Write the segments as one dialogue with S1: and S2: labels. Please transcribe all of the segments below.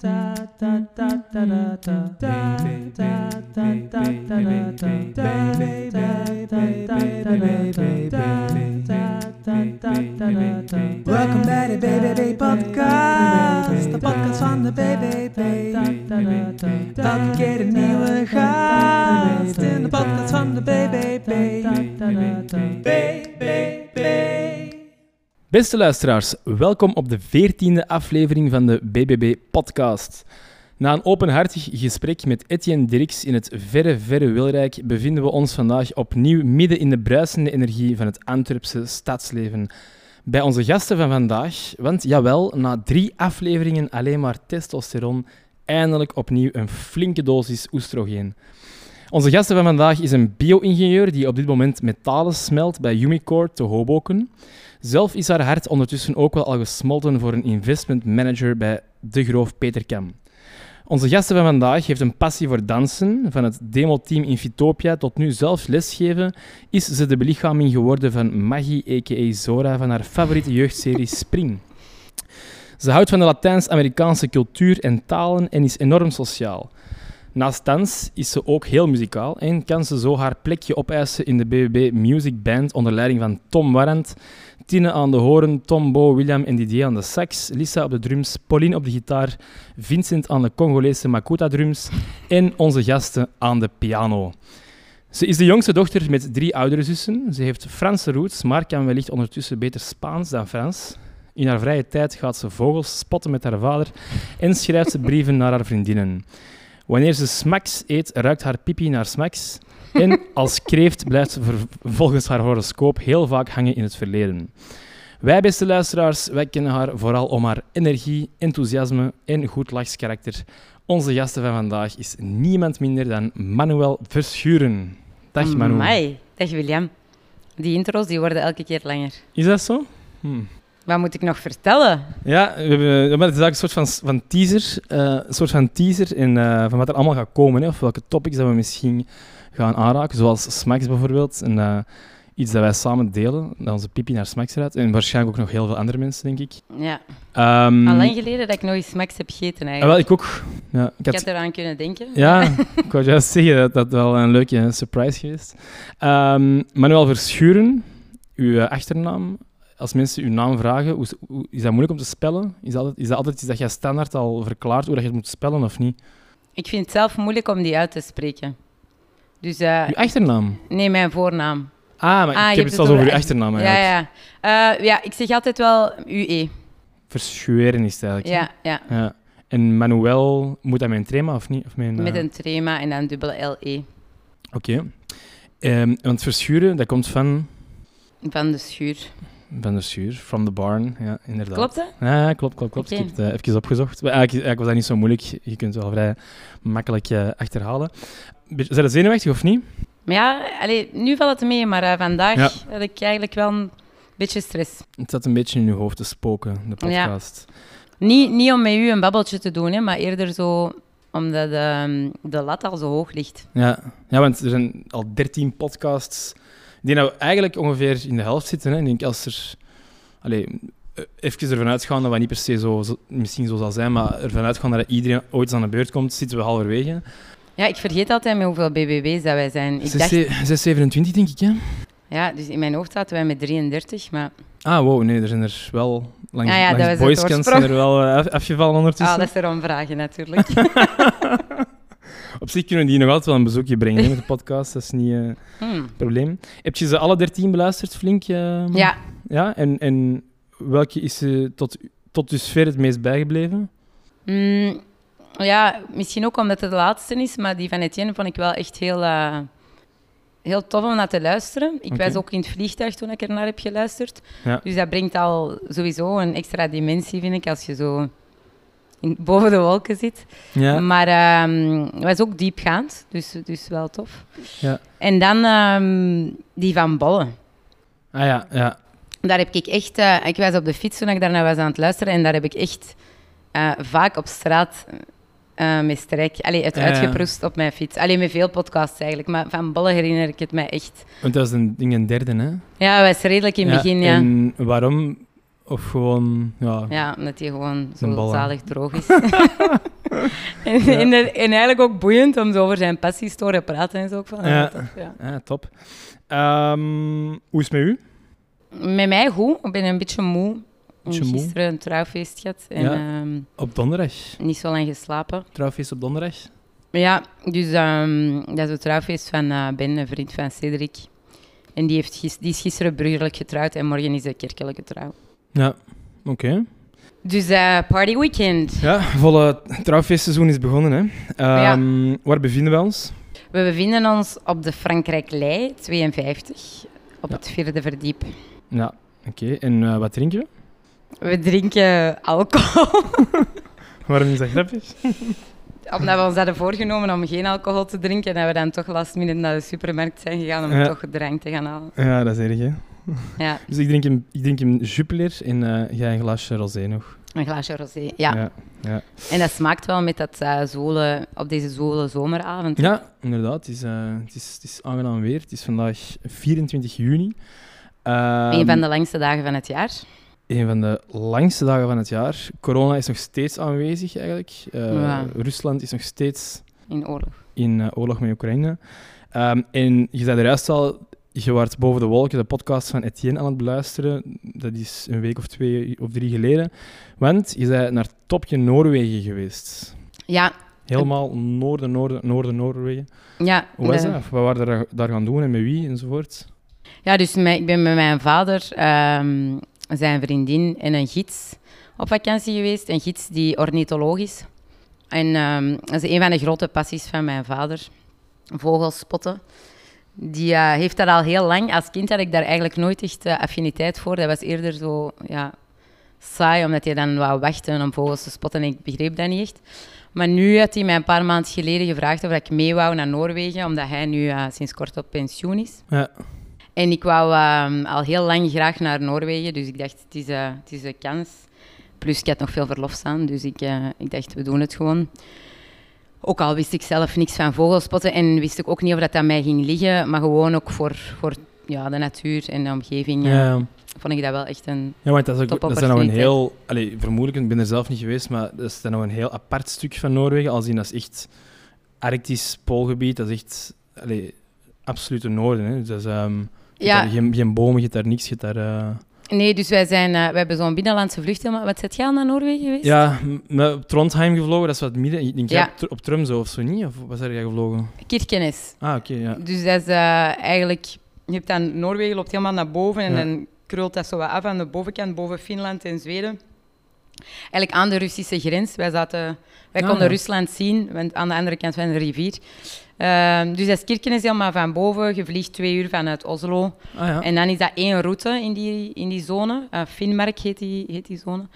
S1: Welkom
S2: Welkom bij de BBB Podcast, de podcast van de BBB. Elke keer een nieuwe gast in de podcast van de BBB. BBB.
S3: Beste luisteraars, welkom op de 14e aflevering van de BBB Podcast. Na een openhartig gesprek met Etienne Dirks in het verre, verre Wilrijk bevinden we ons vandaag opnieuw midden in de bruisende energie van het Antwerpse stadsleven. Bij onze gasten van vandaag, want jawel, na drie afleveringen alleen maar testosteron, eindelijk opnieuw een flinke dosis oestrogeen. Onze gasten van vandaag is een bio-ingenieur die op dit moment metalen smelt bij Umicore te Hoboken. Zelf is haar hart ondertussen ook wel al gesmolten voor een investment manager bij De Groof Peterkam. Onze gasten van vandaag heeft een passie voor dansen. Van het demo-team in Fitopia tot nu zelf lesgeven, is ze de belichaming geworden van Maggie, a.k.a. Zora, van haar favoriete jeugdserie Spring. Ze houdt van de Latijns-Amerikaanse cultuur en talen en is enorm sociaal. Naast dans is ze ook heel muzikaal en kan ze zo haar plekje opeisen in de BBB Music Band onder leiding van Tom Warrant, Tine aan de horen, Tom Bo, William en Didier aan de sax, Lisa op de drums, Pauline op de gitaar, Vincent aan de Congolese Makuta drums en onze gasten aan de piano. Ze is de jongste dochter met drie oudere zussen. Ze heeft Franse roots, maar kan wellicht ondertussen beter Spaans dan Frans. In haar vrije tijd gaat ze vogels spotten met haar vader en schrijft ze brieven naar haar vriendinnen. Wanneer ze smacks eet, ruikt haar pipi naar smacks. En als kreeft blijft ze ver- volgens haar horoscoop heel vaak hangen in het verleden. Wij, beste luisteraars, wij kennen haar vooral om haar energie, enthousiasme en goed lachskarakter. Onze gasten van vandaag is niemand minder dan Manuel Verschuren. Dag Manuel.
S4: Amai. Dag William. Die intro's die worden elke keer langer.
S3: Is dat zo? Hm.
S4: Wat moet ik nog vertellen?
S3: Ja, we hebben, maar het is eigenlijk een soort van, van teaser. eh, een soort van teaser in, eh, van wat er allemaal gaat komen. Hè, of welke topics dat we misschien gaan aanraken. Zoals Smacks bijvoorbeeld. En, eh, iets dat wij samen delen. Dat onze pipi naar Smacks eruit. En waarschijnlijk ook nog heel veel andere mensen, denk ik.
S4: Ja,
S3: Ehm,
S4: al lang geleden dat ik nog eens Max heb gegeten
S3: ah, wel,
S4: eigenlijk.
S3: ik ook. Ja, ik
S4: ik
S3: had-
S4: had eraan kunnen denken.
S3: ja, ik wou juist zeggen dat dat wel een leuke surprise geweest. Ehm, Manuel Verschuren, uw eh, achternaam. Als mensen uw naam vragen, hoe, is- hoe- is dat moeilijk om te spellen? Is dat, altijd- is dat altijd iets dat jij standaard al verklaart hoe dat je het moet spellen of niet?
S4: Ik vind het zelf moeilijk om die uit te spreken. Dus eh,
S3: Uw achternaam?
S4: nee, mijn voornaam.
S3: Ah, maar
S4: Ah, je
S3: ik
S4: hebt
S3: heb
S4: het
S3: het zelfs over uw
S4: over-
S3: achternaam
S4: ja,
S3: eigenlijk.
S4: ja. Eh, ja, ik zeg altijd wel UE.
S3: Verschuren is het eigenlijk.
S4: Ja, ja.
S3: hè? Ja. En Manuel, moet dat mijn trema of niet? Of mijn, eh,
S4: Met een trema en dan dubbele E. LE.
S3: Oké. Ehm, want Verschuren, dat komt van...
S4: Van de schuur.
S3: Van de schuur, from the barn, ja, inderdaad.
S4: Klopt dat?
S3: Ja, ja, klopt, klopt, klopt. Ik
S4: Oké.
S3: heb het eh, even opgezocht. Maar Eigenlijk, eigenlijk was dat niet zo moeilijk. Je kunt het wel vrij makkelijk eh, achterhalen. Beetje- Zijn ze zenuwachtig of niet?
S4: Maar ja, allee, nu valt het mee, maar eh, vandaag
S3: Ja.
S4: had ik eigenlijk wel een beetje stress.
S3: Het zat een beetje in je hoofd te spoken, de podcast.
S4: Niet, niet om met u een babbeltje te doen, hè, maar eerder zo omdat de, de lat al zo hoog ligt.
S3: Ja. Ja. want er zijn al 13 podcasts. Ik denk dat we eigenlijk ongeveer in de helft zitten. Hè. Ik denk als er. Allee, eh, even ervan uitgaan dat we niet per se zo, zo- misschien zo zal zijn, maar ervan uitgaan dat iedereen ooit eens aan de beurt komt, zitten we halverwege.
S4: Ja, ik vergeet altijd met hoeveel BBB's dat wij zijn. Ik dacht,
S3: 6, 27 denk ik, hè?
S4: ja, dus in mijn hoofd zaten wij met 33, maar
S3: Ah, wow, nee, er zijn er wel. Langs,
S4: Ah ja,
S3: langs
S4: dat was het
S3: boyscans zijn er wel eh, af- afgevallen
S4: ah,
S3: ondertussen.
S4: dat is erom vragen natuurlijk.
S3: Op zich kunnen die nog altijd wel een bezoekje brengen hè, met de podcast, dat is niet eh, een
S4: Hmm.
S3: probleem. Heb je ze alle dertien beluisterd, flink? eh, man?
S4: Ja,
S3: ja en, en welke is eh, tot, tot dusver het meest bijgebleven?
S4: mm, ja, misschien ook omdat het de laatste is, maar die van Etienne vond ik wel echt heel, eh, heel tof om naar te luisteren. Ik
S3: Oké.
S4: was ook in het vliegtuig toen ik er naar heb geluisterd.
S3: Ja.
S4: Dus dat brengt al sowieso een extra dimensie, vind ik, als je zo in, boven de wolken zit.
S3: Ja,
S4: Maar ehm, het was ook diepgaand, dus, dus wel tof.
S3: Ja.
S4: En dan ehm, die van Bolle.
S3: ah, ja, ja.
S4: Daar heb ik echt... eh, ik was op de fiets toen ik daarna was aan het luisteren en daar heb ik echt eh, vaak op straat eh mee strijk... Allee, het
S3: Ja, ja.
S4: uitgeproest op mijn fiets. Alleen met veel podcasts eigenlijk, maar van Bolle herinner ik het mij echt.
S3: want dat is een, ding een derde, hè?
S4: Ja, het was redelijk in het begin, ja.
S3: En waarom Of gewoon, ja.
S4: Ja, omdat die gewoon
S3: Een
S4: zo
S3: bal, hè?
S4: zalig droog is. en, en, en eigenlijk ook boeiend om zo over zijn passies te horen praten en zo. Ook van, ah,
S3: Ja.
S4: dat- ja.
S3: Ja, top. Ehm, hoe is het met u?
S4: Met mij goed. Ik ben een beetje moe.
S3: Beetje moe?
S4: Gisteren een trouwfeest gehad en
S3: Ja.
S4: ehm,
S3: Op donderdag.
S4: niet zo lang geslapen.
S3: Trouwfeest op donderdag.
S4: Maar Ja, dus ehm, dat is het trouwfeest van eh, Ben, een vriend van Cedric. En die, heeft gis- die is gisteren burgerlijk getrouwd en morgen is de kerkelijke trouw.
S3: Ja, oké.
S4: Dus eh party weekend.
S3: Ja, volle trouwfeestseizoen is begonnen. Hè. Ehm, Waar bevinden we ons?
S4: We bevinden ons op de Frankrijklei 52, op het vierde verdiep.
S3: Ja, oké. En eh, wat drinken we?
S4: We drinken alcohol,
S3: Waarom is dat grappig?
S4: omdat we ons hadden voorgenomen om geen alcohol te drinken. En dat we dan toch last minute naar de supermarkt zijn gegaan om
S3: Ja.
S4: toch drank te gaan halen.
S3: Ja, dat is erg, hè.
S4: Ja,
S3: Dus ik drink een, ik drink een Jupiler en eh, jij een glaasje rosé nog.
S4: een glaasje rosé. Ja.
S3: Ja, ja.
S4: en dat smaakt wel met dat eh zwoele, op deze zwoele zomeravond.
S3: Ja, inderdaad. Het is, eh, het, is, het is aangenaam weer. Het is vandaag 24 juni. Ehm,
S4: een van de langste dagen van het jaar.
S3: een van de langste dagen van het jaar. Corona is nog steeds aanwezig, eigenlijk. Eh,
S4: Ja.
S3: Rusland is nog steeds
S4: In oorlog.
S3: in eh, oorlog met Oekraïne. Ehm, en je zei er juist al, je waart boven de wolken de podcast van Etienne aan het beluisteren. Dat is een week of twee of drie geleden. Want je bent naar topje Noorwegen geweest.
S4: Ja,
S3: Helemaal noorden, noorden, noorden, Noorwegen.
S4: ja.
S3: Hoe was
S4: de-
S3: dat? Of Wat waren we daar, daar gaan doen en met wie enzovoort?
S4: Ja, dus met- ik ben met mijn vader, ehm, zijn vriendin en een gids op vakantie geweest. Een gids die ornitholoog is. En ehm, dat is een van de grote passies van mijn vader. Vogels spotten. Die eh, heeft dat al heel lang. Als kind had ik daar eigenlijk nooit echt eh, affiniteit voor. Dat was eerder zo ja, saai, omdat je dan wou wachten om vogels te spotten. En ik begreep dat niet echt. Maar nu had hij mij een paar maanden geleden gevraagd of ik mee wou naar Noorwegen, omdat hij nu eh, sinds kort op pensioen is.
S3: Ja,
S4: En ik wou ehm, al heel lang graag naar Noorwegen, dus ik dacht, het is, eh, het is een kans. Plus, ik had nog veel verlof staan, dus ik, eh, ik dacht, we doen het gewoon. Ook al wist ik zelf niks van vogelspotten en wist ik ook niet of dat aan mij ging liggen, maar gewoon ook voor, voor ja, de natuur en de omgeving eh,
S3: ja.
S4: vond ik dat wel echt een...
S3: ja want dat is, ook,
S4: Top
S3: dat is dan nou een
S4: opportuniteit.
S3: heel... Allee, vermoedelijk, ik ben er zelf niet geweest, maar dat is dan nou een heel apart stuk van Noorwegen. Als in, dat is echt arctisch poolgebied. Dat is echt... Allee, absolute noorden, hè. Dus dat is... ehm, Je hebt
S4: Ja,
S3: daar geen, geen bomen, je hebt daar niks, je hebt daar... eh,
S4: nee, dus wij zijn, eh, we hebben zo'n binnenlandse vlucht. helemaal- Wat zit je al naar Noorwegen geweest?
S3: Ja, m- met- op Trondheim gevlogen, dat is wat midden. Ik denk,
S4: Ja.
S3: jij op, Tr- op Tromsø of zo niet? Of was daar jij gevlogen?
S4: Kirkenes.
S3: Ah, oké, ja.
S4: Dus dat is eh, eigenlijk... Je hebt dan Noorwegen, loopt helemaal naar boven en
S3: Ja.
S4: dan krult dat zo wat af aan de bovenkant, boven Finland en Zweden. Eigenlijk aan de Russische grens. Wij, zaten, wij
S3: Ah,
S4: konden
S3: ja.
S4: Rusland zien, want aan de andere kant van de rivier. Ehm, dus dat is Kirkenes helemaal van boven. Je vliegt twee uur vanuit Oslo.
S3: Ah, ja.
S4: En dan is dat één route in die, in die zone. Eh Finnmark heet die, heet die zone.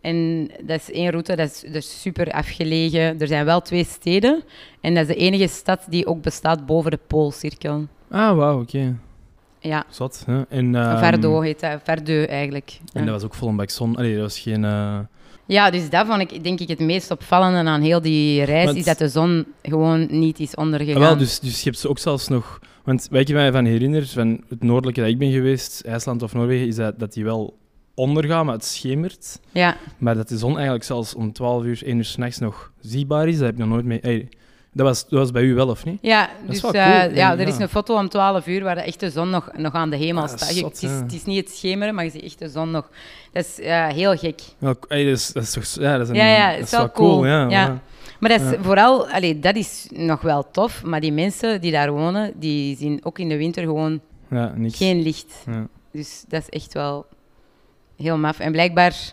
S4: En dat is één route, dat is, dat is super afgelegen. Er zijn wel twee steden. En dat is de enige stad die ook bestaat boven de Poolcirkel.
S3: Ah, wauw, oké.
S4: Ja,
S3: Zat. Hè. En, ehm,
S4: Vardo heet dat. Vardeu eigenlijk.
S3: En dat
S4: Ja.
S3: was ook vol een bak zon. Allee, dat was geen... eh,
S4: Ja, dus dat vond ik denk ik het meest opvallende aan heel die reis,
S3: Want-
S4: is dat de zon gewoon niet is ondergegaan.
S3: Ah, wel, dus, dus je hebt ze ook zelfs nog... Want wat ik mij van herinner, van het noordelijke dat ik ben geweest, IJsland of Noorwegen, is dat, dat die wel ondergaan, maar het schemert.
S4: Ja,
S3: Maar dat de zon eigenlijk zelfs om 12 uur, 1 uur s'nachts nog zichtbaar is, dat heb ik nog nooit mee... Hey, dat, was, dat was bij u wel, of niet?
S4: ja
S3: Dat
S4: dus
S3: is wel
S4: eh,
S3: cool,
S4: ja,
S3: ja.
S4: er is een foto om 12 uur waar echt de zon nog, nog aan de hemel
S3: Ah,
S4: staat. Je-
S3: zot,
S4: het, is,
S3: ja.
S4: het is niet het schemeren, maar je ziet echt de zon nog. Dat is eh, heel gek.
S3: Wel, hey, dat, is, dat is toch... Ja, dat is, een,
S4: Ja, ja,
S3: dat
S4: het
S3: is
S4: is wel
S3: wel cool.
S4: cool.
S3: Ja,
S4: Ja.
S3: voilà.
S4: Maar dat is
S3: Ja.
S4: vooral, allee, dat is nog wel tof, maar die mensen die daar wonen, die zien ook in de winter gewoon
S3: Ja, niks.
S4: geen licht.
S3: Ja.
S4: Dus dat is echt wel heel maf. En blijkbaar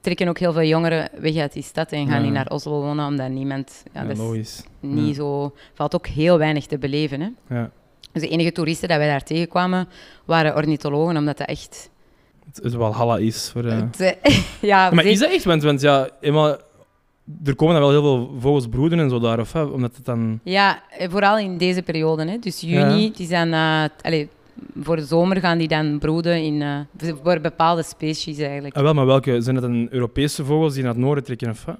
S4: trekken ook heel veel jongeren weg uit die stad en gaan
S3: Ja.
S4: niet naar Oslo wonen, omdat niemand... Ja,
S3: Ja,
S4: dat is
S3: logisch.
S4: niet
S3: Ja.
S4: zo... valt ook heel weinig te beleven, hè.
S3: Ja.
S4: Dus de enige toeristen dat wij daar tegenkwamen, waren ornithologen, omdat dat echt...
S3: Het, het Walhalla is voor... eh,
S4: het, eh, ja,
S3: Maar is
S4: zeker-
S3: dat echt? Want, want ja, eenmaal, er komen dan wel heel veel vogels broeden en zo daar, of hè? Omdat het dan...
S4: Ja, eh, vooral in deze periode. Hè. Dus juni,
S3: Ja.
S4: die zijn, eh, t- allee, voor de zomer gaan die dan broeden in, eh, v- voor bepaalde species eigenlijk.
S3: Ah, wel, maar welke? Zijn dat dan Europese vogels die naar het noorden trekken, of hè?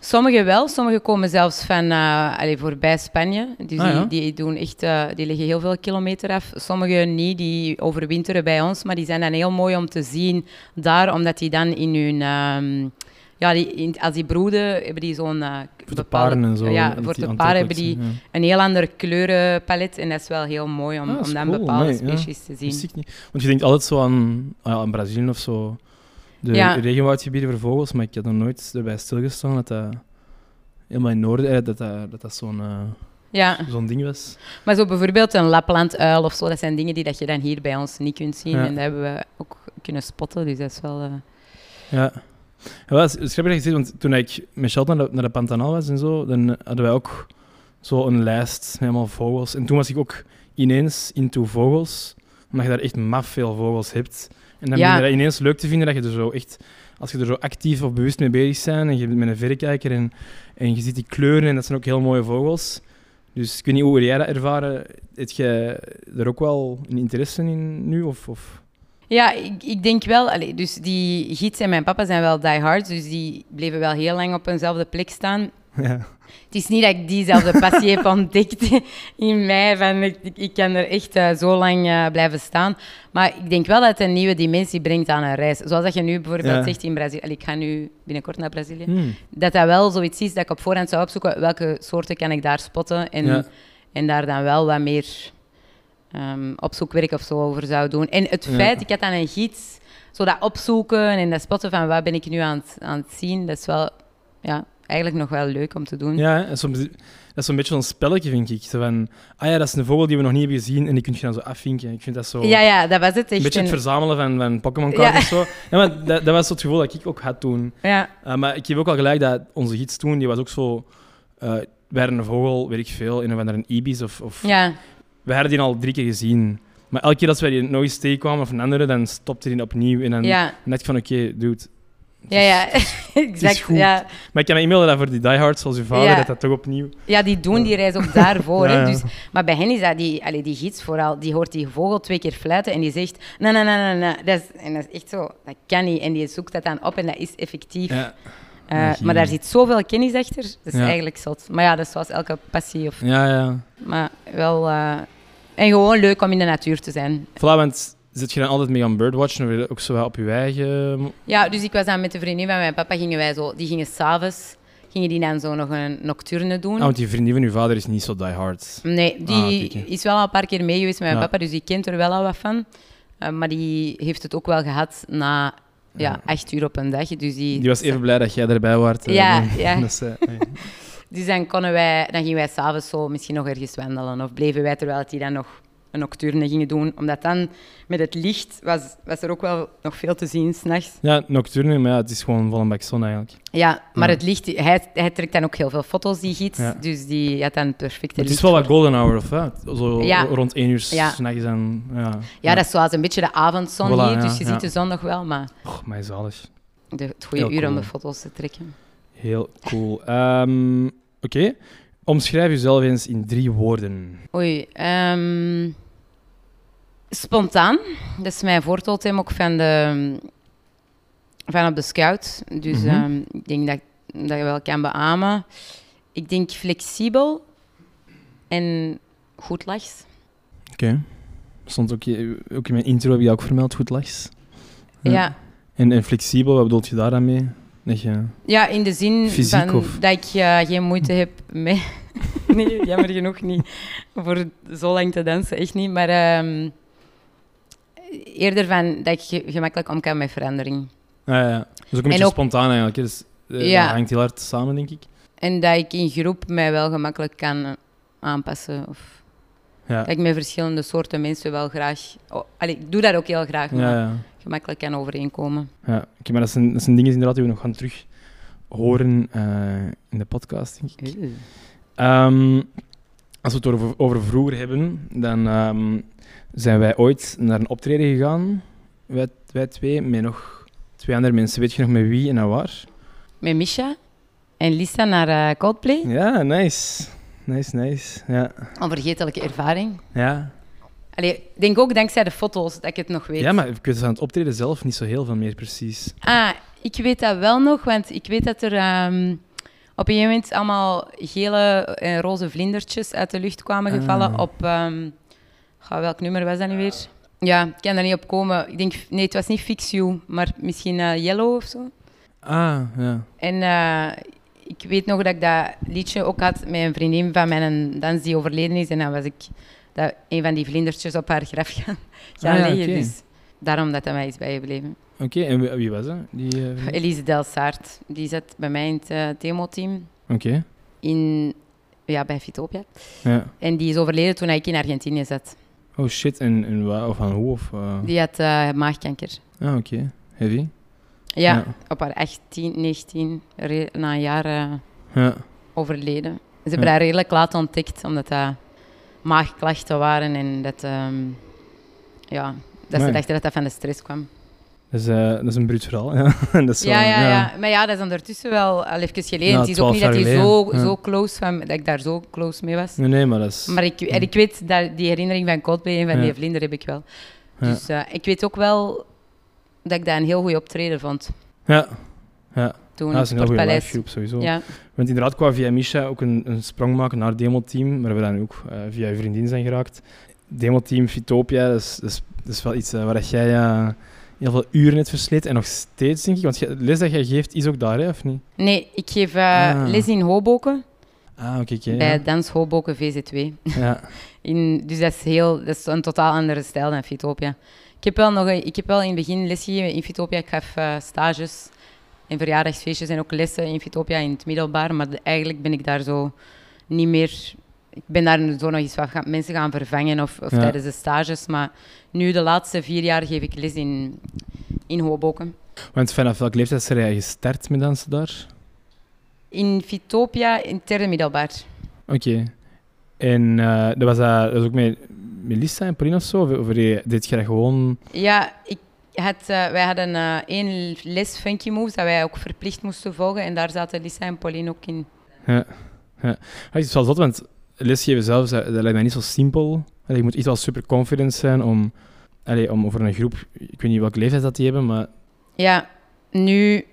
S4: Sommigen wel, sommigen komen zelfs van eh, allee, voorbij Spanje. Dus
S3: Ah, ja.
S4: die, die, doen echt, eh, die liggen heel veel kilometer af. Sommigen niet, die overwinteren bij ons. Maar die zijn dan heel mooi om te zien daar, omdat die dan in hun. ehm, ja, die, in- als die broeden, hebben die zo'n. eh,
S3: Voor de
S4: bepaalde-
S3: paren en zo.
S4: Ja,
S3: dat
S4: voor
S3: die
S4: de paren hebben
S3: aantrekkelijk
S4: die
S3: zijn, ja.
S4: een heel ander kleurenpalet. En dat is wel heel mooi om,
S3: Ah, dat is
S4: om dan
S3: cool.
S4: bepaalde
S3: Nee, ja.
S4: species te zien.
S3: Wist ik niet. Want je denkt altijd zo aan, ah ja, aan Brazilië of zo. De
S4: Ja.
S3: regenwoudgebieden voor vogels, maar ik had nog nooit erbij stilgestaan dat dat helemaal in het noorden, eh, dat dat, dat, dat zo'n eh,
S4: Ja,
S3: zo'n ding was.
S4: maar zo bijvoorbeeld een Laplanduil of zo. Dat zijn dingen die dat je dan hier bij ons niet kunt zien.
S3: Ja.
S4: En dat hebben we ook kunnen spotten. Dus dat is wel. eh,
S3: Ja. Ja, wel, het is- het is grappig dat je zegt, want toen ik met Sheldon naar de, naar de Pantanal was en zo, dan hadden wij ook zo een lijst met allemaal vogels. En toen was ik ook ineens into vogels, omdat je daar echt maf veel vogels hebt. En dan
S4: Ja.
S3: begin je dat ineens leuk te vinden dat je er zo echt, als je er zo actief of bewust mee bezig bent en je bent met een verrekijker en, en je ziet die kleuren en dat zijn ook heel mooie vogels. Dus ik weet niet hoe jij dat ervaren. Heb jij er ook wel een interesse in nu? Of, of?
S4: Ja, ik, ik denk wel. allee, dus die gids en mijn papa zijn wel diehards, dus die bleven wel heel lang op eenzelfde plek staan.
S3: Ja.
S4: Het is niet dat ik diezelfde passie heb ontdekt in mij, van ik, ik- ik kan er echt eh, zo lang eh, blijven staan. Maar ik denk wel dat het een nieuwe dimensie brengt aan een reis. Zoals dat je nu bijvoorbeeld
S3: Ja.
S4: zegt in Brazilië. allee, Ik ga nu binnenkort naar Brazilië.
S3: Hmm.
S4: Dat dat wel zoiets is dat ik op voorhand zou opzoeken welke soorten kan ik daar spotten en,
S3: Ja.
S4: en daar dan wel wat meer ehm, opzoekwerk of zo over zou doen. En het
S3: Ja.
S4: feit, ik had dan een gids, zo dat opzoeken en dat spotten van wat ben ik nu aan het, aan het zien, dat is wel ja, eigenlijk nog wel leuk om te doen. Ja,
S3: Ja, en soms, dat is zo'n beetje zo'n spelletje, vind ik. Zo van, ah ja, dat is een vogel die we nog niet hebben gezien en die kun je dan zo afvinken. Ik vind dat zo...
S4: ja, dat was het echt.
S3: een beetje het
S4: En-
S3: verzamelen van, van Pokémon-kaarten
S4: Ja.
S3: of zo. Ja, maar dat, dat was zo het gevoel dat ik ook had toen.
S4: ja,
S3: Eh, maar ik heb ook al gelijk dat onze gids toen, die was ook zo... eh wij hadden een vogel, weet ik veel, een of andere ibis of... of
S4: ja,
S3: We hadden die al drie keer gezien. Maar elke keer als wij die nog eens tegenkwamen of een andere, dan stopte die opnieuw. En dan
S4: ja,
S3: net van, oké, dude... het
S4: ja,
S3: is-
S4: ja, exact.
S3: goed.
S4: Ja.
S3: Maar ik kan me inbeelden dat voor die diehards zoals uw vader,
S4: Ja.
S3: dat dat toch opnieuw...
S4: ja, die doen die reis ook daarvoor.
S3: Ja, ja.
S4: Hè. Dus, maar bij hen is dat die, allee, die gids vooral, die hoort die vogel twee keer fluiten en die zegt: Nee, nee, nee, nee, nee. Dat is, en dat is echt zo, dat kan niet. En die zoekt dat dan op en dat is effectief.
S3: Ja.
S4: Eh,
S3: Ja,
S4: maar daar
S3: geniaal.
S4: zit zoveel kennis achter. Dat is
S3: Ja.
S4: eigenlijk zot. Maar ja, dat is zoals elke passie. Of,
S3: Ja, ja.
S4: maar wel. eh, en gewoon leuk om in de natuur te zijn.
S3: Voilà, want zit je dan altijd mee aan birdwatchen of wil je ook zo wel op je eigen...
S4: Ja, dus ik was dan met de vriendin van mijn papa, gingen wij zo, die gingen s'avonds, gingen die dan zo nog een nocturne doen.
S3: Ah, want die vriendin van je vader is niet zo diehard.
S4: Nee, die
S3: pikken.
S4: is wel al een paar keer mee geweest met mijn
S3: Ah, Ja.
S4: papa, dus die kent er wel al wat van. Eh, maar die heeft het ook wel gehad na ja,
S3: Ja.
S4: acht uur op een dag. Dus, die,
S3: Die was even blij dat jij erbij eh, was.
S4: Ja, ja.
S3: Dat ze- nee.
S4: dus dan, konden wij, dan gingen wij s'avonds zo misschien nog ergens wandelen. Of bleven wij terwijl die dan nog een nocturne gingen doen. Omdat dan met het licht was, was er ook wel nog veel te zien s'nachts.
S3: ja, nocturne, maar ja, het is gewoon vol een bak zon eigenlijk. Maar
S4: Ja, maar
S3: Ja.
S4: het licht, hij, hij trekt dan ook heel veel foto's, die gids.
S3: Ja.
S4: Dus die had dan het perfecte
S3: het
S4: licht.
S3: is wel wat golden hour, of hè? Zo
S4: Ja.
S3: rond één uur
S4: Ja.
S3: s'nachts en... Ja,
S4: Ja, dat is zoals een beetje de avondzon
S3: Voilà,
S4: hier.
S3: ja,
S4: Dus je
S3: ja.
S4: ziet de zon nog wel, maar
S3: Och, mij zalig.
S4: de, het goede
S3: Heel
S4: uur om
S3: cool.
S4: de foto's te trekken.
S3: Heel cool. Ehm, Oké. Omschrijf jezelf eens in drie woorden.
S4: Oei. ehm, spontaan. Dat is mijn voorteltem ook van, de, van op de scout. Dus
S3: Mhm.
S4: ehm, ik denk dat, dat je wel kan beamen. Ik denk flexibel en goed lachs.
S3: Oké. Stond ook, je- ook in mijn intro, heb je dat ook vermeld, goed lachs. Ja.
S4: ja.
S3: En, en flexibel, wat bedoelt je daar dan mee? Dat je...
S4: Ja, in de zin
S3: Fysiek
S4: van
S3: of-
S4: dat ik eh, geen moeite heb met... nee, jammer genoeg niet. Voor zo lang te dansen, echt niet. Maar ehm, eerder van dat ik ge- gemakkelijk om kan met verandering.
S3: Ah, Ja, ja, ja. Dat is ook een
S4: En
S3: beetje
S4: ook-
S3: spontaan eigenlijk. hè. Dus, eh,
S4: Ja.
S3: Dat hangt heel hard samen, denk ik.
S4: En dat ik in groep mij wel gemakkelijk kan eh, aanpassen. Of
S3: Ja,
S4: dat ik met verschillende soorten mensen wel graag... Oh, allee, ik doe dat ook heel graag, maar
S3: ja, ja.
S4: gemakkelijk kan overeenkomen.
S3: ja. Oké, maar dat zijn, dat zijn dingen inderdaad die we nog gaan terug horen eh, in de podcast, denk ik. Ehm, als we het over, over vroeger hebben, dan ehm, zijn wij ooit naar een optreden gegaan. Wij, wij twee, met nog twee andere mensen. Weet je nog met wie en naar waar?
S4: Met Misha en Lisa naar eh, Coldplay.
S3: Ja, nice. Nice, nice. Ja,
S4: Onvergetelijke ervaring.
S3: ja.
S4: Allee, ik denk ook dankzij de foto's dat ik het nog weet.
S3: ja maar ik weet van het optreden zelf niet zo heel veel meer precies.
S4: Ah, ik weet dat wel nog, want ik weet dat er ehm, op een gegeven moment allemaal gele en roze vlindertjes uit de lucht kwamen
S3: Ah.
S4: gevallen op... ehm, goh, welk nummer was dat nu weer? Ja, ik kan er niet op komen. Ik denk, nee, het was niet Fix You, maar misschien eh, Yellow of zo.
S3: Ah, ja.
S4: En eh, ik weet nog dat ik dat liedje ook had met een vriendin van mijn dans die overleden is. En dan was ik dat een van die vlindertjes op haar graf gaan, gaan
S3: Ah ja,
S4: leggen.
S3: oké.
S4: Dus daarom dat dat mij is bijgebleven.
S3: Oké, en wie, wie was dat? Die, eh, vriend?
S4: Elise Delsaert, die zat bij mij in het eh, demo-team
S3: Oké,
S4: in, ja, bij Fitopia.
S3: ja.
S4: En die is overleden toen ik in Argentinië zat.
S3: Oh shit, en, en waar? Of aan hoe? Of, eh?
S4: Die had eh, maagkanker.
S3: Ah, oké. Heavy.
S4: Ja,
S3: Ja.
S4: op haar 18, 19, re- na een jaar eh,
S3: Ja.
S4: overleden. Ze
S3: Ja.
S4: hebben haar redelijk laat ontdekt, omdat dat maagklachten waren en dat, ehm, ja, dat
S3: Amai.
S4: ze dachten dat dat van de stress kwam.
S3: Dat is, eh, dat is een bruut verhaal. Ja, dat is zo,
S4: ja, ja, ja, Maar ja, dat is ondertussen wel al even geleden.
S3: Ja,
S4: het is
S3: 12
S4: ook niet dat,
S3: jaar
S4: die
S3: geleden.
S4: zo,
S3: Ja.
S4: zo close van, dat ik daar zo close mee was.
S3: Nee, nee, maar dat is...
S4: Maar ik, en ik weet dat die herinnering van Coldplay en van
S3: Ja.
S4: die vlinder heb ik wel.
S3: Ja.
S4: Dus eh, ik weet ook wel dat ik dat een heel goed optreden vond
S3: Ja. Ja, Ja,
S4: toen in
S3: Ah, dat
S4: het
S3: is een heel goede live
S4: Sportpaleis.
S3: groep sowieso.
S4: Ja,
S3: Je bent inderdaad qua via Misha ook een, een sprong maken naar Demo-team, waar we dan ook eh, via je vriendin zijn geraakt. Demo-team Fitopia, dat is, dat is, dat is wel iets eh, waar dat jij eh, heel veel uren hebt versleet. En nog steeds, denk ik, want jij- de les dat jij geeft is ook daar, hè, of niet?
S4: Nee, ik geef eh,
S3: Ah.
S4: les in Hoboken,
S3: Ah, oké, oké.
S4: bij
S3: ja.
S4: Dans Hoboken VZ2.
S3: ja.
S4: In, dus dat is, heel, dat is een totaal andere stijl dan Fitopia. Ik heb wel, nog, een- ik heb wel in het begin lesgegeven in Fitopia. Ik gaf eh, stages en verjaardagsfeestjes en ook lessen in Fitopia in het middelbaar. Maar de- eigenlijk ben ik daar zo niet meer... Ik ben daar zo nog eens wat gaan, mensen gaan vervangen of, of
S3: Ja.
S4: tijdens de stages. Maar nu, de laatste vier jaar, geef ik les in, in Hoboken.
S3: Want vanaf welke leeftijd zijn jij gestart met dansen daar?
S4: In Fitopia, in het derde middelbaar.
S3: Oké. En eh, dat, was, dat, dat was ook met Melissa en Pauline of zo? Of, of deed je dat gewoon...
S4: Ja, ik had, eh, wij hadden eh, één les funky moves dat wij ook verplicht moesten volgen. En daar zaten Lisa en Pauline ook in.
S3: Ja, het is wel zot, want lesgeven zelf, dat, dat lijkt mij niet zo simpel. Allee, je moet echt wel super confident zijn om, allee, om voor een groep, ik weet niet welke leeftijd dat die hebben, maar
S4: Ja, nu...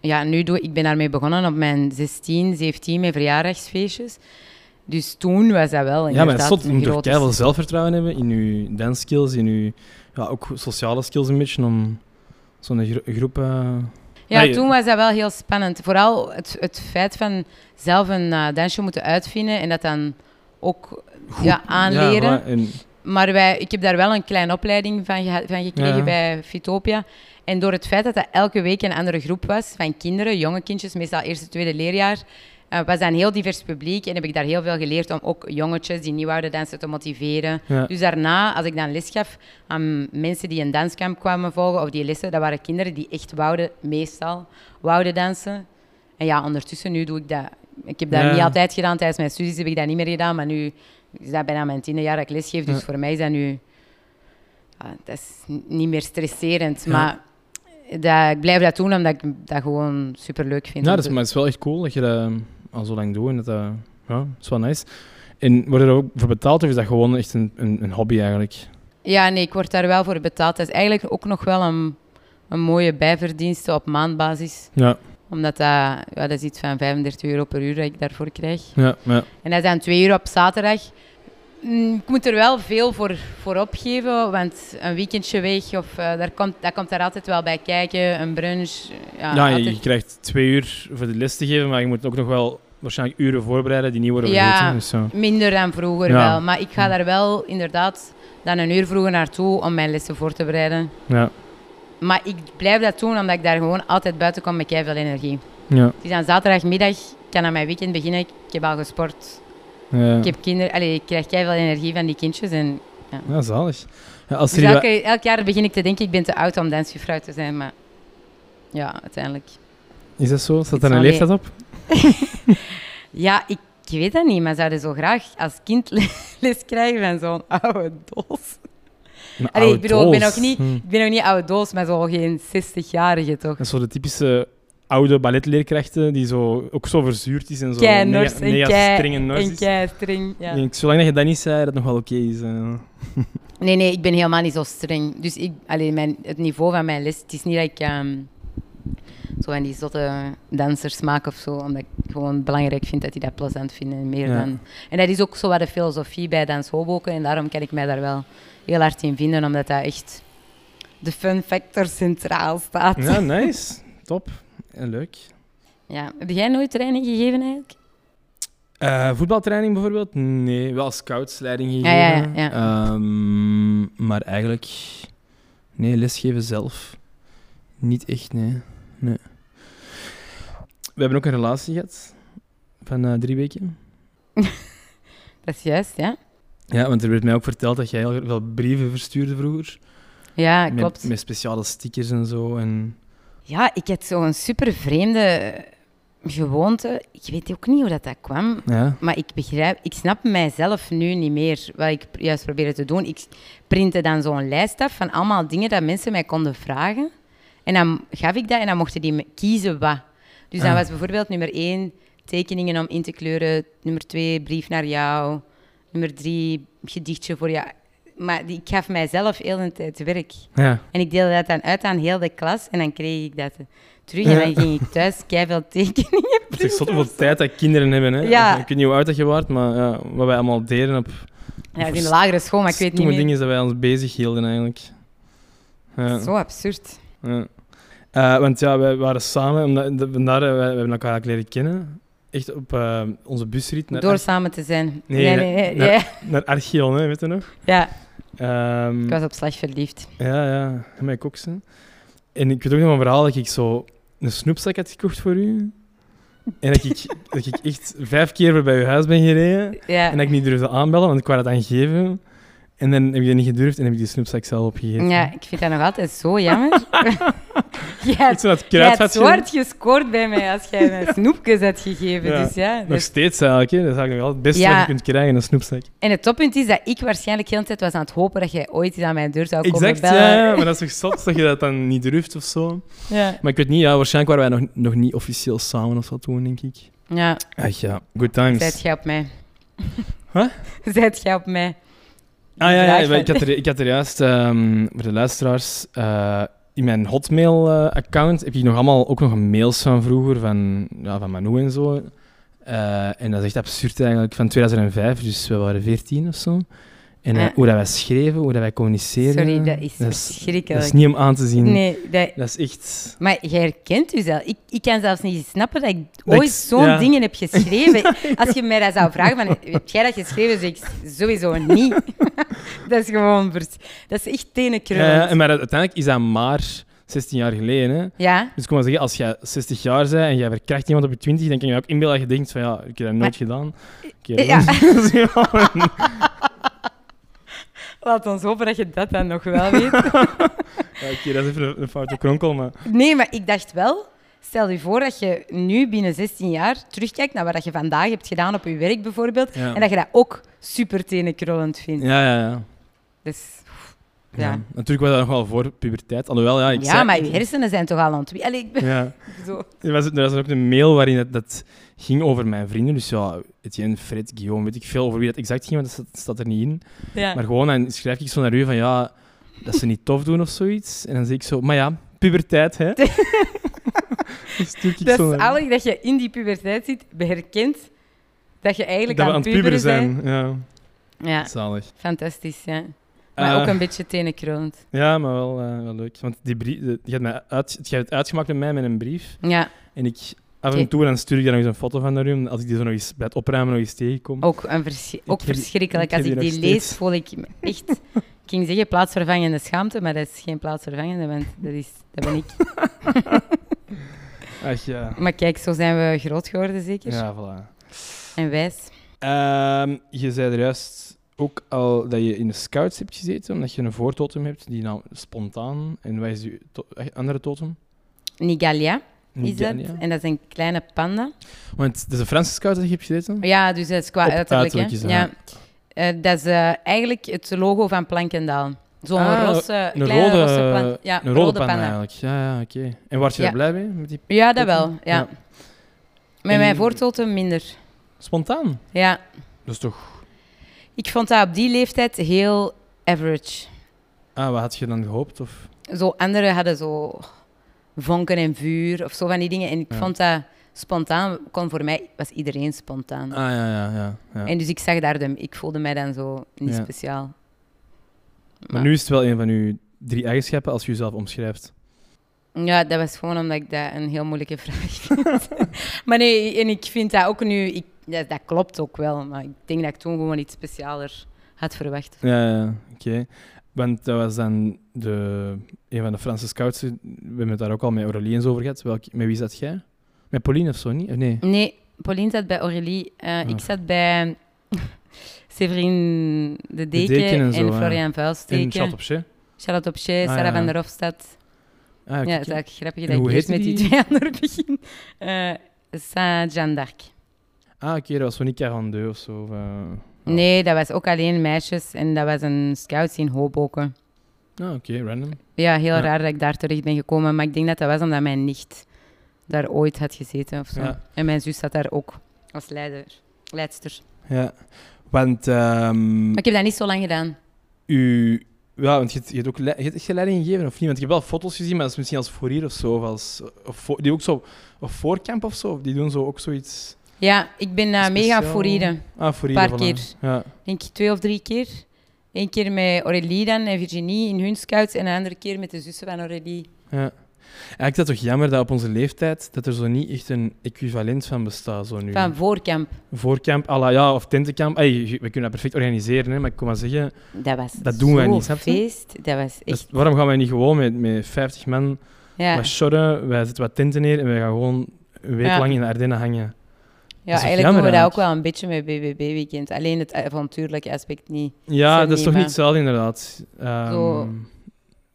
S4: Ja, nu doe, ik ben daarmee begonnen op mijn 16, 17 met verjaardagsfeestjes. Dus toen was dat wel
S3: ja, maar
S4: inderdaad
S3: het is zot, je
S4: een
S3: moet toch
S4: grote
S3: keiveel
S4: stap.
S3: zelfvertrouwen hebben in je dance skills, in je ja, ook sociale skills een beetje, om zo'n gro- groep... eh,
S4: Ja,
S3: Nee.
S4: toen was dat wel heel spannend. Vooral het, het feit van zelf een eh, dansje moeten uitvinden en dat dan ook ja, aanleren.
S3: Ja, voilà, en,
S4: Maar wij, ik heb daar wel een kleine opleiding van, geha- van gekregen
S3: Ja.
S4: bij Fitopia. En door het feit dat dat elke week een andere groep was van kinderen, jonge kindjes, meestal eerste, tweede leerjaar, eh, was dat een heel divers publiek. En heb ik daar heel veel geleerd om ook jongetjes die niet wouden dansen te motiveren.
S3: ja.
S4: Dus daarna, als ik dan les gaf aan mensen die een danskamp kwamen volgen of die lessen, dat waren kinderen die echt wouden, meestal, wouden dansen. En ja, ondertussen nu doe ik dat. Ik heb dat
S3: Ja.
S4: niet altijd gedaan. Tijdens mijn studies heb ik dat niet meer gedaan, maar nu is dat bijna mijn tiende jaar dat ik lesgeef. Dus
S3: Ja.
S4: voor mij is dat nu... ja, dat is n- niet meer stresserend,
S3: Ja.
S4: maar dat, ik blijf dat doen omdat ik dat gewoon superleuk vind.
S3: Ja,
S4: om
S3: dat is,
S4: te-
S3: maar het is wel echt cool dat je dat eh, al zo lang doet. En dat, dat, ja, het is wel nice. En word je er ook voor betaald of is dat gewoon echt een, een, een hobby eigenlijk?
S4: Ja, nee, ik word daar wel voor betaald. Dat is eigenlijk ook nog wel een, een mooie bijverdienste op maandbasis.
S3: Ja,
S4: Omdat dat, ja, dat is iets van 35 euro per uur dat ik daarvoor krijg.
S3: ja, ja.
S4: En dat is dan twee uur op zaterdag. Mm, Ik moet er wel veel voor, voor opgeven, want een weekendje weg, of, eh, daar komt, dat komt daar altijd wel bij kijken. Een brunch. Ja,
S3: Ja, je
S4: altijd.
S3: krijgt twee uur voor de les te geven, maar je moet ook nog wel waarschijnlijk uren voorbereiden die niet worden
S4: Ja.
S3: vergeten. Dus ja.
S4: Minder dan vroeger
S3: Ja.
S4: wel. Maar ik ga daar wel inderdaad dan een uur vroeger naartoe om mijn lessen voor te bereiden.
S3: Ja,
S4: Maar ik blijf dat doen omdat ik daar gewoon altijd buiten kom met veel energie.
S3: ja,
S4: Het is aan zaterdagmiddag, ik kan aan mijn weekend beginnen. Ik ik heb al gesport.
S3: ja.
S4: Ik heb kinderen, allee, ik krijg veel energie van die kindjes. En
S3: ja zalig. Ja, als er
S4: dus
S3: hier
S4: elke, elk jaar begin ik te denken, ik ben te oud om dansjuffrouw te zijn, maar ja, uiteindelijk.
S3: wat- Is dat zo? Staat
S4: Ik
S3: daar een
S4: zal
S3: leeftijd op?
S4: Ja, ik, ik weet dat niet, maar zouden zo graag als kind les krijgen van zo'n oude doos.
S3: Een
S4: Allee, ik
S3: oude
S4: bedoel, ik ben
S3: doos.
S4: ook niet-
S3: Hm.
S4: Ik ben nog niet oude doos, maar zo geen 60-jarige toch?
S3: Dat is zo de typische oude balletleerkrachten die zo, ook zo verzuurd is en zo
S4: Kei
S3: mega-
S4: nors en
S3: mega
S4: kei,
S3: strenge nors
S4: en
S3: is.
S4: kei streng.
S3: Ik
S4: Ja.
S3: denk, Zolang dat je dat niet zei, dat het nog wel oké is. eh.
S4: Nee, nee, ik ben helemaal niet zo streng. Dus ik, allee, mijn, het niveau van mijn les, het is niet dat ik ehm, zo van die zotte dansers maak of zo, omdat ik gewoon belangrijk vind dat die dat plezant vinden. Meer
S3: Ja.
S4: dan... En dat is ook zo wat de filosofie bij Dans Hoboken. En daarom kan ik mij daar wel heel hard in vinden, omdat dat echt de fun factor centraal staat.
S3: Ja, nice. Top. En leuk.
S4: Ja. Heb jij nooit training gegeven eigenlijk?
S3: Eh, voetbaltraining bijvoorbeeld? Nee, wel scoutsleiding gegeven.
S4: Ja, ja, ja, ja.
S3: Ehm, maar eigenlijk, nee, lesgeven zelf. Niet echt, nee. nee. We hebben ook een relatie gehad van eh, drie weken.
S4: Dat is juist, ja?
S3: Ja, want er werd mij ook verteld dat jij heel veel brieven verstuurde vroeger.
S4: Ja,
S3: Met-
S4: klopt.
S3: Met, speciale stickers en zo. En...
S4: Ja, ik had zo'n super vreemde gewoonte. Ik weet ook niet hoe dat, dat kwam.
S3: Ja.
S4: Maar ik begrijp, ik snap mijzelf nu niet meer wat ik pr- juist probeerde te doen. Ik printte dan zo'n lijst af van allemaal dingen dat mensen mij konden vragen. En dan gaf ik dat en dan mochten die me- kiezen wat. Dus dan
S3: Ah.
S4: was bijvoorbeeld nummer één tekeningen om in te kleuren. Nummer twee brief naar jou. Nummer drie gedichtje voor jou. Maar die, ik gaf mijzelf heel de tijd werk.
S3: ja.
S4: En ik deelde dat dan uit aan heel de klas en dan kreeg ik dat eh, terug.
S3: Ja.
S4: En dan ging ik thuis keiveel tekeningen
S3: Het is echt zot
S4: printen.
S3: hoeveel tijd dat kinderen hebben. Hè?
S4: Ja.
S3: Ik weet niet hoe oud dat je waart, maar ja, wat wij allemaal deden op
S4: Ja, in de lagere school, maar ik weet niet
S3: stomme
S4: meer.
S3: dingen dat wij ons bezig hielden eigenlijk. Ja,
S4: Zo absurd.
S3: ja. Eh, want ja, wij waren samen, omdat, de- vandaar, dat wij, wij hebben elkaar eigenlijk leren kennen. Echt op eh, onze busrit naar,
S4: Door samen te zijn.
S3: Nee,
S4: nee, nee. nee,
S3: nee.
S4: Ja,
S3: Ar- naar Archeon, hè, weet je nog?
S4: ja,
S3: Ehm,
S4: ik was op slag verliefd.
S3: Ja, ja, en mijn koksen. En ik weet ook nog een verhaal dat ik zo een snoepzak had gekocht voor u. En dat ik, dat ik echt vijf keer weer bij uw huis ben gereden.
S4: Ja,
S3: En dat ik niet durfde aanbellen, want ik wou dat aan geven. En dan heb ik dat niet gedurfd en heb ik die snoepzak zelf opgegeten.
S4: ja ik vind dat nog altijd zo jammer. jij
S3: Ik
S4: hebt,
S3: zou dat
S4: jij hebt
S3: kruidvat
S4: zo hard gescoord bij mij als jij mij snoepjes hebt gegeven.
S3: Ja.
S4: Dus ja,
S3: Nog
S4: dat-
S3: steeds eigenlijk, hè. dat is eigenlijk nog wel het beste
S4: Ja.
S3: wat je kunt krijgen, een snoepzak.
S4: En het toppunt is dat ik waarschijnlijk heel de tijd was aan het hopen dat jij ooit eens aan mijn deur zou komen
S3: Exact,
S4: bellen.
S3: ja, ja, maar dat is toch zot dat je dat dan niet durft of zo.
S4: ja.
S3: Maar ik weet niet, ja, waarschijnlijk waren wij nog, nog niet officieel samen of zo toen, denk ik.
S4: ja.
S3: Ach ja, good
S4: Zet
S3: times.
S4: jij op mij.
S3: Dus- Huh?
S4: Zet jij op mij.
S3: Ah ja, ja,
S4: vraag van-
S3: ik had er, ik had er juist ehm, voor de luisteraars. eh, in mijn Hotmail-account heb ik nog allemaal ook nog een mails van vroeger, van, ja, van Manu en zo. Eh, en dat is echt absurd eigenlijk, van 2005, dus we waren 14 of zo. En eh,
S4: Ah.
S3: hoe dat wij schreven, hoe dat wij communiceerden.
S4: Sorry, dat is
S3: Dat
S4: verschrikkelijk.
S3: is niet om aan te zien.
S4: nee, dat,
S3: Dat is echt...
S4: Maar jij herkent jezelf. Ik, ik kan zelfs niet snappen dat ik
S3: Dat ik-
S4: ooit zo'n
S3: ja.
S4: dingen heb geschreven. Als je mij dat zou vragen, van, heb jij dat geschreven? Zeg ik sowieso niet. dat is gewoon... vers- Dat is echt
S3: Ja, ja,
S4: tenenkrullend.
S3: en Eh, maar uiteindelijk is dat maar 16 jaar geleden. Hè?
S4: Ja,
S3: Dus ik kom maar zeggen, als jij 60 jaar bent en jij verkracht iemand op je 20, dan kan je ook inbeelden dat je denkt van ja, ik heb dat nooit gedaan. Oké, dan-
S4: Ja.
S3: dat is gewoon-
S4: laat ons hopen dat je dat dan nog wel weet.
S3: Ja, oké, dat is even een, een foute kronkel, maar...
S4: Nee, maar ik dacht wel... Stel je voor dat je nu binnen 16 jaar terugkijkt naar wat je vandaag hebt gedaan op je werk bijvoorbeeld.
S3: Ja.
S4: En dat je dat ook super tenenkrullend vindt.
S3: Ja, ja, ja.
S4: Dus,
S3: ja.
S4: ja.
S3: Natuurlijk was dat nog wel voor puberteit, alhoewel ja, ik
S4: ja,
S3: zei-
S4: maar je hersenen zijn toch al ontwikkeld. Allee, ik ben
S3: Ja.
S4: zo...
S3: Er was, er was ook een mail waarin dat, dat ging over mijn vrienden, dus ja, Etienne, Fred, Guillaume, weet ik veel over wie dat exact ging, want dat staat, staat er niet in.
S4: Ja.
S3: Maar gewoon, dan schrijf ik zo naar u van ja, dat ze niet tof doen of zoiets. En dan zeg ik zo, maar ja, puberteit, hè. Dan stuur ik
S4: Dat
S3: zo
S4: is
S3: naar-
S4: eigenlijk Dus dat je in die puberteit zit, herkent dat je eigenlijk
S3: dat we
S4: aan het puberen zijn.
S3: Ja,
S4: Ja,
S3: zalig.
S4: fantastisch. Ja. Maar
S3: Eh,
S4: ook een beetje tenenkrullend.
S3: Ja, maar wel, eh, wel leuk. Want die brief, de- je, hebt mij uit, je hebt het uitgemaakt met mij met een brief.
S4: Ja,
S3: En ik, af en toe dan stuur ik daar nog eens een foto van naar u, als ik die zo nog eens bij het opruimen nog eens tegenkom.
S4: ook, een vers- ook
S3: heb-
S4: verschrikkelijk.
S3: ik heb
S4: Als ik
S3: die
S4: die
S3: nog
S4: lees,
S3: steeds.
S4: voel ik me echt... Ik ging zeggen plaatsvervangende schaamte, maar dat is geen plaatsvervangende, want dat, is, dat ben ik.
S3: Ach ja.
S4: Maar kijk, zo zijn we groot geworden, zeker.
S3: Ja, voilà.
S4: En wijs.
S3: Ehm, je zei er juist ook al dat je in de scouts hebt gezeten, omdat je een voortotem hebt, die nou spontaan. En wat is je to- eh, andere totem?
S4: Nigalia is Eh. dat.
S3: Nigeria.
S4: En dat is een kleine panda.
S3: Want het is een Franse scout dat je hebt gezeten?
S4: Ja, dus dat is qua
S3: Op
S4: uiterlijk. hè.
S3: uiterlijk is dat,
S4: ja. Eh, dat is eh, eigenlijk het logo van Plankendaal. Zo'n
S3: Ah,
S4: roze,
S3: een
S4: kleine
S3: rode-
S4: roze plant. Ja,
S3: Een rode, pan eigenlijk. Ja, ja oké. En was je
S4: Ja.
S3: er blij mee? Met die
S4: Ja, dat wel.
S3: Totem?
S4: Ja.
S3: Ja.
S4: Met
S3: En-
S4: mijn voortoten minder.
S3: spontaan?
S4: Ja.
S3: Dus toch.
S4: Ik vond dat op die leeftijd heel average.
S3: Ah, wat had je dan gehoopt? Of?
S4: Zo, anderen hadden zo vonken en vuur of zo van die dingen. En ik
S3: Ja.
S4: vond dat spontaan kon voor mij, was iedereen spontaan.
S3: Ah, ja, ja, ja. ja.
S4: En dus ik zag daar, de, ik voelde mij dan zo niet
S3: Ja.
S4: speciaal.
S3: Maar nu is het wel een van uw drie eigenschappen als je jezelf omschrijft.
S4: Ja, dat was gewoon omdat ik dat een heel moeilijke vraag vind. maar nee, en ik vind dat ook nu... Ik, dat, dat klopt ook wel, maar ik denk dat ik toen gewoon iets specialer had verwacht.
S3: Ja, ja, ja, oké. Want dat was dan de, een van de Franse scouts. We hebben het daar ook al met Aurélie eens over gehad. Welk, met wie zat jij? Met Pauline of zo, niet? Eh, Nee.
S4: Nee, Pauline zat bij Aurélie. eh,
S3: Ah.
S4: Ik zat bij Severine de Deken,
S3: Deken en
S4: en,
S3: zo, ja.
S4: Florian Vuilsteken.
S3: In Chat op Zee.
S4: Charlotte Opché,
S3: Ah,
S4: Sarah
S3: ja,
S4: van
S3: ja.
S4: der Hofstad.
S3: Ah,
S4: Ja,
S3: oké.
S4: dat is eigenlijk grappig
S3: hoe
S4: dat ik eerst
S3: heette
S4: met die
S3: die?
S4: twee anderen begin. Eh Saint-Jean d'Arc.
S3: ah oké, dat was zo niet Carandeu of zo. Of, eh, Ja.
S4: Nee, dat was ook alleen meisjes en dat was een scout in Hoboken.
S3: Ah, oké, random.
S4: Ja, heel
S3: Ja.
S4: raar dat ik daar terecht ben gekomen. Maar ik denk dat dat was omdat mijn nicht daar ooit had gezeten of zo.
S3: Ja.
S4: En mijn zus zat daar ook als leider, leidster.
S3: Ja. Want, ehm
S4: Maar ik heb dat niet zo lang gedaan.
S3: u, ja, want je, hebt- je hebt ook le- je hebt echt leiding gegeven, of niet? Want ik heb wel foto's gezien, maar dat is misschien als fourier of zo. Of als, of voor- die ook zo, of voorkamp of zo. Die doen zo ook zoiets.
S4: Ja, ik ben eh, mega
S3: Speciaal.
S4: fourieren.
S3: Ah, fourier.
S4: Paar
S3: voilà.
S4: keer.
S3: Ja.
S4: Denk ik twee of drie keer. Eén keer met Aurélie dan en Virginie in hun scouts. En een andere keer met de zussen van Aurélie.
S3: Ja. Eigenlijk is dat toch jammer dat op onze leeftijd dat er zo niet echt een equivalent van bestaat zo nu.
S4: Van voorkamp.
S3: Voorkamp, à la, ja, of tentenkamp. Ey, je- we kunnen dat perfect organiseren, hè, maar ik kom maar zeggen,
S4: Dat was
S3: Dat doen wij
S4: zo'n
S3: niet, snap je?
S4: feest. Dat was
S3: dat is-
S4: echt...
S3: waarom gaan wij niet gewoon met, met 50 man
S4: Ja,
S3: wij shorren, wij zetten wat tenten neer en wij gaan gewoon een week
S4: Ja.
S3: lang in de Ardennen hangen.
S4: ja
S3: toch
S4: eigenlijk doen we
S3: jammer
S4: dat ook wel een beetje met BBB-weekend. Alleen het avontuurlijke aspect niet.
S3: Ja,
S4: Zijn
S3: dat is toch
S4: niet,
S3: niet
S4: maar-
S3: hetzelfde inderdaad. Ehm,
S4: Zo.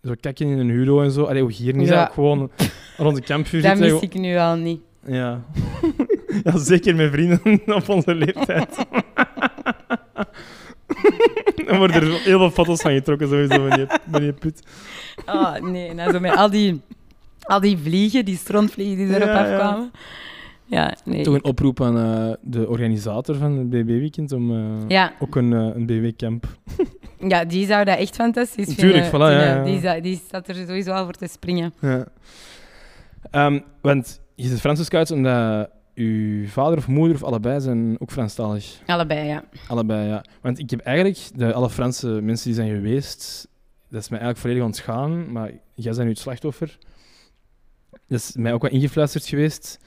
S3: zo. kakken in een hudo en zo. Allee, ook hier niet,
S4: Ja.
S3: dat ook gewoon rond een kampvuur
S4: Dat
S3: zitten.
S4: mis ik nu al niet.
S3: Ja. ja, zeker met vrienden op onze leeftijd. Dan worden er heel veel foto's van getrokken, sowieso, meneer, meneer Put.
S4: Oh, nee. En dan zo met al die, al die vliegen, die strontvliegen die erop
S3: Ja, ja.
S4: afkwamen. Ja, nee.
S3: Toch een oproep aan eh, de organisator van het BB-weekend om eh,
S4: Ja,
S3: ook een, eh, een BB-camp.
S4: ja, die zou dat echt fantastisch
S3: Tuurlijk,
S4: vinden.
S3: voilà, ja,
S4: Tine.
S3: ja.
S4: Die, zou- die staat er sowieso al voor te springen.
S3: Ja. Ehm, want je zit Franse Scouts omdat uw vader of moeder of allebei zijn ook Franstalig.
S4: Allebei, ja.
S3: Allebei, ja. Want ik heb eigenlijk, de, alle Franse mensen die zijn geweest, dat is mij eigenlijk volledig ontgaan, maar jij bent nu het slachtoffer. Dat is mij ook wel ingefluisterd geweest.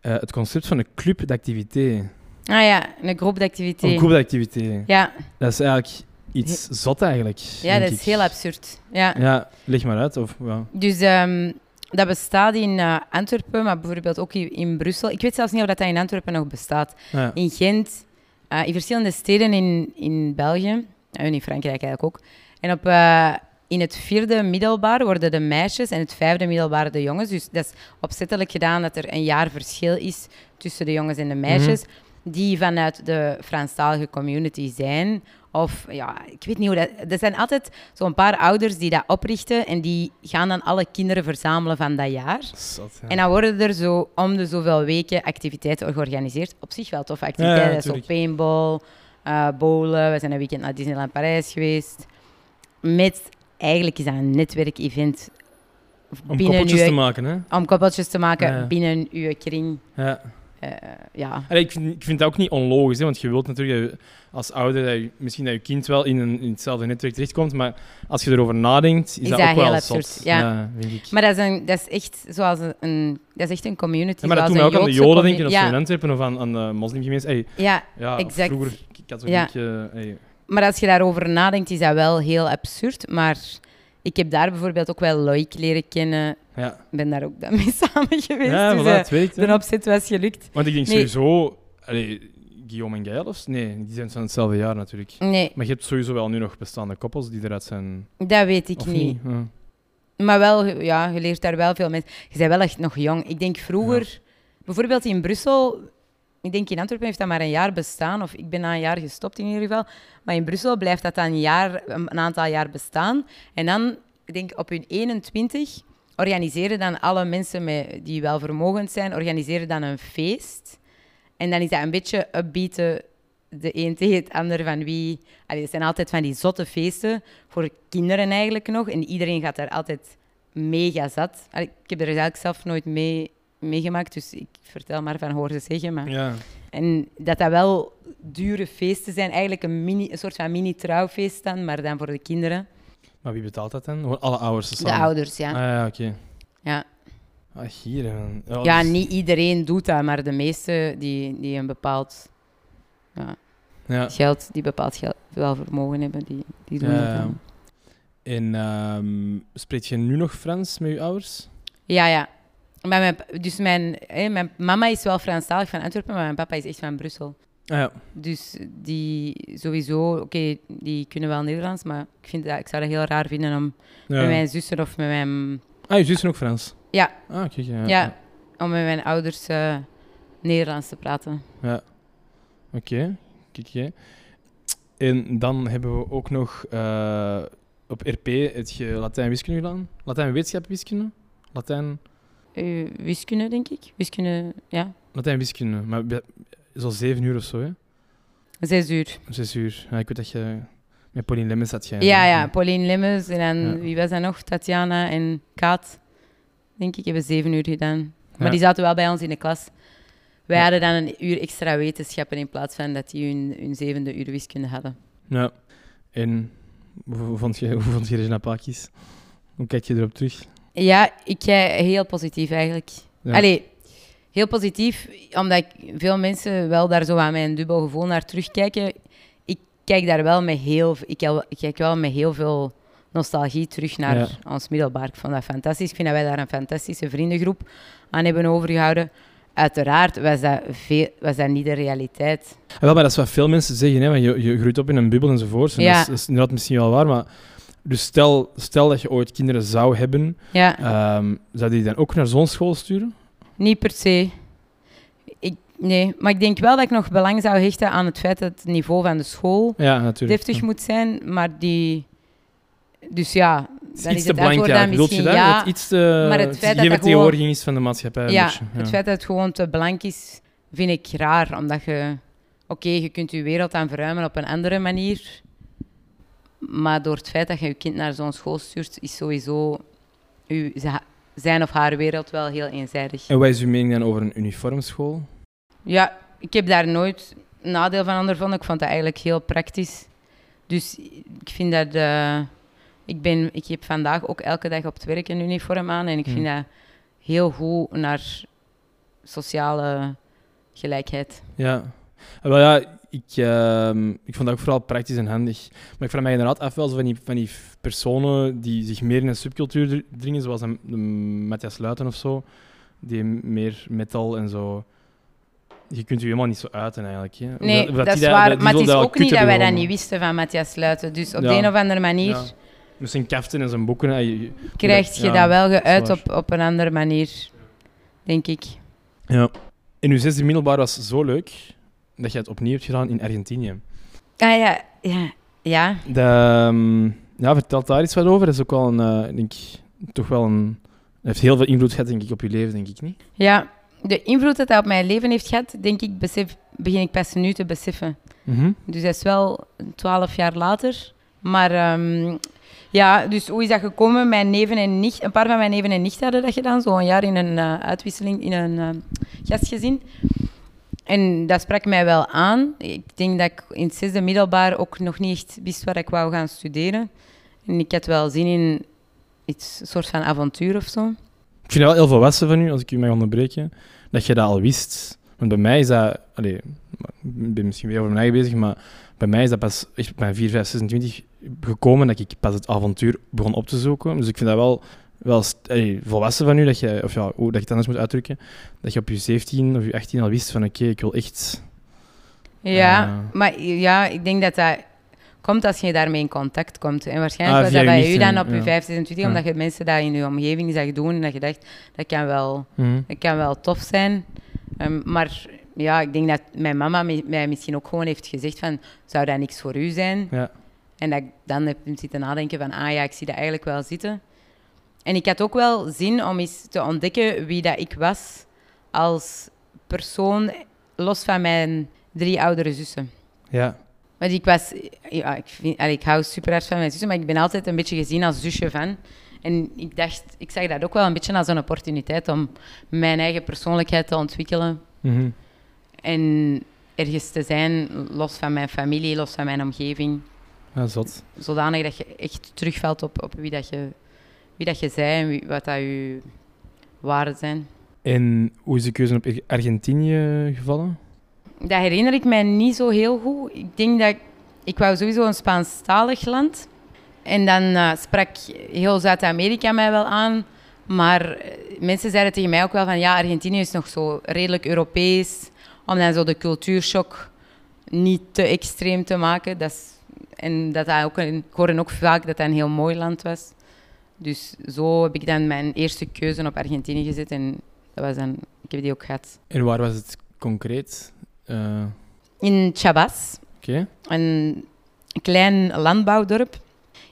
S3: eh, het concept van een club d'activité.
S4: Ah ja, een groep
S3: Een
S4: d'activité.
S3: club d'activité.
S4: Ja,
S3: Dat is eigenlijk iets zot eigenlijk.
S4: ja
S3: denk
S4: dat is
S3: ik.
S4: heel absurd. Ja.
S3: Ja, leg maar uit. Of, ja.
S4: Dus ehm, dat bestaat in eh, Antwerpen, maar bijvoorbeeld ook in, in Brussel. Ik weet zelfs niet of dat dat in Antwerpen nog bestaat.
S3: Ja.
S4: In Gent, eh, in verschillende steden in, in België, en in Frankrijk eigenlijk ook. En op, eh, in het vierde middelbaar worden de meisjes en het vijfde middelbaar de jongens. Dus dat is opzettelijk gedaan dat er een jaar verschil is tussen de jongens en de meisjes. Die vanuit de Franstalige community zijn. Of ja, ik weet niet hoe dat. Er zijn altijd zo'n paar ouders die dat oprichten. En die gaan dan alle kinderen verzamelen van dat jaar.
S3: Zot, ja.
S4: En dan worden er zo om de zoveel weken activiteiten georganiseerd. Op zich wel toffe activiteiten.
S3: Ja, ja,
S4: dat is zo
S3: tuurlijk.
S4: paintball, eh bowlen. We zijn een weekend naar Disneyland Parijs geweest. Met, eigenlijk is dat een netwerkevent.
S3: Om koppeltjes
S4: uw,
S3: te maken, hè.
S4: om koppeltjes te maken
S3: Ja, ja.
S4: binnen uw kring.
S3: Ja.
S4: Eh, ja.
S3: Allee, ik, vind, ik vind dat ook niet onlogisch, hè, want je wilt natuurlijk dat je als ouder dat je, misschien dat je kind wel in, een, in hetzelfde netwerk terechtkomt, maar als je erover nadenkt, is,
S4: Is
S3: dat,
S4: dat
S3: ook wel
S4: heel
S3: zot.
S4: absurd, ja.
S3: vind ik.
S4: Maar dat is, een, dat is echt zoals een, een- dat is echt een
S3: Ja,
S4: community.
S3: maar dat
S4: zoals
S3: doet mij ook
S4: een
S3: aan de
S4: Joodse
S3: Joden denken, of
S4: commu-
S3: zo in Antwerpen, of aan, aan de moslimgemeenschap. Ey,
S4: ja, ja,
S3: ja,
S4: Exact.
S3: vroeger katholiek...
S4: Ja.
S3: eh, ey.
S4: Maar als je daarover nadenkt, is dat wel heel absurd. Maar ik heb daar bijvoorbeeld ook wel Loïc leren kennen.
S3: ja.
S4: Ik ben daar ook dan mee samen geweest.
S3: ja,
S4: dus
S3: voilà,
S4: eh,
S3: het werkt, hè.
S4: de opzet was gelukt.
S3: Want ik denk
S4: Nee.
S3: sowieso... Allee, Guillaume en Gijlers? Nee, die zijn van hetzelfde jaar natuurlijk.
S4: Nee,
S3: Maar je hebt sowieso wel nu nog bestaande koppels die eruit zijn...
S4: dat weet ik
S3: of
S4: niet.
S3: niet? Ja.
S4: Maar wel, ja, je leert daar wel veel mensen. Je bent wel echt nog jong. Ik denk vroeger, bijvoorbeeld in Brussel, ik denk in Antwerpen heeft dat maar een jaar bestaan, of ik ben na een jaar gestopt in ieder geval. Maar in Brussel blijft dat dan een, jaar, een aantal jaar bestaan. En dan, ik denk op hun 21, organiseren dan alle mensen met, die wel vermogend zijn, organiseren dan een feest. En dan is dat een beetje upbeaten de een tegen het ander van wie... Allee, het zijn altijd van die zotte feesten voor kinderen eigenlijk nog. En iedereen gaat daar altijd mega zat. Allee, ik heb er eigenlijk zelf nooit mee meegemaakt, dus ik vertel maar van hoor ze zeggen. Maar...
S3: Ja.
S4: En dat dat wel dure feesten zijn, eigenlijk een, mini, een soort van mini-trouwfeest dan, maar dan voor de kinderen.
S3: Maar wie betaalt dat dan? Gewoon alle ouders
S4: De
S3: samen?
S4: ouders, ja.
S3: Ah ja, oké.
S4: Ja.
S3: Ah, hier. man. Ja,
S4: Ja,
S3: dus-
S4: niet iedereen doet dat, maar de meeste die, die een bepaald
S3: Ja.
S4: geld, die bepaald geld, wel vermogen hebben, die, die doen
S3: Ja,
S4: dat
S3: ja.
S4: dan.
S3: En ehm, spreek je nu nog Frans met je ouders?
S4: Ja, ja. Maar mijn, pa- dus mijn, hè, mijn mama is wel Franstalig van Antwerpen, maar mijn papa is echt van Brussel.
S3: Ah ja.
S4: Dus die sowieso, oké, die kunnen wel Nederlands, maar ik, vind dat, ik zou dat heel raar vinden om met
S3: ja.
S4: mijn zussen of met mijn,
S3: Ah, je zus is ook Frans?
S4: Ja.
S3: Ah, oké. ja.
S4: ja.
S3: ja.
S4: om met mijn ouders eh, Nederlands te praten.
S3: Oké, kijk jij. En dan hebben we ook nog eh, op RP het ge- Latijn wiskunde gedaan. Latijn wetenschap wiskunde. Latijn,
S4: Eh, wiskunde, denk ik. Wiskunde, ja.
S3: Latijn wiskunde. Maar bij- zo zeven uur of zo, hè?
S4: Zes uur.
S3: Zes uur. Ja, ik weet dat je met Pauline Lemmens zat. jij.
S4: Ja, ja, Pauline Lemmens en dan,
S3: Ja.
S4: wie was dat nog? Tatjana en Kaat, denk ik, hebben zeven uur gedaan. Maar
S3: Ja.
S4: die zaten wel bij ons in de klas. Wij
S3: Ja.
S4: hadden dan een uur extra wetenschappen in plaats van dat die hun, hun zevende uur wiskunde hadden.
S3: Ja. En hoe hoe vond je, hoe vond je Regina Pakis? Hoe kijk je erop terug?
S4: Ja, ik kijk heel positief eigenlijk.
S3: Ja.
S4: Allee, heel positief, omdat ik, veel mensen wel daar zo aan mijn dubbel gevoel naar terugkijken. Ik kijk daar wel met heel, v- ik kijk, ik kijk wel met heel veel nostalgie terug naar
S3: Ja.
S4: ons middelbaar. Ik vond dat fantastisch. Ik vind dat wij daar een fantastische vriendengroep aan hebben overgehouden. Uiteraard was dat, veel, was dat niet de realiteit.
S3: Ja, Ah, wel, maar dat is wat veel mensen zeggen, hè, want je, je groeit op in een bubbel enzovoorts. En
S4: Ja.
S3: dat, is, dat is inderdaad misschien wel waar, maar... Dus stel, stel dat je ooit kinderen zou hebben,
S4: Ja,
S3: Ehm, zou die dan ook naar zo'n school sturen?
S4: niet per se. Ik, nee, maar ik denk wel dat ik nog belang zou hechten aan het feit dat het niveau van de school
S3: Ja, natuurlijk.
S4: deftig
S3: Ja.
S4: moet zijn, maar die... Dus ja,
S3: Het is
S4: dan
S3: iets
S4: is
S3: te
S4: het antwoord
S3: blank, ja.
S4: dan
S3: Bedoel je
S4: misschien
S3: dat?
S4: ja.
S3: Dat het iets eh, te...
S4: Maar het feit dat dat
S3: tegenwoordig is van de maatschappij. een
S4: ja,
S3: beetje,
S4: het feit dat het gewoon te blank is, vind ik raar. Omdat je... Oké, je kunt je wereld aan verruimen op een andere manier. Maar door het feit dat je je kind naar zo'n school stuurt, is sowieso uw, za- zijn of haar wereld wel heel eenzijdig.
S3: En wat is uw mening dan over een uniformschool?
S4: Ja, ik heb daar nooit een nadeel van ondervonden. Ik vond dat eigenlijk heel praktisch. Dus ik vind dat... eh, ik, ben, ik heb vandaag ook elke dag op het werk een uniform aan. En ik vind
S3: Hmm.
S4: dat heel goed naar sociale gelijkheid.
S3: Ja. Eh, Wel ja, ik, ehm, ik vond dat ook vooral praktisch en handig. Maar ik vraag mij inderdaad af wel zo van die, van die personen die zich meer in een subcultuur dr- dringen, zoals een, een Matthias Luiten of zo, die m- meer metal en zo... Je kunt je helemaal niet zo uiten eigenlijk. Hè? Of
S4: Nee,
S3: of
S4: dat,
S3: die
S4: is waar.
S3: die
S4: maar het
S3: zullen
S4: is
S3: wel
S4: ook niet
S3: kutten
S4: dat wij dat
S3: bevonden.
S4: niet wisten van Matthias Luiten. Dus op
S3: Ja.
S4: de een of andere manier
S3: Ja. Met zijn kaften en zijn boeken. hè, je-
S4: krijg je
S3: Ja,
S4: dat wel geuit
S3: waar.
S4: op, op een andere manier, denk ik.
S3: Ja. En uw zesde middelbaar was zo leuk dat je het opnieuw hebt gedaan in Argentinië.
S4: Ah ja, ja. ja.
S3: De, ehm, ja, vertelt daar iets wat over. Dat is ook wel een, eh, denk ik, toch wel een... dat heeft heel veel invloed gehad, denk ik, op je leven, denk ik niet?
S4: Ja, de invloed dat dat op mijn leven heeft gehad, denk ik, besef, begin ik pas nu te beseffen.
S3: Mhm.
S4: Dus dat is wel twaalf jaar later. Maar ehm, ja, dus hoe is dat gekomen? Mijn neven en nicht, een paar van mijn neven en nicht hadden dat gedaan, zo'n jaar in een eh, uitwisseling, in een eh, gastgezin. En dat sprak mij wel aan. Ik denk dat ik in het zesde middelbaar ook nog niet echt wist waar ik wou gaan studeren. En ik had wel zin in iets een soort van avontuur of zo.
S3: Ik vind het wel heel volwassen van u, als ik u mag onderbreken, dat je dat al wist. Want bij mij is dat... Allee, maar ik ben misschien weer over mijn eigen bezig, maar bij mij is dat pas echt op mijn 4, 5, 26 gekomen dat ik pas het avontuur begon op te zoeken. Dus ik vind dat wel, wel st- allee, volwassen van u, dat je, of ja, hoe dat je het anders moet uitdrukken, dat je op je 17 of je 18 al wist van oké, ik wil echt...
S4: Ja,
S3: Ja.
S4: maar ja, ik denk dat dat komt als je daarmee in contact komt. En waarschijnlijk
S3: Ah,
S4: was
S3: via
S4: dat
S3: je
S4: bij
S3: nicht,
S4: u dan
S3: ja.
S4: op je 5, 26,
S3: Ja.
S4: omdat je mensen dat in je omgeving zag doen en dat je dacht, dat kan wel,
S3: Mhm.
S4: dat kan wel tof zijn. Ehm, maar ja, ik denk dat mijn mama mi- mij misschien ook gewoon heeft gezegd van, zou dat niks voor u zijn?
S3: Ja.
S4: En dat ik dan heb zitten nadenken van, ah ja, ik zie dat eigenlijk wel zitten. En ik had ook wel zin om eens te ontdekken wie dat ik was als persoon, los van mijn drie oudere zussen.
S3: Ja.
S4: Want ik was, ja, ik, vind, allee, ik hou super hard van mijn zussen, maar ik ben altijd een beetje gezien als zusje van. En ik dacht, ik zag dat ook wel een beetje als een opportuniteit om mijn eigen persoonlijkheid te ontwikkelen.
S3: Mhm.
S4: En ergens te zijn, los van mijn familie, los van mijn omgeving.
S3: Ja, zot.
S4: Zodanig dat je echt terugvalt op, op wie, dat je, wie dat je bent en wie, wat dat je waarden zijn.
S3: En hoe is de keuze op Argentinië gevallen?
S4: Dat herinner ik mij niet zo heel goed. Ik denk dat ik, ik wou sowieso een Spaanstalig land. En dan eh, sprak heel Zuid-Amerika mij wel aan. Maar eh, mensen zeiden tegen mij ook wel van ja, Argentinië is nog zo redelijk Europees. Om dan zo de cultuurshock niet te extreem te maken. Dat is, en dat dat ook een, ik hoorde ook vaak dat dat een heel mooi land was. Dus zo heb ik dan mijn eerste keuze op Argentinië gezet. En dat was dan, ik heb die ook gehad.
S3: En waar was het concreet? Eh,
S4: In Chabas.
S3: Oké.
S4: een klein landbouwdorp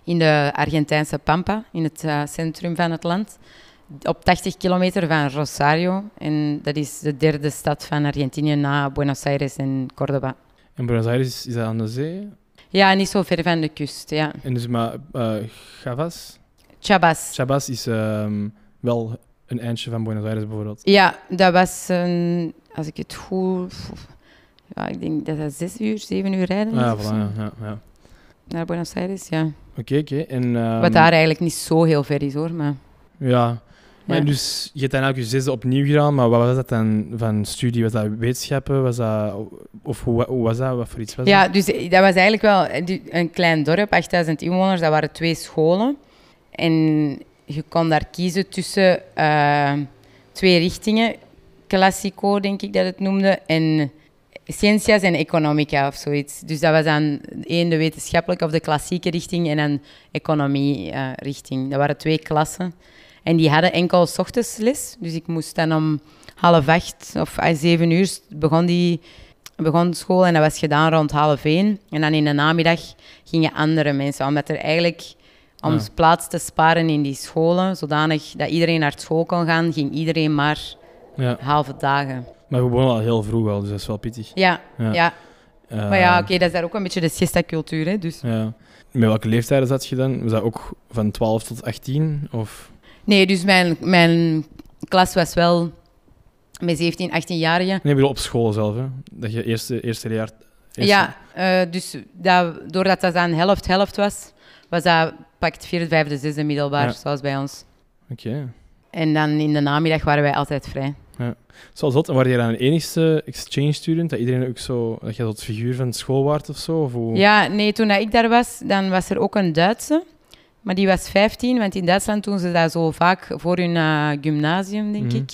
S4: in de Argentijnse Pampa, in het eh, centrum van het land, op 80 kilometer van Rosario. En dat is de derde stad van Argentinië na Buenos Aires en Córdoba.
S3: En Buenos Aires is dat aan de zee?
S4: Ja, niet zo ver van de kust. Ja.
S3: En dus maar eh Chavas?
S4: Chabas.
S3: Chabas is ehm, wel een eindje van Buenos Aires bijvoorbeeld.
S4: Ja, dat was een, als ik het goed. Ja, ik denk dat dat zes uur, zeven uur rijden is.
S3: Ah,
S4: of
S3: voilà,
S4: zo,
S3: ja, ja, ja.
S4: Naar Buenos Aires, ja.
S3: Oké, oké. En, ehm,
S4: Wat daar eigenlijk niet zo heel ver is hoor. Maar,
S3: Ja. Maar
S4: ja.
S3: dus, je hebt dan elke zesde opnieuw gedaan, maar wat was dat dan van studie? Was dat wetenschappen? Was dat, of hoe, hoe was dat? Wat voor iets was
S4: Ja,
S3: dat?
S4: dus eh, dat was eigenlijk wel eh, die- een klein dorp, 8000 inwoners. Dat waren twee scholen. En je kon daar kiezen tussen eh, twee richtingen. Classico, denk ik dat het noemde. En Ciencias en Economica of zoiets. Dus dat was dan één de wetenschappelijke of de klassieke richting en dan economie-richting. eh, dat waren twee klassen. En die hadden enkel 's ochtends les. Dus ik moest dan om half acht of eh, zeven uur begon die begon school en dat was gedaan rond half één. En dan in de namiddag gingen andere mensen, omdat er eigenlijk om
S3: Ja.
S4: plaats te sparen in die scholen, zodanig dat iedereen naar school kon gaan, ging iedereen maar
S3: Ja.
S4: halve dagen.
S3: Maar we begonnen al heel vroeg al, dus dat is wel pittig.
S4: Ja,
S3: Ja.
S4: ja. maar ja,
S3: Eh,
S4: oké, dat is daar ook een beetje de siesta-cultuur, hè, dus...
S3: Ja. Met welke leeftijd zat je dan? Was dat ook van 12 tot 18? Of...
S4: Nee, dus mijn, mijn klas was wel met 17, 18-jarigen.
S3: Nee, ik bedoel op school zelf, hè? Dat je eerste, eerste jaar... eerste-
S4: Ja, eh, dus dat, doordat dat aan helft-helft was, was dat pakt vierde, vijfde, zesde middelbaar,
S3: Ja.
S4: zoals bij ons.
S3: Oké.
S4: En dan in de namiddag waren wij altijd vrij.
S3: Zo zot. En waren jij dan een enigste exchange student? Dat iedereen ook zo... Dat jij dat figuur van school waard of zo? Of hoe...
S4: Ja, nee, toen dat ik daar was, dan was er ook een Duitse. Maar die was 15, want in Duitsland doen ze dat zo vaak voor hun eh, gymnasium, denk
S3: Mhm.
S4: ik.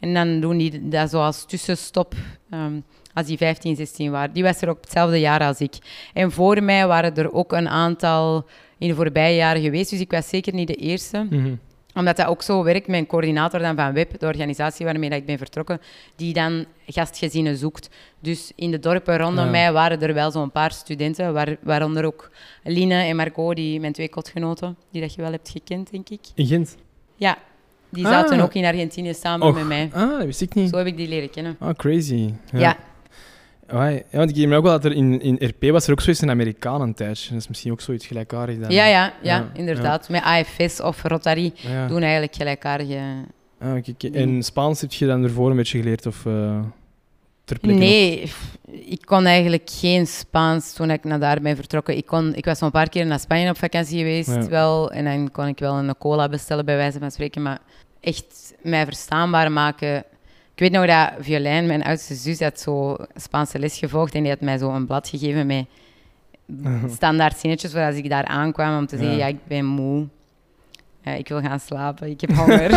S4: En dan doen die dat zo als tussenstop, ehm, als die 15, 16 waren. Die was er ook hetzelfde jaar als ik. En voor mij waren er ook een aantal in de voorbije jaren geweest, dus ik was zeker niet de eerste.
S3: Mhm.
S4: Omdat dat ook zo werkt, mijn coördinator dan van WEB, de organisatie waarmee dat ik ben vertrokken, die dan gastgezinnen zoekt. Dus in de dorpen rondom
S3: Ja.
S4: mij waren er wel zo'n paar studenten, waar, waaronder ook Line en Marco, die, mijn twee kotgenoten, die dat je wel hebt gekend, denk ik.
S3: In Gent?
S4: Ja, die
S3: Ah.
S4: zaten ook in Argentinië samen
S3: Och.
S4: met mij.
S3: Ah, dat wist ik niet.
S4: Zo heb ik die leren kennen.
S3: Ah, crazy.
S4: Ja,
S3: Amai. Ja, want ik herinner me ook wel dat er in, in RP was er ook zoiets een Amerikaan een tijdje. Dat is misschien ook zoiets gelijkaardig.
S4: ja,
S3: Dan.
S4: ja, ja,
S3: Ja,
S4: inderdaad. Met AFS of Rotary
S3: Ah, Ja.
S4: doen eigenlijk gelijkaardige
S3: Ah, oké, oké. En Spaans heb je dan ervoor een beetje geleerd? Of eh, ter plekke? nog?
S4: Nee, f- ik kon eigenlijk geen Spaans toen ik naar daar ben vertrokken. Ik, kon, ik was een paar keer naar Spanje op vakantie geweest,
S3: Ja.
S4: wel. En dan kon ik wel een cola bestellen, bij wijze van spreken. Maar echt mij verstaanbaar maken... Ik weet nog dat Violijn, mijn oudste zus, had zo Spaanse les gevolgd. En die had mij zo een blad gegeven met standaard zinnetjes voor als ik daar aankwam. Om te zeggen,
S3: Ja.
S4: ja, ik ben moe. Ja, ik wil gaan slapen, ik heb honger.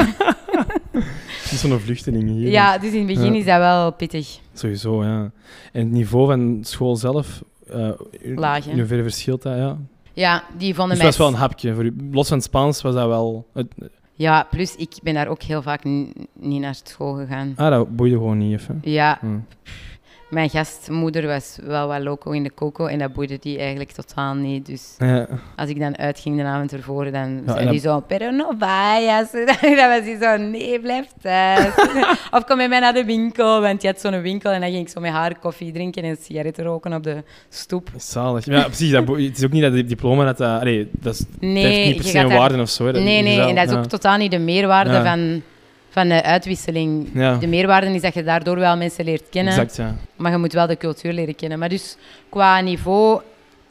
S3: Het is zo'n vluchteling hier.
S4: ja, dus in het begin
S3: Ja.
S4: is dat wel pittig.
S3: Sowieso, ja. En het niveau van school zelf... eh in-
S4: Laag, hè?
S3: In hoeverre verschilt dat, ja?
S4: Ja, die vonden
S3: Dus
S4: mij...
S3: dat was wel een hapje. Voor u. Los van het Spaans was dat wel... het-
S4: Ja, plus ik ben daar ook heel vaak n- niet naar school gegaan.
S3: ah, dat boeide gewoon niet even.
S4: Ja,
S3: Hm.
S4: Mijn gastmoeder was wel wat loco in de coco en dat boeide die eigenlijk totaal niet. Dus
S3: Ja.
S4: als ik dan uitging de avond ervoor, dan
S3: en
S4: zei
S3: dan-
S4: die zo, pero no vayas. dan was hij zo, nee, blijf thuis. of kom met mij naar de winkel, want die had zo'n winkel en dan ging ik zo met haar koffie drinken en sigaretten roken op de stoep.
S3: Zalig. Ja, precies. Dat, bo- het is ook niet dat het diploma dat... dat allee, dat, is, dat
S4: Nee,
S3: heeft niet per
S4: je
S3: se
S4: gaat
S3: een
S4: daar-
S3: waarde of zo. hè. Dat-
S4: Nee, nee,
S3: dat-
S4: en dat is ook
S3: ja.
S4: totaal niet de meerwaarde
S3: Ja.
S4: van, van de uitwisseling.
S3: Ja,
S4: De meerwaarde is dat je daardoor wel mensen leert kennen,
S3: exact, ja.
S4: maar je moet wel de cultuur leren kennen. Maar dus qua niveau,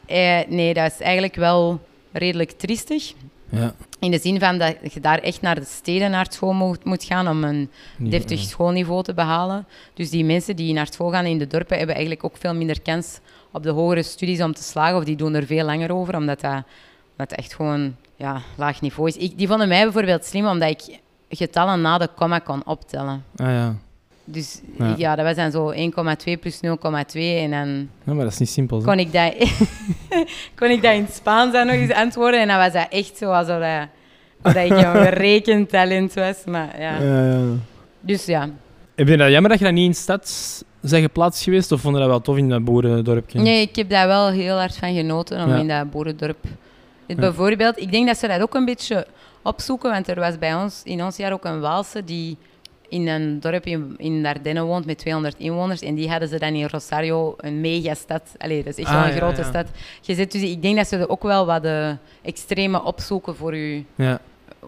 S4: eh, nee, dat is eigenlijk wel redelijk triestig.
S3: ja.
S4: In de zin van dat je daar echt naar de steden naar school moet, moet gaan om een
S3: Niet-
S4: deftig schoolniveau te behalen. Dus die mensen die naar school gaan in de dorpen hebben eigenlijk ook veel minder kans op de hogere studies om te slagen. Of die doen er veel langer over, omdat dat, omdat dat echt gewoon ja, laag niveau is. Ik, die vonden mij bijvoorbeeld slim, omdat ik getallen na de comma kon optellen.
S3: Ah ja.
S4: Dus
S3: Ja.
S4: ja, dat was dan zo 1,2 plus 0,2 en dan
S3: Ja, maar dat is niet simpel. hè.
S4: kon ik dat, kon ik dat in het Spaans dan nog eens antwoorden. En dan was dat echt zo alsof dat, of dat ik een rekentalent was. Maar ja.
S3: Eh,
S4: Dus ja,
S3: Heb je dat jammer dat je dat niet in stad bent geplaatst geweest? Of vond je dat wel tof in dat boerendorpje?
S4: Nee, ik heb daar wel heel hard van genoten om
S3: Ja.
S4: in dat boerendorp. Het
S3: Ja.
S4: Bijvoorbeeld, ik denk dat ze dat ook een beetje opzoeken, want er was bij ons in ons jaar ook een Waalse die in een dorp in, in de Ardennen woont met 200 inwoners en die hadden ze dan in Rosario, een megastad. Allee, dat is echt
S3: Ah,
S4: wel een
S3: ja,
S4: grote
S3: ja.
S4: stad. Gezet. Dus ik denk dat ze er ook wel wat eh, extreme opzoeken voor u,
S3: Ja.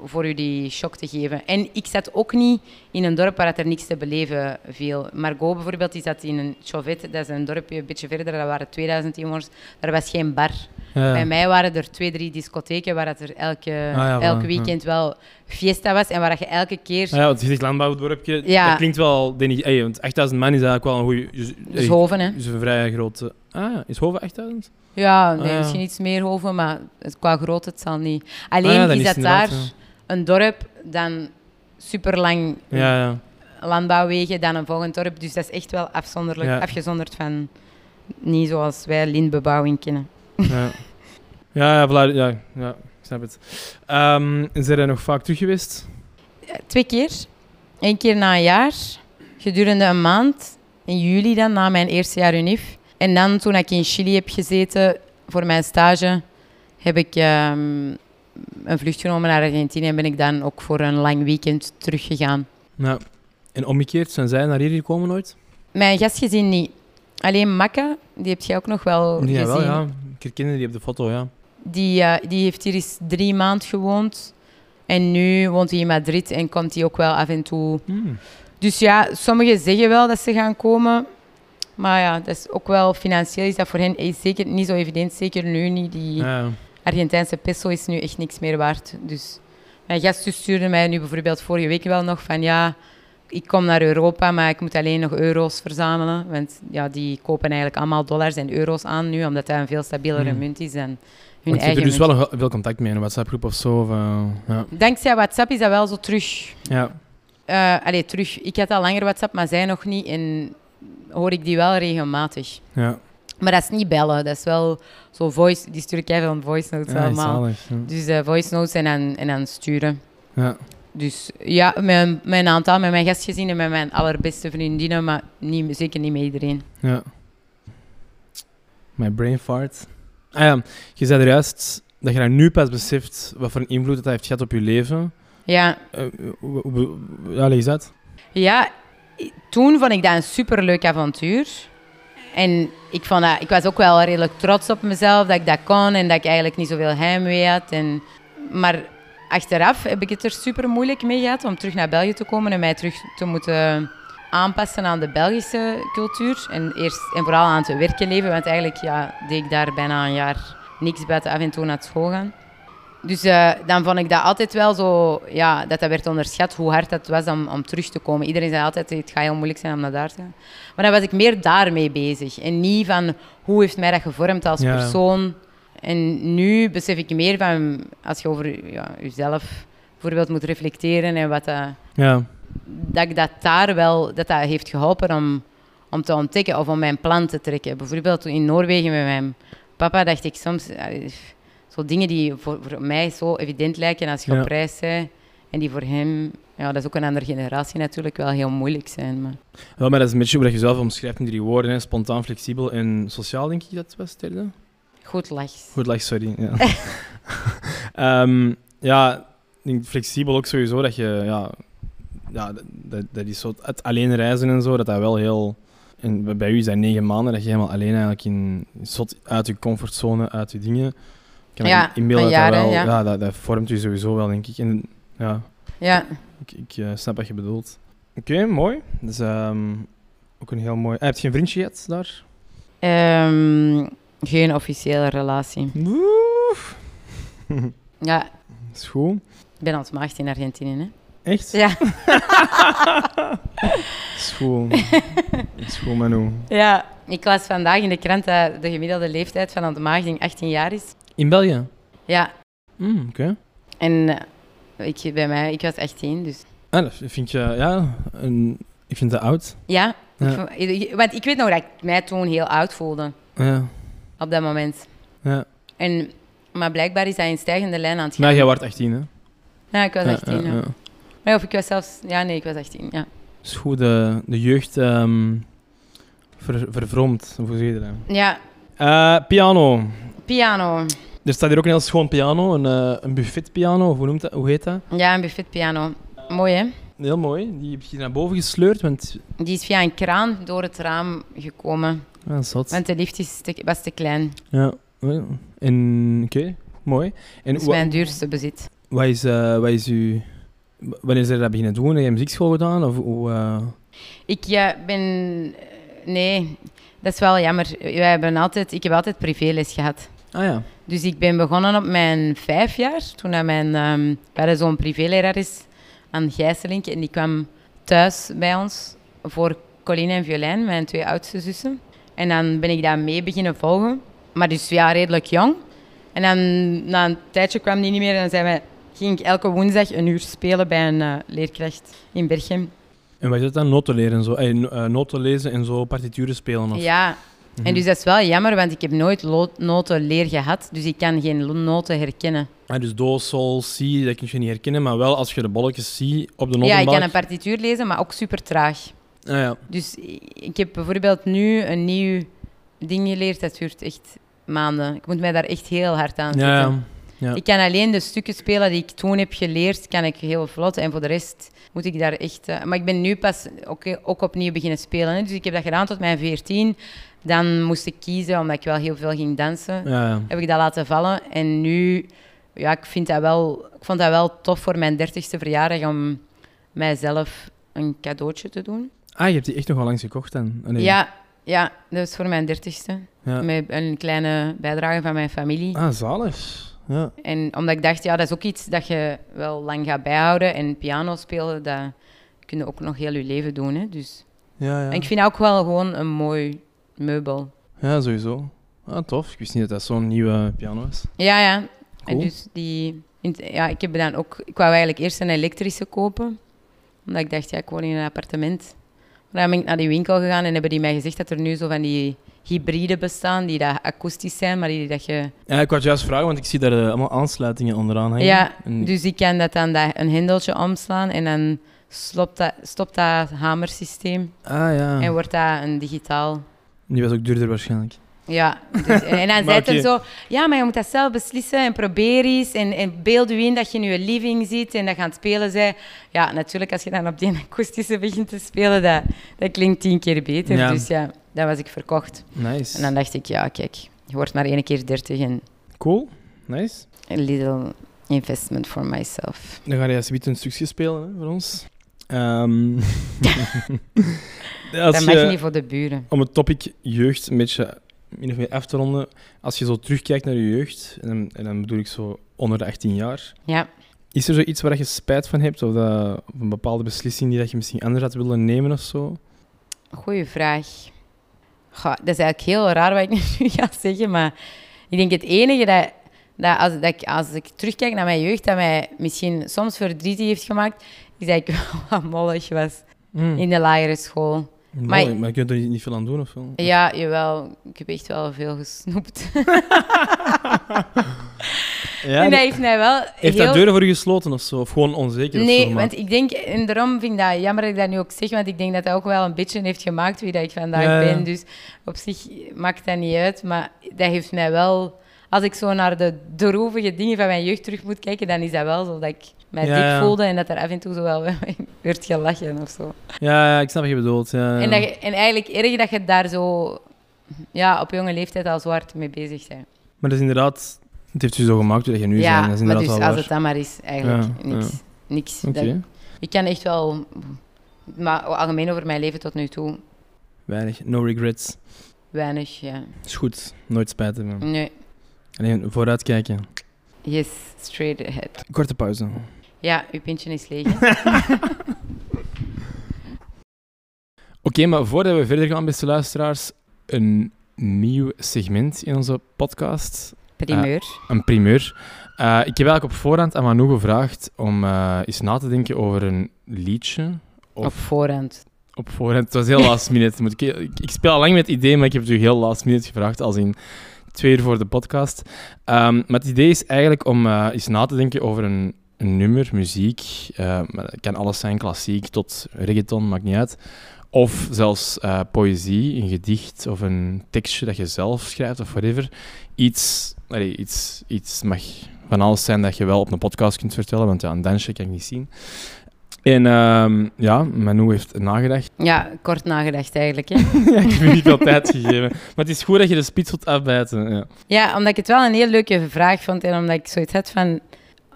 S4: voor u die shock te geven. En ik zat ook niet in een dorp waar dat er niks te beleven viel. Margot bijvoorbeeld, die zat in een Chauvet, dat is een dorpje een beetje verder, daar waren 2000 inwoners. Daar was geen bar.
S3: Ja. Ah,
S4: Bij mij waren er twee, drie discotheken waar dat er elke,
S3: ja,
S4: elk
S3: voilà,
S4: weekend wel fiesta was en waar dat je elke keer
S3: Ah ja, want je zegt landbouwdorpje.
S4: Ja.
S3: Dat klinkt wel... Denk ik, hey, want 8000 man is eigenlijk wel een goede...
S4: Dus Hoven, hè?
S3: Is een vrij grote... Ah, ja. is Hoven 8000?
S4: Ja, nee,
S3: Ah, ja.
S4: misschien iets meer hoven, maar het, qua grootte het zal niet. Alleen
S3: Ah, ja, dan
S4: is
S3: is
S4: dat
S3: het
S4: daar
S3: inderdaad,
S4: een dorp, dan super lang
S3: Ja, ja.
S4: landbouwwegen, dan een volgend dorp. Dus dat is echt wel afzonderlijk,
S3: Ja.
S4: afgezonderd van niet zoals wij lintbebouwing kennen.
S3: Ja, ja, ja, voilà, ja, ja ik snap het. Ehm zijn er nog vaak terug geweest?
S4: Twee keer. Eén keer na een jaar, gedurende een maand, in juli dan, na mijn eerste jaar UNIF. En dan toen ik in Chili heb gezeten voor mijn stage, heb ik ehm, een vlucht genomen naar Argentinië en ben ik dan ook voor een lang weekend teruggegaan.
S3: Ja. En omgekeerd, zijn zij naar hier gekomen ooit?
S4: Mijn gastgezin niet. Alleen Makka, die heb jij ook nog wel
S3: ja,
S4: Oh, gezien.
S3: wel, ja. Ik herkende die op de foto, ja.
S4: Die, eh, die heeft hier eens drie maanden gewoond. En nu woont hij in Madrid en komt hij ook wel af en toe.
S3: Hmm.
S4: Dus ja, sommigen zeggen wel dat ze gaan komen. Maar ja, dat is ook wel financieel is dat voor hen eh, zeker niet zo evident. Zeker nu niet. Die
S3: Ja, ja.
S4: Argentijnse peso is nu echt niks meer waard. Dus mijn gastjes stuurde mij nu bijvoorbeeld vorige week wel nog van ja, ik kom naar Europa, maar ik moet alleen nog euro's verzamelen. Want ja, die kopen eigenlijk allemaal dollars en euro's aan nu, omdat dat een veel stabielere
S3: Hmm.
S4: munt is dan hun
S3: Want je
S4: eigen
S3: hebt er dus
S4: munt.
S3: wel een, veel contact mee in een WhatsApp-groep of zo. Of, eh, ja.
S4: Dankzij WhatsApp is dat wel zo terug.
S3: Ja.
S4: eh allee, terug. Ik had al langer WhatsApp, maar zij nog niet. En hoor ik die wel regelmatig.
S3: ja.
S4: Maar dat is niet bellen. Dat is wel zo voice. Die stuur ik even een voice notes
S3: Ja,
S4: allemaal.
S3: zalig, ja.
S4: Dus eh, voice notes en dan, en dan sturen.
S3: Ja.
S4: Dus ja, mijn, mijn aantal, met mijn gastgezin en met mijn allerbeste vriendinnen, maar niet, zeker niet met iedereen.
S3: Ja. Mijn brain fart. Ah ja, je zei er juist dat je daar nu pas beseft wat voor een invloed dat, dat heeft gehad op je leven.
S4: Ja,
S3: Eh, hoe- hoe- hoe- ja, lees dat.
S4: Ja, i- toen vond ik dat een superleuk avontuur. En ik, vond dat, ik was ook wel redelijk trots op mezelf dat ik dat kon en dat ik eigenlijk niet zoveel heimwee had. En, maar achteraf heb ik het er super moeilijk mee gehad om terug naar België te komen en mij terug te moeten aanpassen aan de Belgische cultuur. En, eerst, en vooral aan het werkenleven, want eigenlijk ja, deed ik daar bijna een jaar niks buiten af en toe naar school gaan. Dus eh, dan vond ik dat altijd wel zo, ja, dat dat werd onderschat hoe hard dat was om, om terug te komen. Iedereen zei altijd, het gaat heel moeilijk zijn om naar daar te gaan. Maar dan was ik meer daarmee bezig en niet van hoe heeft mij dat gevormd als
S3: Ja.
S4: persoon. En nu besef ik meer van, als je over ja, jezelf bijvoorbeeld moet reflecteren en wat dat,
S3: Ja.
S4: dat ik dat daar wel, dat dat heeft geholpen om, om te ontdekken of om mijn plan te trekken. Bijvoorbeeld toen in Noorwegen met mijn papa dacht ik soms, eh, zo dingen die voor, voor mij zo evident lijken als je
S3: Ja.
S4: op reis bent en die voor hem Ja, dat is ook een andere generatie natuurlijk, wel heel moeilijk zijn. Maar...
S3: Wel, maar dat is een beetje hoe dat je zelf omschrijft in drie woorden. Hè. Spontaan, flexibel en sociaal, denk ik dat het was het derde.
S4: Goed lachs.
S3: Goed lach, sorry. Ja, Ehm, ja ik denk flexibel ook sowieso dat je, ja, ja dat- dat, dat is zo, het alleen reizen en zo, dat dat wel heel, en bij- bij u zijn negen maanden, dat je helemaal alleen eigenlijk in, zot uit je comfortzone, uit je dingen. Ik kan me
S4: Ja,
S3: inbeelden
S4: een
S3: dat dat
S4: jaar,
S3: wel,
S4: hè, ja.
S3: dat, dat vormt je sowieso wel, denk ik. En ja,
S4: Ja,
S3: ik, ik eh, snap wat je bedoelt. Oké, mooi. Dus ehm, ook een heel mooi. Ah, heb je een vriendje gehad daar?
S4: ehm, geen officiële relatie.
S3: Oeh,
S4: Ja,
S3: dat is goed.
S4: ik ben al te maagd in Argentinië, hè.
S3: Echt?
S4: Ja.
S3: School. School, Manu.
S4: Ja, ik las vandaag in de krant dat de gemiddelde leeftijd van ontmaagding 18 jaar is.
S3: In België?
S4: Ja,
S3: Mm, Oké.
S4: en eh, ik, bij mij, ik was 18, dus...
S3: Ah, dat vind je, ja, een, ik vind dat oud.
S4: Ja, ik
S3: Ja.
S4: vond- ik- want ik weet nog dat ik mij toen heel oud voelde,
S3: Ja.
S4: op dat moment.
S3: ja.
S4: En, maar blijkbaar is dat in stijgende lijn aan het gaan.
S3: Maar jij wordt 18, hè?
S4: Ja, ik was
S3: Ja,
S4: 18,
S3: ja,
S4: ja.
S3: ja.
S4: Maar of ik was zelfs... Ja, nee, ik was 18, ja.
S3: Is goed, de, de jeugd ehm ver, vervroomd, of hoe zeg je dat?
S4: Ja,
S3: Eh, piano.
S4: piano.
S3: Er staat hier ook een heel schoon piano, een, eh, een buffetpiano, of hoe, noemt dat, hoe heet dat?
S4: Ja, een buffet piano. Mooi, hè?
S3: Heel mooi. Die heb je naar boven gesleurd, want...
S4: Die is via een kraan door het raam gekomen.
S3: Ja, zat.
S4: Want de lift is te- was te klein.
S3: Ja. ja. En, oké, mooi. En
S4: Dat is
S3: wa-
S4: Dus mijn duurste bezit.
S3: Wat is, eh wat is uw... w- Wanneer ze dat beginnen doen? Heb je muziekschool gedaan? Of, hoe, eh,
S4: Ik ja, ben... eh, Nee, dat is wel jammer. Wij hebben altijd, ik heb altijd privéles gehad.
S3: Ah ja.
S4: Dus ik ben begonnen op mijn vijf jaar, toen dat mijn, ehm we hadden zo'n privéleraar is, aan Gijselink. En die kwam thuis bij ons voor Coline en Violijn, mijn twee oudste zussen. En dan ben ik daar mee beginnen volgen. Maar dus ja, redelijk jong. En dan na een tijdje kwam die niet meer en dan zijn wij, ging ik elke woensdag een uur spelen bij een eh, leerkracht in Berchem.
S3: En wat is dat dan? Noten leren en zo? Eh, no- eh, noten lezen en zo partituren spelen? Of?
S4: Ja,
S3: Mhm.
S4: En dus dat is wel jammer, want ik heb nooit lo- notenleer gehad, dus ik kan geen lo- noten herkennen.
S3: Ah, dus do, sol, si, dat kun je niet herkennen. Maar wel als je de bolletjes ziet op de
S4: ja, ik
S3: notenbalk.
S4: kan een partituur lezen, maar ook super traag.
S3: Ah, ja.
S4: Dus i- ik heb bijvoorbeeld nu een nieuw ding geleerd, dat duurt echt maanden. Ik moet mij daar echt heel hard aan zetten.
S3: Ja, ja. ja.
S4: Ik kan alleen de stukken spelen die ik toen heb geleerd, kan ik heel vlot. En voor de rest moet ik daar echt... eh, maar ik ben nu pas ook, ook opnieuw beginnen spelen. Hè. Dus ik heb dat gedaan tot mijn 14. Dan moest ik kiezen, omdat ik wel heel veel ging dansen.
S3: Ja, ja.
S4: heb ik dat laten vallen. En nu, ja, ik, vind dat wel, ik vond dat wel tof voor mijn 30ste verjaardag om mijzelf een cadeautje te doen.
S3: Ah, je hebt die echt nog wel langs gekocht dan? Ah, nee.
S4: Ja, ja, dat is voor mijn 30ste.
S3: Ja.
S4: Met een kleine bijdrage van mijn familie.
S3: Ah, zalig. Ja.
S4: En omdat ik dacht, ja, dat is ook iets dat je wel lang gaat bijhouden. En piano spelen, dat kun je ook nog heel je leven doen. Hè? Dus.
S3: Ja, ja.
S4: En ik vind dat ook wel gewoon een mooi meubel.
S3: ja, sowieso. Ah, tof. Ik wist niet dat dat zo'n nieuwe piano is.
S4: Ja, ja.
S3: Cool.
S4: En dus die, in- ja, ik heb dan ook, ik wou eigenlijk eerst een elektrische kopen, omdat ik dacht, ja, ik woon in een appartement. Maar dan ben ik naar die winkel gegaan en hebben die mij gezegd dat er nu zo van die hybride bestaan, die dat akoestisch zijn, maar die dat je...
S3: Ja, ik wou het juist vragen, want ik zie daar eh, allemaal aansluitingen onderaan hangen.
S4: Ja,
S3: En-
S4: dus ik kan dat dan dat, een hendeltje omslaan en dan stopt dat, stopt dat hamersysteem
S3: Ah, ja.
S4: dus- en wordt dat een digitaal...
S3: Die was ook duurder waarschijnlijk.
S4: Ja, dus, en, en dan
S3: Maar
S4: zei hij
S3: oké.
S4: zo, ja, maar je moet dat zelf beslissen en probeer eens. En, en beeld u in dat je nu een living ziet en dat je aan het spelen zij Ja, natuurlijk, als je dan op die akoestische begint te spelen, dat, dat klinkt tien keer beter.
S3: Ja.
S4: Dus ja, dat was ik verkocht.
S3: Nice.
S4: En dan dacht ik, ja, kijk, je wordt maar één keer dertig en
S3: Cool. Nice.
S4: a little investment for myself.
S3: Dan ga je alsjeblieft een stukje spelen hè, voor ons. Ehm, als
S4: dat mag
S3: je-
S4: je niet voor de buren.
S3: Om het topic jeugd een beetje min of meer af te ronden. Als je zo terugkijkt naar je jeugd, en dan, en dan bedoel ik zo onder de 18 jaar.
S4: Ja.
S3: Is er zoiets waar je spijt van hebt? Of, dat, of een bepaalde beslissing die dat je misschien anders had willen nemen of zo?
S4: Goeie vraag. Goh, dat is eigenlijk heel raar wat ik nu ga zeggen, maar ik denk het enige dat, dat, als, dat ik, als ik terugkijk naar mijn jeugd, dat mij misschien soms verdrietig heeft gemaakt, is dat ik wel wat mollig was
S3: Mm.
S4: in de lagere school.
S3: maar,
S4: maar-
S3: maar je kunt er niet, niet veel aan doen of wel?
S4: Ja, jawel, ik heb echt wel veel gesnoept.
S3: Ja,
S4: en dat
S3: nee.
S4: heeft mij wel
S3: Heeft
S4: heel...
S3: dat deuren voor je gesloten of zo? Of gewoon onzeker? of
S4: Nee,
S3: zo,
S4: want ik denk, en daarom vind ik dat jammer dat ik dat nu ook zeg, want ik denk dat dat ook wel een beetje heeft gemaakt wie dat ik vandaag
S3: Ja, ja.
S4: ben. Dus op zich maakt dat niet uit, maar dat heeft mij wel... Als ik zo naar de droevige dingen van mijn jeugd terug moet kijken, dan is dat wel zo dat ik mij
S3: Ja,
S4: dik
S3: ja.
S4: voelde en dat er af en toe zo wel werd gelachen of zo.
S3: Ja, ja, ik snap wat je bedoelt. Ja, ja.
S4: En, dat, je- en eigenlijk erg dat je daar zo ja, op jonge leeftijd al zo hard mee bezig bent.
S3: Maar dat is inderdaad... Het heeft je zo gemaakt hoe dat je nu
S4: ja,
S3: bent. Dat is
S4: maar
S3: inderdaad
S4: dus
S3: wel
S4: als
S3: waar.
S4: het dan maar is, eigenlijk
S3: Ja,
S4: niks. niks.
S3: Oké,
S4: Dat- ik kan echt wel, maar algemeen over mijn leven tot nu toe,
S3: weinig. No regrets.
S4: weinig. Ja.
S3: Is goed. Nooit spijt hebben.
S4: Nee,
S3: Alleen vooruitkijken.
S4: yes, straight ahead.
S3: Korte pauze.
S4: Ja, uw pintje is leeg. hè?
S3: Oké, maar voordat we verder gaan, beste luisteraars, een nieuw segment in onze podcast.
S4: Primeur.
S3: Een primeur. Eh, ik heb eigenlijk op voorhand aan Manu gevraagd om eh, eens na te denken over een liedje.
S4: Nou,
S3: of-
S4: Op voorhand.
S3: Op voorhand. Het was heel last minute. Moet ik, ik, ik speel al lang met het idee, maar ik heb het u heel last minute gevraagd, als in twee uur voor de podcast. Ehm, maar het idee is eigenlijk om eh, eens na te denken over een, een nummer, muziek. eh, maar het kan alles zijn, klassiek tot reggaeton, maakt niet uit. Of zelfs eh, poëzie, een gedicht of een tekstje dat je zelf schrijft of whatever. Iets, allee, iets, iets mag van alles zijn dat je wel op een podcast kunt vertellen, want ja, een dansje kan ik niet zien. En ehm, ja, Manu heeft nagedacht
S4: Ja, kort nagedacht eigenlijk. Hè.
S3: ja, ik heb je niet veel tijd gegeven. Maar het is goed dat je de spits wilt afbijten. Ja.
S4: Ja, omdat ik het wel een heel leuke vraag vond en omdat ik zoiets had van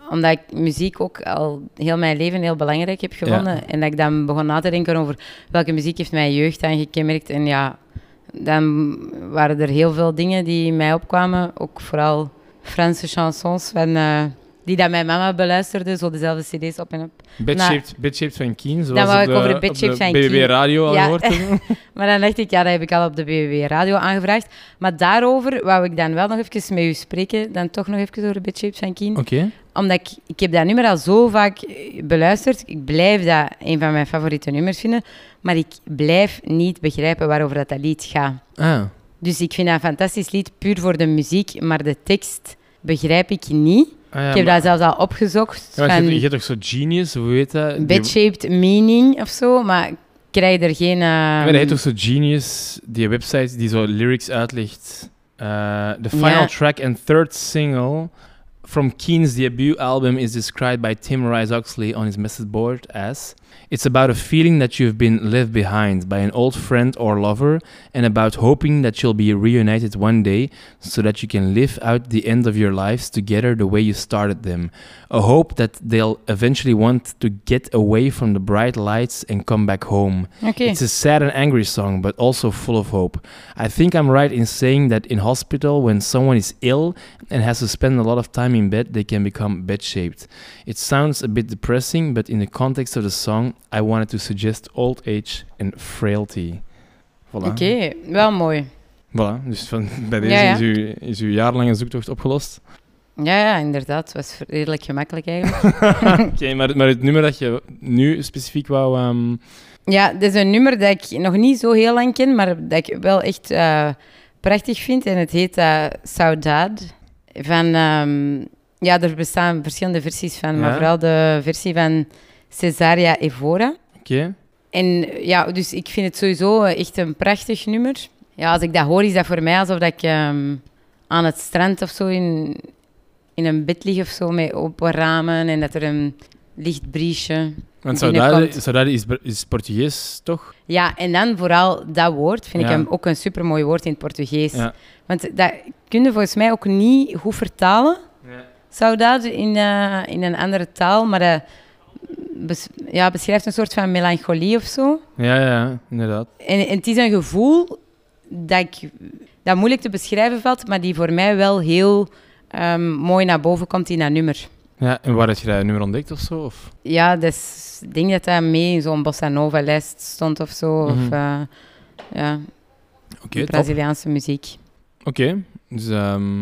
S4: omdat ik muziek ook al heel mijn leven heel belangrijk heb gevonden. En dat ik dan begon na te denken over welke muziek heeft mijn jeugd aan gekenmerkt. En ja, dan waren er heel veel dingen die in mij opkwamen. Ook vooral Franse chansons van, eh, die dat mijn mama beluisterde. Zo dezelfde cd's op en op.
S3: Bedshaped, bedshaped van Keen, zoals
S4: nou, wou
S3: op
S4: ik
S3: de,
S4: over de
S3: op de
S4: Bedshaped van
S3: BBB
S4: Keen.
S3: Radio al
S4: Ja.
S3: gehoord hebben.
S4: Maar dan dacht ik, ja, dat heb ik al op de BBB Radio aangevraagd. Maar daarover wou ik dan wel nog even met u spreken. Dan toch nog even over Bitshapes van Kien.
S3: Oké. Ah.
S4: Omdat ik, ik heb dat nummer al zo vaak eh, beluisterd. Ik blijf dat een van mijn favoriete nummers vinden. Maar ik blijf niet begrijpen waarover dat, dat lied gaat.
S3: Ah.
S4: Dus ik vind dat een fantastisch lied, puur voor de muziek. Maar de tekst begrijp ik niet.
S3: Ah, ja,
S4: ik heb
S3: maar-
S4: dat zelfs al opgezocht.
S3: ja, want je, hebt,
S4: van
S3: je hebt toch zo genius, hoe heet dat? Die-
S4: Bedshaped meaning of zo. Maar ik krijg er geen... eh,
S3: Ja, maar dat heet toch zo genius, die website die zo lyrics uitlegt. Eh, the final
S4: Ja.
S3: track and third single from Keen's debut album is described by Tim Rice Oxley on his message board as It's about a feeling that you've been left behind by an old friend or lover, and about hoping that you'll be reunited one day so that you can live out the end of your lives together the way you started them. A hope that they'll eventually want to get away from the bright lights and come back home.
S4: Oké.
S3: It's a sad and angry song, but also full of hope. I think I'm right in saying that in hospital, when someone is ill and has to spend a lot of time in bed, they can become bed shaped. It sounds a bit depressing, but in the context of the song, I wanted to suggest old age and frailty. Voilà.
S4: Oké, wel mooi.
S3: Voilà. Dus van, bij deze
S4: Ja, ja.
S3: Is, uw, is uw jaarlange zoektocht opgelost.
S4: Ja, ja, inderdaad. Het was redelijk gemakkelijk eigenlijk.
S3: Oké, maar, maar het nummer dat je nu specifiek wou. ehm,
S4: Ja, dit is een nummer dat ik nog niet zo heel lang ken, maar dat ik wel echt eh, prachtig vind. En het heet eh Saudade. Van, ehm, ja, er bestaan verschillende versies van, maar
S3: Ja.
S4: vooral de versie van Cesaria Evora.
S3: Oké.
S4: En eh, ja, dus ik vind het sowieso eh, echt een prachtig nummer. Ja, als ik dat hoor, is dat voor mij alsof dat ik ehm, aan het strand of zo in, in een bed lig of zo met open ramen en dat er een licht briesje.
S3: Want
S4: binnenkomt.
S3: Saudade, Saudade is, is Portugees, toch?
S4: Ja, en dan vooral dat woord vind
S3: Ja.
S4: ik hem ook een supermooi woord in het Portugees.
S3: Ja.
S4: Want dat kun je volgens mij ook niet goed vertalen. Saudade in, eh, in een andere taal, maar dat bes- ja, beschrijft een soort van melancholie of zo.
S3: Ja, ja, inderdaad.
S4: En, en het is een gevoel dat, ik, dat moeilijk te beschrijven valt, maar die voor mij wel heel ehm, mooi naar boven komt in dat nummer.
S3: Ja, en waar heb je dat nummer ontdekt of zo? Of?
S4: Ja, dus ik denk dat dat mee in zo'n bossa nova-lijst stond of zo. Of
S3: Mhm.
S4: eh, ja,
S3: Oké, top.
S4: Braziliaanse muziek.
S3: Oké, dus ehm,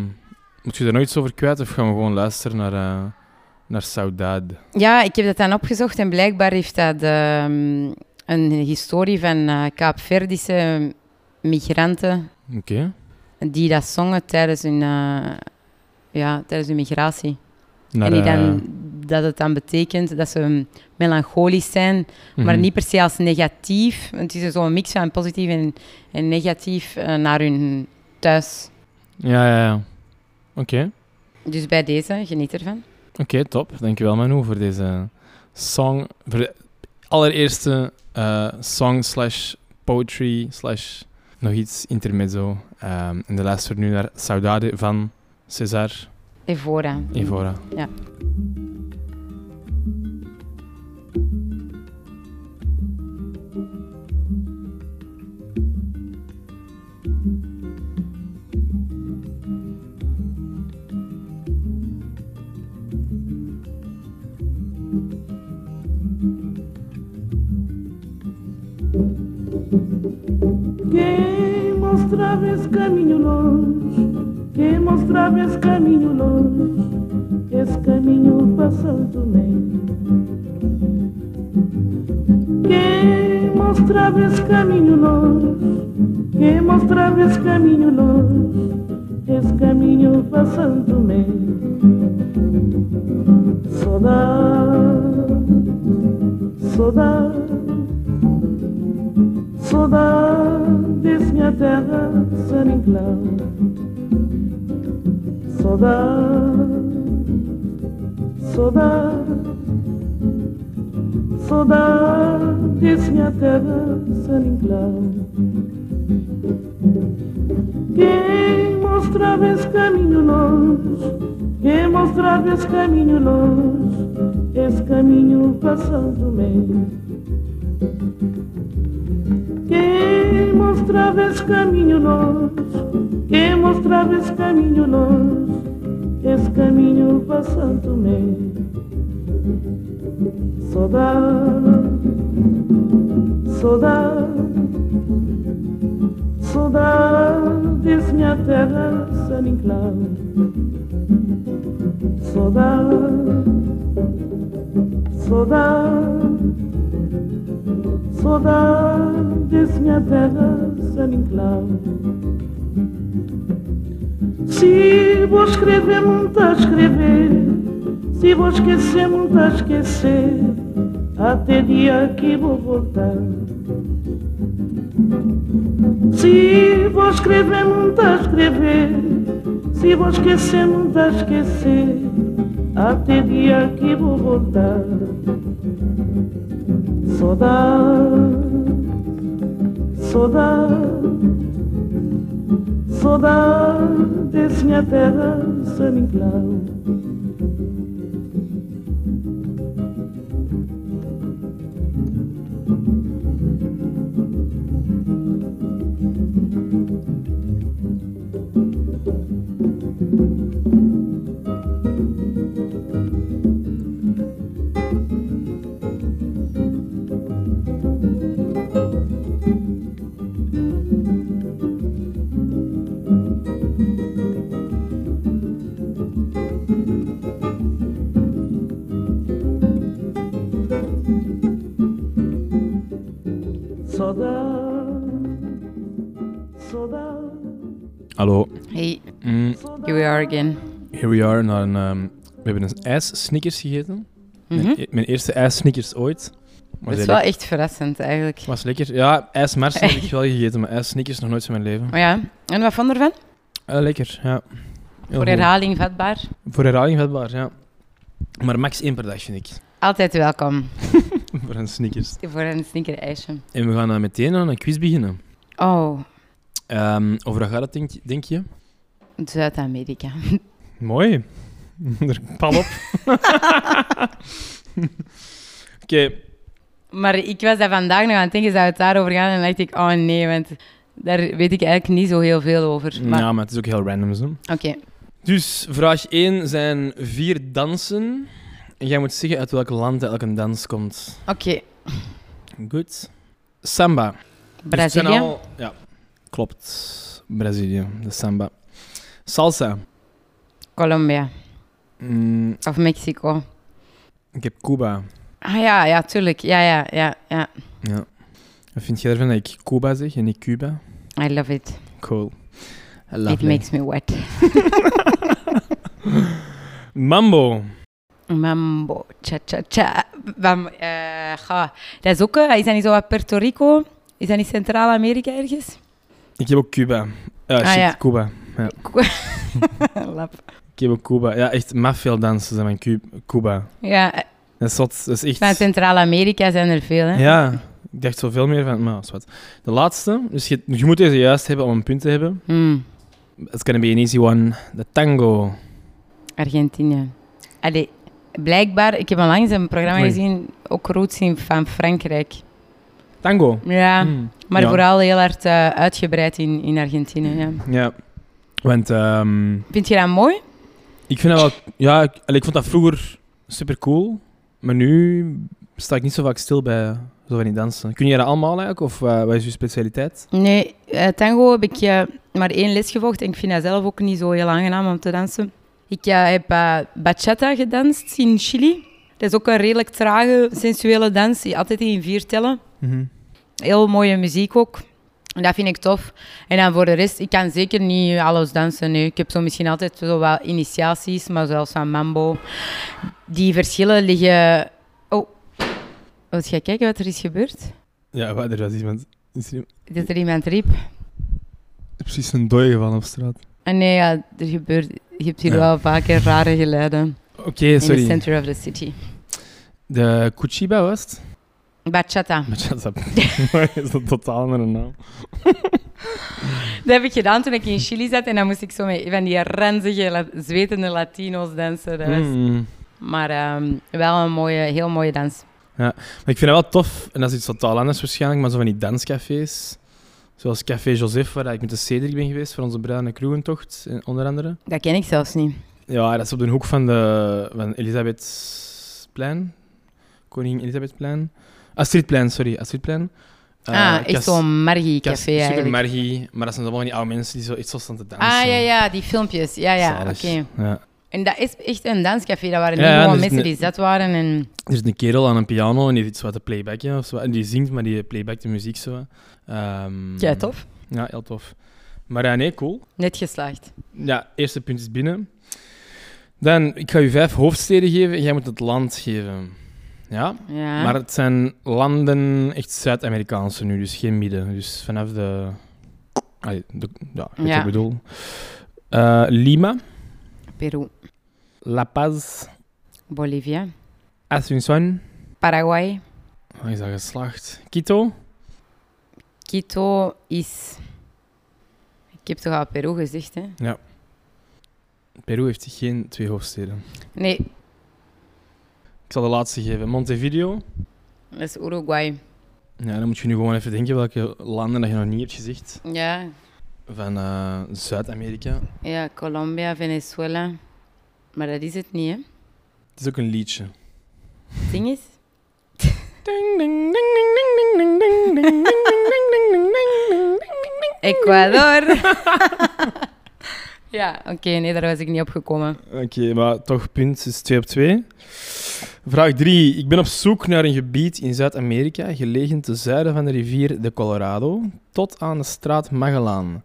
S3: moet je daar nog iets over kwijt of gaan we gewoon luisteren naar, eh, naar Saudade?
S4: Ja, ik heb dat dan opgezocht en blijkbaar heeft dat ehm, een historie van eh, Kaapverdische migranten
S3: Oké.
S4: die dat zongen tijdens hun eh, ja, tijdens de migratie.
S3: Naar,
S4: en die dan,
S3: eh,
S4: dat het dan betekent dat ze melancholisch zijn, maar
S3: mhm.
S4: niet per se als negatief. Want het is dus zo'n mix van positief en, en negatief eh, naar hun thuis.
S3: Ja, ja, ja. Oké,
S4: Dus bij deze, geniet ervan.
S3: oké, top. Dankjewel Manu voor deze song. Voor de allereerste eh, song slash poetry slash nog iets intermezzo. Ehm, en de luister nu naar Saudade van César
S4: Evora.
S3: Evora.
S1: Quem mostrava esse caminho longe, quem mostrava esse caminho longe, esse caminho passou também. Quem mostrava esse caminho longe, quem mostrava esse caminho longe, esse caminho passou também. Saudade, saudade. Saudades, minha terra, Seringlão. Saudade, saudade, saudades, minha terra, Seringlão. Quem mostrava esse caminho longe, quem mostrava esse caminho longe, esse caminho passando meio. Quem mostrava esse caminho longe, quem mostrava esse caminho longe, esse caminho passando me. Saudade, saudade, saudades minha terra sem enclave. Saudade, saudade. Saudades, minha terra saninclau. Se vou escrever, muito a escrever. Se vou esquecer, muito a esquecer. Até dia que vou voltar. Se vou escrever, muito a escrever. Se vou esquecer, muito a esquecer. Até dia que vou voltar. Saudade, saudade, saudades, minha terra, San Inclau. Saudade, saudade,
S3: Hallo.
S4: Hey,
S3: Mm,
S4: here we are again.
S3: here we are. Naar een, ehm, we hebben een ijs-snickers gegeten.
S4: Mhm.
S3: Mijn, e- mijn eerste ijs-snickers ooit. Maar
S4: Dat
S3: ze
S4: is wel echt verrassend eigenlijk.
S3: Was lekker. Ja, ijsmars heb ik wel gegeten, maar ijssnickers nog nooit in mijn leven.
S4: Maar ja, en wat vond je ervan?
S3: Eh, lekker, ja. Heel
S4: Voor
S3: goed.
S4: herhaling vatbaar.
S3: Voor herhaling vatbaar, ja. Maar max één per dag, vind ik.
S4: Altijd welkom
S3: Voor een snickers.
S4: voor een sneaker ijsje.
S3: En we gaan eh, meteen aan een quiz beginnen.
S4: Oh,
S3: Ehm, over wat gaat het, denk, denk je?
S4: Zuid-Amerika.
S3: Mooi. Er pal op. Oké,
S4: Maar ik was daar vandaag nog aan het denken, zou het daarover gaan? En dan dacht ik, oh nee, want daar weet ik eigenlijk niet zo heel veel over. Maar
S3: ja, maar het is ook heel random zo.
S4: oké,
S3: Dus vraag 1 zijn vier dansen. En jij moet zeggen uit welk land elke dans komt.
S4: oké.
S3: Goed. Samba. Dus het
S4: Brazilië.
S3: zijn allemaal- Ja, klopt. Brazilië, de samba. Salsa.
S4: Colombia
S3: Mm,
S4: of Mexico.
S3: ik heb Cuba.
S4: Ah ja, ja, tuurlijk. Ja, ja, ja, ja.
S3: Ja. Wat vind jij ervan dat ik Cuba zeg en niet Cuba?
S4: I love it.
S3: Cool.
S4: It makes me wet.
S3: Mambo.
S4: Mambo, cha cha cha. Bam, eh, ga. Dat is ook, eh, is dat niet zo wat Puerto Rico? Is dat niet Centraal-Amerika ergens?
S3: Ik heb ook Cuba. Eh, shit,
S4: Ah, ja.
S3: Cuba.
S4: Lap.
S3: Ik heb ook Cuba. Ja, echt maf veel dansen zijn van Cu- Cuba.
S4: Ja, eh,
S3: Dat is, zot. dat is
S4: van
S3: echt...
S4: Centraal-Amerika zijn er veel, hè?
S3: Ja, ik dacht zoveel meer van... Maar, dat is wat. De laatste. Dus je, je moet deze juist hebben om een punt te hebben.
S4: Hmm,
S3: It's gonna be an easy one. De tango.
S4: Argentinië. Allee, blijkbaar, ik heb onlangs een programma
S3: Oei.
S4: gezien, ook roots in van Frankrijk.
S3: Tango.
S4: Ja,
S3: Mm.
S4: maar
S3: Ja.
S4: vooral heel hard eh, uitgebreid in, in Argentinië. Ja.
S3: Ja. Want ehm,
S4: Vind je dat mooi?
S3: ik vind dat wel... Ja, ik, allee, ik vond dat vroeger super cool. Maar nu sta ik niet zo vaak stil bij zo van die dansen. Kun je dat allemaal eigenlijk? Of eh, wat is je specialiteit?
S4: Nee, eh, tango heb ik eh, maar één les gevolgd en ik vind dat zelf ook niet zo heel aangenaam om te dansen. Ik eh, heb eh, bachata gedanst in Chili. Dat is ook een redelijk trage, sensuele dans, die altijd in vier tellen. Heel mooie muziek ook. En dat vind ik tof. En dan voor de rest, ik kan zeker niet alles dansen. Nee. Ik heb zo misschien altijd zo wel initiaties, maar zoals van mambo. Die verschillen liggen... Oh, wat ga kijken wat er is gebeurd?
S3: Ja, wat, er was iemand... Is er
S4: Dat er iemand riep.
S3: precies een dooi gevallen op straat?
S4: Ah, nee, ja, er gebeurt, je hebt hier
S3: Ja.
S4: wel vaker rare geluiden.
S3: Oké,
S4: In the
S3: sorry.
S4: center of the city.
S3: De Kuchiba was het?
S4: Bachata.
S3: Maar ja, dat is een totaal andere naam.
S4: Dat heb ik gedaan toen ik in Chili zat. En dan moest ik zo met van die ranzige, la- zwetende Latino's dansen. Dat was-
S3: Mm.
S4: Maar ehm, wel een mooie, heel mooie dans.
S3: Maar ik vind dat wel tof, en dat is iets totaal anders waarschijnlijk, maar zo van die danscafés. Zoals Café Joseph, waar ik met de Cedric ben geweest voor onze bruine kroegentocht, eh, onder andere.
S4: Dat ken ik zelfs niet.
S3: Ja, dat is op de hoek van, de, van Elisabethplein. Koningin Elisabethplein. Astridplein, sorry, Astridplein. Eh,
S4: ah, echt
S3: Cas-
S4: zo'n
S3: Cas-
S4: Margie-café
S3: Super
S4: eigenlijk.
S3: Margie, maar dat zijn allemaal van die oude mensen die zo iets zo staan te dansen.
S4: Ah, ja, ja, die filmpjes. Ja, ja, oké.
S3: Zalig. Ja.
S4: En dat is echt een danscafé. Dat waren
S3: Ja,
S4: niet
S3: ja,
S4: gewoon
S3: dus
S4: mensen
S3: ne-
S4: die zat waren. En...
S3: Er zit een kerel aan een piano en die zit zo wat te playbacken of zo. En die zingt, maar die playbackt de muziek zo. Ehm,
S4: Ja, tof.
S3: Ja, heel tof. Maar ja, nee, cool.
S4: Net geslaagd.
S3: Ja, eerste punt is binnen. Dan, ik ga u vijf hoofdsteden geven en jij moet het land geven. Ja?
S4: Ja.
S3: Maar het zijn landen, echt Zuid-Amerikaanse nu, dus geen midden. Dus vanaf de... Allee, de ja, ik weet
S4: Ja.
S3: wat ik bedoel. Eh, Lima,
S4: Peru,
S3: La Paz,
S4: Bolivia,
S3: Asunción.
S4: Paraguay.
S3: Wat is dat geslacht? Quito.
S4: Quito is. Ik heb toch al Peru gezegd, hè?
S3: Peru heeft geen twee hoofdsteden.
S4: Nee,
S3: Ik zal de laatste geven. Montevideo.
S4: dat is Uruguay.
S3: Ja, dan moet je nu gewoon even denken welke landen dat je nog niet hebt gezegd.
S4: Ja,
S3: Van eh, Zuid-Amerika.
S4: ja Colombia, Venezuela. Maar dat is het niet, hè?
S3: Het is ook een liedje.
S4: Het ding is.
S3: Ding, ding, ding, ding, ding, ding, ding, ding, ding, ding, ding, ding, ding, ding, ding, ding, ding.
S4: Ecuador! ja, oké, nee, daar was ik niet op gekomen.
S3: Oké, maar toch, punt is 2 op 2. Vraag 3. Ik ben op zoek naar een gebied in Zuid-Amerika, gelegen ten zuiden van de rivier de Colorado, tot aan de straat Magellan.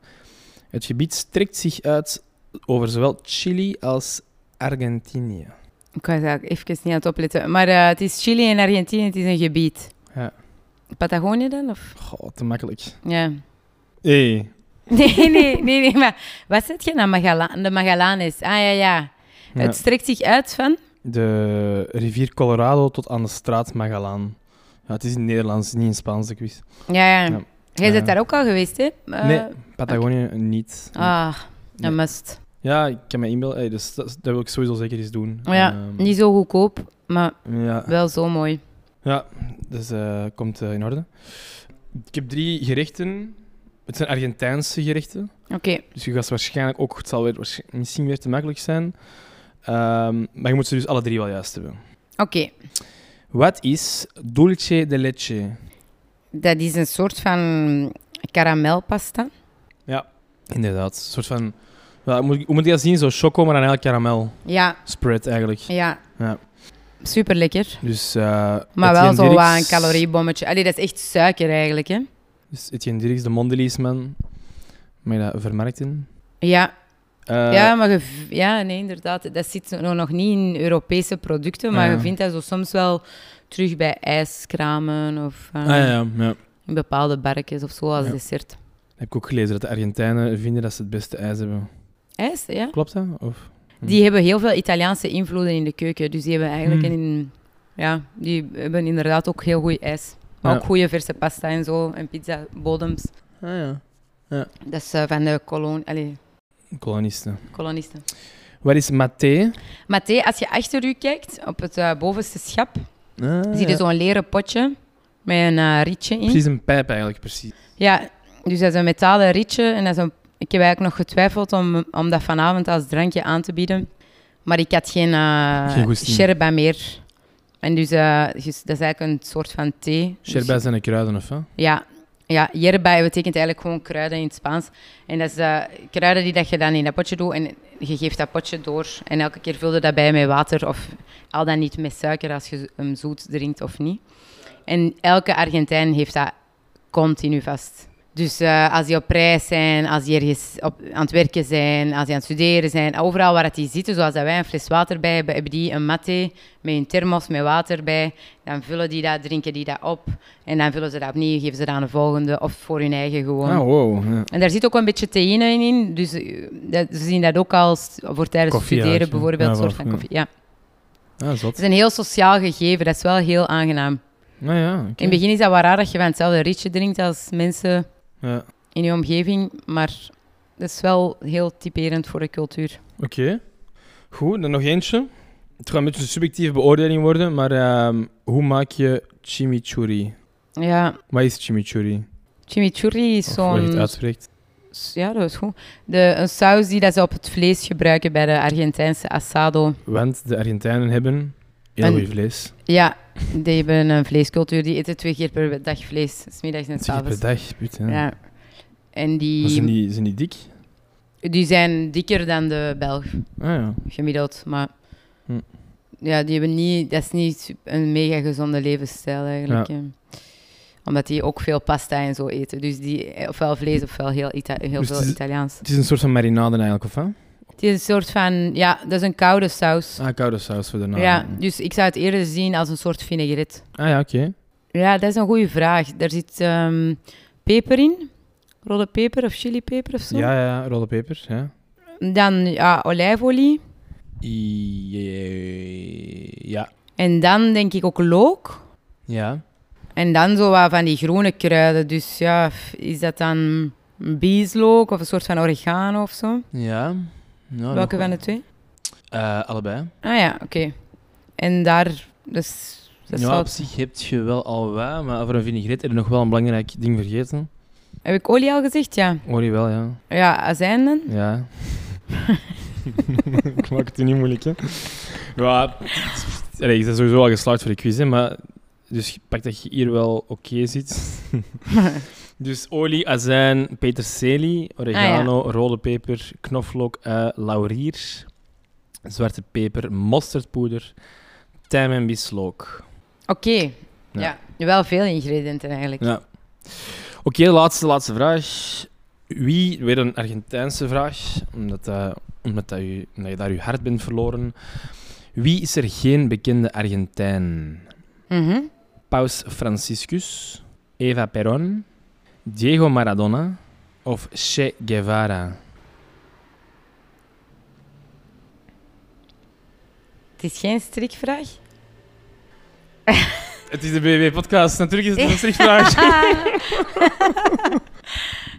S3: Het gebied strekt zich uit over zowel Chili als Argentinië.
S4: Ik was eigenlijk even niet aan het opletten. Maar eh, het is Chili en Argentinië, het is een gebied.
S3: Ja.
S4: Patagonië dan? Of?
S3: Goh, te makkelijk.
S4: Ja.
S3: Hé,
S4: Nee, nee, nee, nee, maar wat zet je nou? Magellan, de Magallanes. Ah ja, ja.
S3: Ja.
S4: Het strekt zich uit van.
S3: de rivier Colorado tot aan de straat Magellan. Ja, het is in het Nederlands, niet in het Spaans, de quiz.
S4: Ja, ja.
S3: Ja.
S4: Jij
S3: Ja.
S4: bent daar ook al geweest, hè? Eh,
S3: nee, Patagonië niet.
S4: Ah,
S3: Nee.
S4: dat must.
S3: Ja, ik kan me inbeelden. Hey, dus dat, dat wil ik sowieso zeker eens doen.
S4: Ja,
S3: Ehm,
S4: niet zo goedkoop, maar
S3: Ja,
S4: wel zo mooi.
S3: ja dus eh, komt eh, in orde. Ik heb drie gerechten. Het zijn Argentijnse gerechten.
S4: Oké,
S3: Dus je gaat waarschijnlijk ook, het zal weer, waarsch- misschien weer te makkelijk zijn. Ehm, maar je moet ze dus alle drie wel juist hebben.
S4: oké.
S3: Wat is dulce de leche?
S4: Dat is een soort van karamelpasta.
S3: Inderdaad, een soort van. wel, moet, hoe moet je dat zien? Zo choco, maar dan eigenlijk karamel
S4: Ja,
S3: spread eigenlijk.
S4: ja.
S3: Ja.
S4: Super lekker.
S3: Dus, eh,
S4: Maar wel
S3: Etienne
S4: zo
S3: Dirks-
S4: wat een caloriebommetje. Allee, dat is echt suiker eigenlijk, hè?
S3: Dus Etienne Dirks, de Mondeliesman, mag je dat vermarkten?
S4: Ja,
S3: Eh,
S4: ja, maar je v- ja, nee, inderdaad. Dat zit zo nog niet in Europese producten, maar
S3: Ja.
S4: je vindt dat zo soms wel terug bij ijskramen of eh,
S3: ah, ja, ja, ja.
S4: in bepaalde barkjes of zo als
S3: Ja.
S4: dessert.
S3: Heb ik ook gelezen dat de Argentijnen vinden dat ze het beste ijs hebben.
S4: IJs, ja.
S3: Klopt dat? Of?
S4: Die hebben heel veel Italiaanse invloeden in de keuken, dus die hebben eigenlijk
S3: Mm.
S4: een... Ja, die hebben inderdaad ook heel goed ijs. Maar
S3: Ja.
S4: ook goede verse pasta en zo, en pizza bodems.
S3: Ah ja.
S4: Dat is eh, van de kolon, allee,
S3: Kolonisten.
S4: kolonisten.
S3: Wat is maté?
S4: Mathé, als je achter u kijkt, op het eh, bovenste schap,
S3: Ah,
S4: zie je
S3: ja.
S4: zo'n leren potje met een eh, rietje in.
S3: Precies een pijp eigenlijk, precies.
S4: Ja, dus dat is een metalen rietje. En dat is een- ik heb eigenlijk nog getwijfeld om, om dat vanavond als drankje aan te bieden. Maar ik had geen, eh
S3: Geen goesting.
S4: sherba meer. En dus, eh, dus dat is eigenlijk een soort van thee. Dus-
S3: Sherbet zijn de kruiden, of hè?
S4: ja, ja, yerba betekent eigenlijk gewoon kruiden in het Spaans. En dat is eh, kruiden die dat je dan in dat potje doet. En je geeft dat potje door. En elke keer vulde dat bij met water. Of al dan niet met suiker als je hem zoet drinkt of niet. En elke Argentijn heeft dat continu vast. Dus eh, als die op reis zijn, als die ergens op, aan het werken zijn, als die aan het studeren zijn, overal waar dat die zitten, zoals dat wij een fles water bij hebben, hebben die een matte met een thermos met water bij. Dan vullen die dat, drinken die dat op. En dan vullen ze dat opnieuw, geven ze dat aan de volgende of voor hun eigen gewoon.
S3: Ah, wow. Ja.
S4: En daar zit ook een beetje theïne in, in. dus eh, dat, ze zien dat ook als voor tijdens
S3: Koffie
S4: studeren
S3: eigenlijk, ja.
S4: bijvoorbeeld,
S3: Ja,
S4: een soort
S3: voilà,
S4: van
S3: ja.
S4: koffie. Ja.
S3: Ah, zot.
S4: Het is een heel sociaal gegeven, dat is wel heel aangenaam.
S3: Ah, ja, oké.
S4: In het begin is dat wel raar dat je van hetzelfde rietje drinkt als mensen
S3: Ja.
S4: in je omgeving, maar dat is wel heel typerend voor de cultuur.
S3: Oké. Goed, dan nog eentje. Het gaat een beetje een subjectieve beoordeling worden, maar ehm, hoe maak je chimichurri?
S4: Ja,
S3: Wat is chimichurri?
S4: chimichurri is
S3: Of hoe je het
S4: zo'n...
S3: uitspreekt.
S4: Ja, dat is goed. De, een saus die dat ze op het vlees gebruiken bij de Argentijnse asado.
S3: Want de Argentijnen hebben heel
S4: Een-
S3: goed vlees.
S4: Ja, die hebben een vleescultuur. Die eten twee keer per dag vlees. 's middags en
S3: Twee keer per
S4: s'avonds.
S3: dag, put, hè.
S4: Ja. En
S3: Maar zijn
S4: die,
S3: die, zijn die dik?
S4: die zijn dikker dan de Belg.
S3: Ah ja.
S4: gemiddeld. Maar
S3: Hm.
S4: ja, die hebben niet, dat is niet sup- een mega gezonde levensstijl eigenlijk. hè. Omdat die ook veel pasta en zo eten. Dus die, eh, ofwel vlees ofwel heel, Ita- heel
S3: Dus
S4: veel
S3: het is-
S4: Italiaans.
S3: Het is een soort van marinade eigenlijk, of hè?
S4: Het is een soort van, ja, dat is een koude saus.
S3: Ah, koude saus voor de naam.
S4: ja, dus ik zou het eerder zien als een soort vinaigrette.
S3: Ah ja, oké.
S4: Ja, dat is een goede vraag. Daar zit ehm, peper in. Rode peper of chilipeper of zo.
S3: Ja, ja, ja, rode peper, ja.
S4: Dan ja, olijfolie.
S3: I- Ja.
S4: En dan denk ik ook look.
S3: Ja.
S4: En dan zo wat van die groene kruiden. Dus ja, f- is dat dan bieslook of een soort van oregano of zo?
S3: Ja. Nou,
S4: Welke
S3: nog-
S4: van de twee?
S3: Eh, allebei.
S4: Ah ja, oké. En daar, dus, dat
S3: ja,
S4: zou-
S3: op zich heb je wel al wat, maar voor een vinaigrette heb je nog wel een belangrijk ding vergeten.
S4: Heb ik olie al gezegd? Ja.
S3: Hoor je wel, ja.
S4: Ja, azijn dan?
S3: Ja. Ik maak het u niet moeilijk, hè. Ja, allee, je bent sowieso al geslaagd voor de quiz, hè, maar... Dus pak dat je hier wel oké zit. dus olie, azijn, peterselie, oregano, rode peper, knoflook, eh, laurier, zwarte peper, mosterdpoeder, tijm en bieslook.
S4: Oké.
S3: Ja.
S4: Ja. wel veel ingrediënten eigenlijk.
S3: Ja. Oké, laatste, laatste vraag. Wie, weer een Argentijnse vraag, omdat, dat- omdat, dat u, omdat je daar je hart bent verloren. Wie is er geen bekende Argentijn?
S4: Mhm.
S3: Paus Franciscus, Eva Perón, Diego Maradona of Che Guevara?
S4: Het is geen strikvraag.
S3: Het is de BBB-podcast, natuurlijk is het een strikvraag.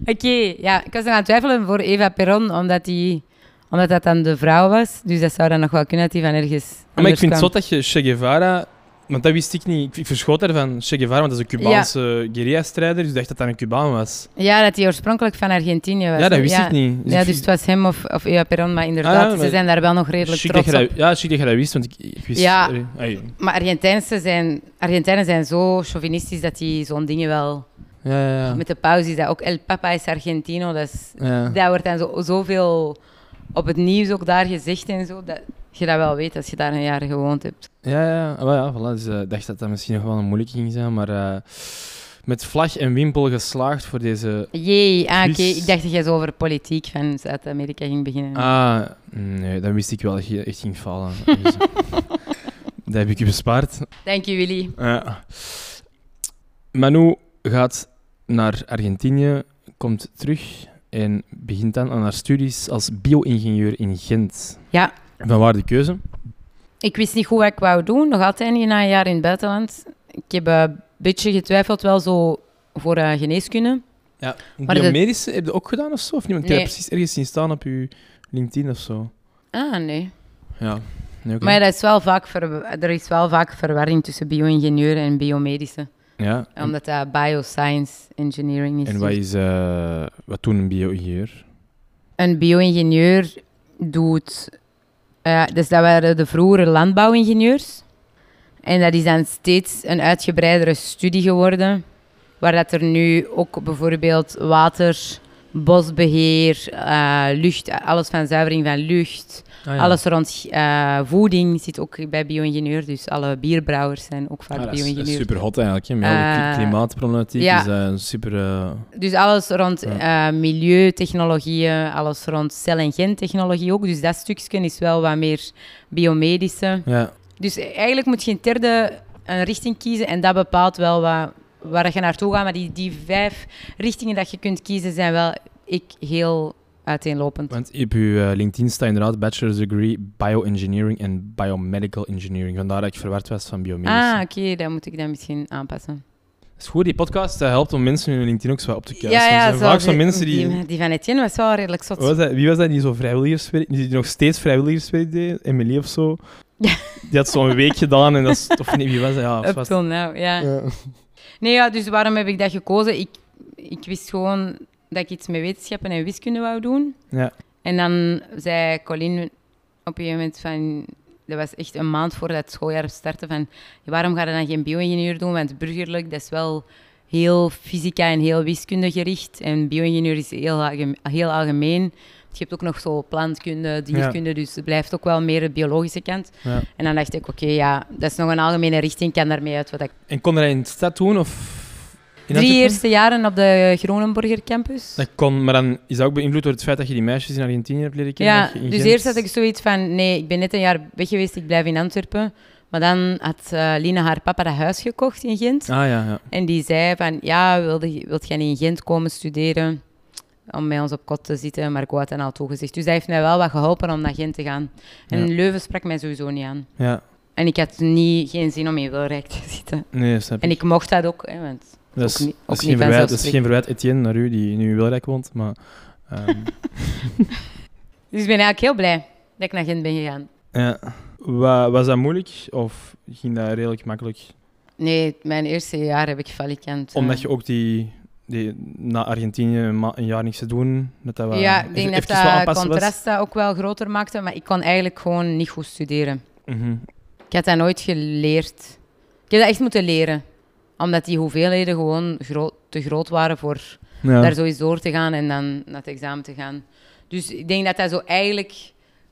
S4: Oké, ja. Ik was er aan het twijfelen voor Eva Perron, omdat, die, omdat dat dan de vrouw was. Dus dat zou dan nog wel kunnen dat die van ergens
S3: maar ik
S4: anders
S3: vind het
S4: kwam.
S3: zot dat je Che Guevara... Want dat wist ik niet. Ik- Ik verschoot daarvan. Che Guevara, want dat is een Cubaanse guerrilla-strijder, dus ik dacht dat dat een Cubaan was.
S4: Ja, dat hij oorspronkelijk van Argentinië was.
S3: Ja, dat
S4: hè?
S3: wist ik niet.
S4: Ja, dus het was hem of, of Eva Perón, maar
S3: Ah,
S4: inderdaad,
S3: ja, maar-
S4: ze zijn daar wel nog redelijk
S3: Chic dat
S4: trots
S3: je
S4: op.
S3: dat- Ja, chic dat je dat wist, want ik, ik wist...
S4: Ja.
S3: eh, ai.
S4: Maar Argentijnse zijn, Argentijnen zijn zo chauvinistisch dat die zo'n dingen wel...
S3: Ja, ja, ja.
S4: Met de pauze is dat ook El Papa is Argentino. Dat, is,
S3: Ja.
S4: dat wordt dan zo, zoveel op het nieuws ook daar gezegd en zo, dat je dat wel weet als je daar een jaar gewoond hebt.
S3: Oh, Ja, ja, ja. Ah, wel ja, voilà. Dus eh, ik dacht dat dat misschien nog wel een moeilijke ging zijn, maar... eh, met vlag en wimpel geslaagd voor deze...
S4: Jee, ah, oké.
S3: Quiz.
S4: Ik dacht dat jij zo over politiek van Zuid-Amerika ging beginnen.
S3: Ah, nee, dan wist ik wel dat je echt ging falen. Dus, eh, dat heb ik je bespaard.
S4: Dank je, Willy.
S3: Ja. Eh, Manu gaat naar Argentinië, komt terug en begint dan aan haar studies als bio-ingenieur in Gent.
S4: Ja.
S3: Van waar de keuze?
S4: Ik wist niet goed wat ik wou doen. Nog altijd niet na een jaar in het buitenland. Ik heb eh, een beetje getwijfeld wel zo voor eh, geneeskunde.
S3: Ja,
S4: Maar dat-
S3: biomedische heb je ook gedaan of zo? Of niet? Want ik heb
S4: Nee.
S3: dat precies ergens zien staan op je LinkedIn of zo.
S4: Ah, nee.
S3: Ja. Nee, oké.
S4: Maar ja, dat is wel vaak ver- er is wel vaak verwarring tussen bio-ingenieur en biomedische.
S3: ja. En,
S4: Omdat dat bioscience engineering eh, is.
S3: en wat, is, eh, wat doet een bio-ingenieur?
S4: Een bio-ingenieur doet... eh, dus dat waren de vroegere landbouwingenieurs. En dat is dan steeds een uitgebreidere studie geworden. Waar dat er nu ook bijvoorbeeld water, bosbeheer, eh, lucht, alles van zuivering van lucht.
S3: Ah,
S4: Alles rond eh, voeding zit ook bij bio-ingenieur. Dus alle bierbrouwers zijn ook vaak
S3: Ah, dat is- dat is
S4: bio-ingenieur.
S3: super hot eigenlijk. Hè. Met al die
S4: Eh,
S3: kli- klimaatproblematiek
S4: ja.
S3: is dat een super... eh,
S4: Dus alles rond
S3: Ja.
S4: eh milieutechnologieën, alles rond cel- en gentechnologie ook. Dus dat stukje is wel wat meer biomedische.
S3: ja.
S4: Dus eigenlijk moet je een derde een richting kiezen en dat bepaalt wel wat, waar dat je naartoe gaat. Maar die, die vijf richtingen dat je kunt kiezen zijn wel ik heel uiteenlopend.
S3: Want op uw eh, LinkedIn staat inderdaad bachelor's degree bioengineering en biomedical engineering. Vandaar dat ik verward was van biomedische.
S4: Ah, oké, dan moet ik dat misschien aanpassen.
S3: Het is goed, die podcast eh, helpt om mensen hun LinkedIn ook zo op te kijken. er zijn
S4: zoals
S3: vaak zo'n mensen die... Oh,
S4: Die, die van Etienne was wel redelijk zot.
S3: Wat was dat? Wie was dat die zo vrijwilligerswerk... Die nog steeds vrijwilligerswerk deed? Emily of zo?
S4: Ja.
S3: Die had zo'n week gedaan en dat is... Of nee, wie was dat? Ja, of
S4: Up
S3: was-
S4: till now, ja. Nee, ja, dus waarom heb ik dat gekozen? Ik, ik wist gewoon dat ik iets met wetenschappen en wiskunde wou doen.
S3: Ja.
S4: En dan zei Colin op een gegeven moment van... Dat was echt een maand voordat het schooljaar startte van... Waarom ga je dan geen bio-ingenieur doen? Want burgerlijk, dat is wel heel fysica en heel wiskunde gericht. En bio-ingenieur is heel, algeme- heel algemeen. Want Je hebt ook nog zo plantkunde, dierkunde, dus het blijft ook wel meer de biologische kant.
S3: Ja.
S4: En dan dacht ik, oké, ja, dat is nog een algemene richting. Ik kan daarmee uit wat ik
S3: En kon hij in de stad doen of... in
S4: Drie
S3: Antwerpen?
S4: eerste jaren op de Gronenburger campus.
S3: Dat kon, maar dan is dat ook beïnvloed door het feit dat je die meisjes in Argentinië hebt leren kennen.
S4: ja,
S3: dat je in
S4: dus
S3: Gent-
S4: eerst had ik zoiets van, nee, ik ben net een jaar weg geweest, ik blijf in Antwerpen. Maar dan had eh Lina haar papa dat huis gekocht in Gent.
S3: Ah ja, ja.
S4: En die zei van, ja, wilde, je- wilt jij niet in Gent komen studeren? Om bij ons op kot te zitten, maar ik had dan al toegezegd. Dus dat heeft mij wel wat geholpen om naar Gent te gaan. En
S3: Ja.
S4: Leuven sprak mij sowieso niet aan.
S3: ja.
S4: En ik had niet, geen zin om in Wilrijk te zitten.
S3: Nee, snap
S4: En
S3: ik.
S4: ik mocht dat ook, hè, want
S3: Dat is,
S4: ook niet-
S3: dat is
S4: ook
S3: geen
S4: niet
S3: verwijt, dat is
S4: vanzelfsprekend.
S3: geen verwijt, Etienne, naar u, die nu in Wilrijk woont. Maar, ehm,
S4: Dus ik ben eigenlijk heel blij dat ik naar Gent ben gegaan.
S3: ja. Wa- was dat moeilijk of ging dat redelijk makkelijk?
S4: Nee, mijn eerste jaar heb ik falikant. eh.
S3: Omdat je ook die, die na Argentinië een, ma- een jaar niks te doen, dat dat wel eh,
S4: Ja, ik
S3: even-
S4: denk dat
S3: eventjes wel
S4: dat
S3: aanpassen was.
S4: contrast dat ook wel groter maakte, maar ik kon eigenlijk gewoon niet goed studeren.
S3: Mhm.
S4: Ik had dat nooit geleerd. Ik heb dat echt moeten leren. Omdat die hoeveelheden gewoon gro- te groot waren voor
S3: Ja.
S4: daar zoiets door te gaan en dan naar het examen te gaan. Dus ik denk dat dat zo eigenlijk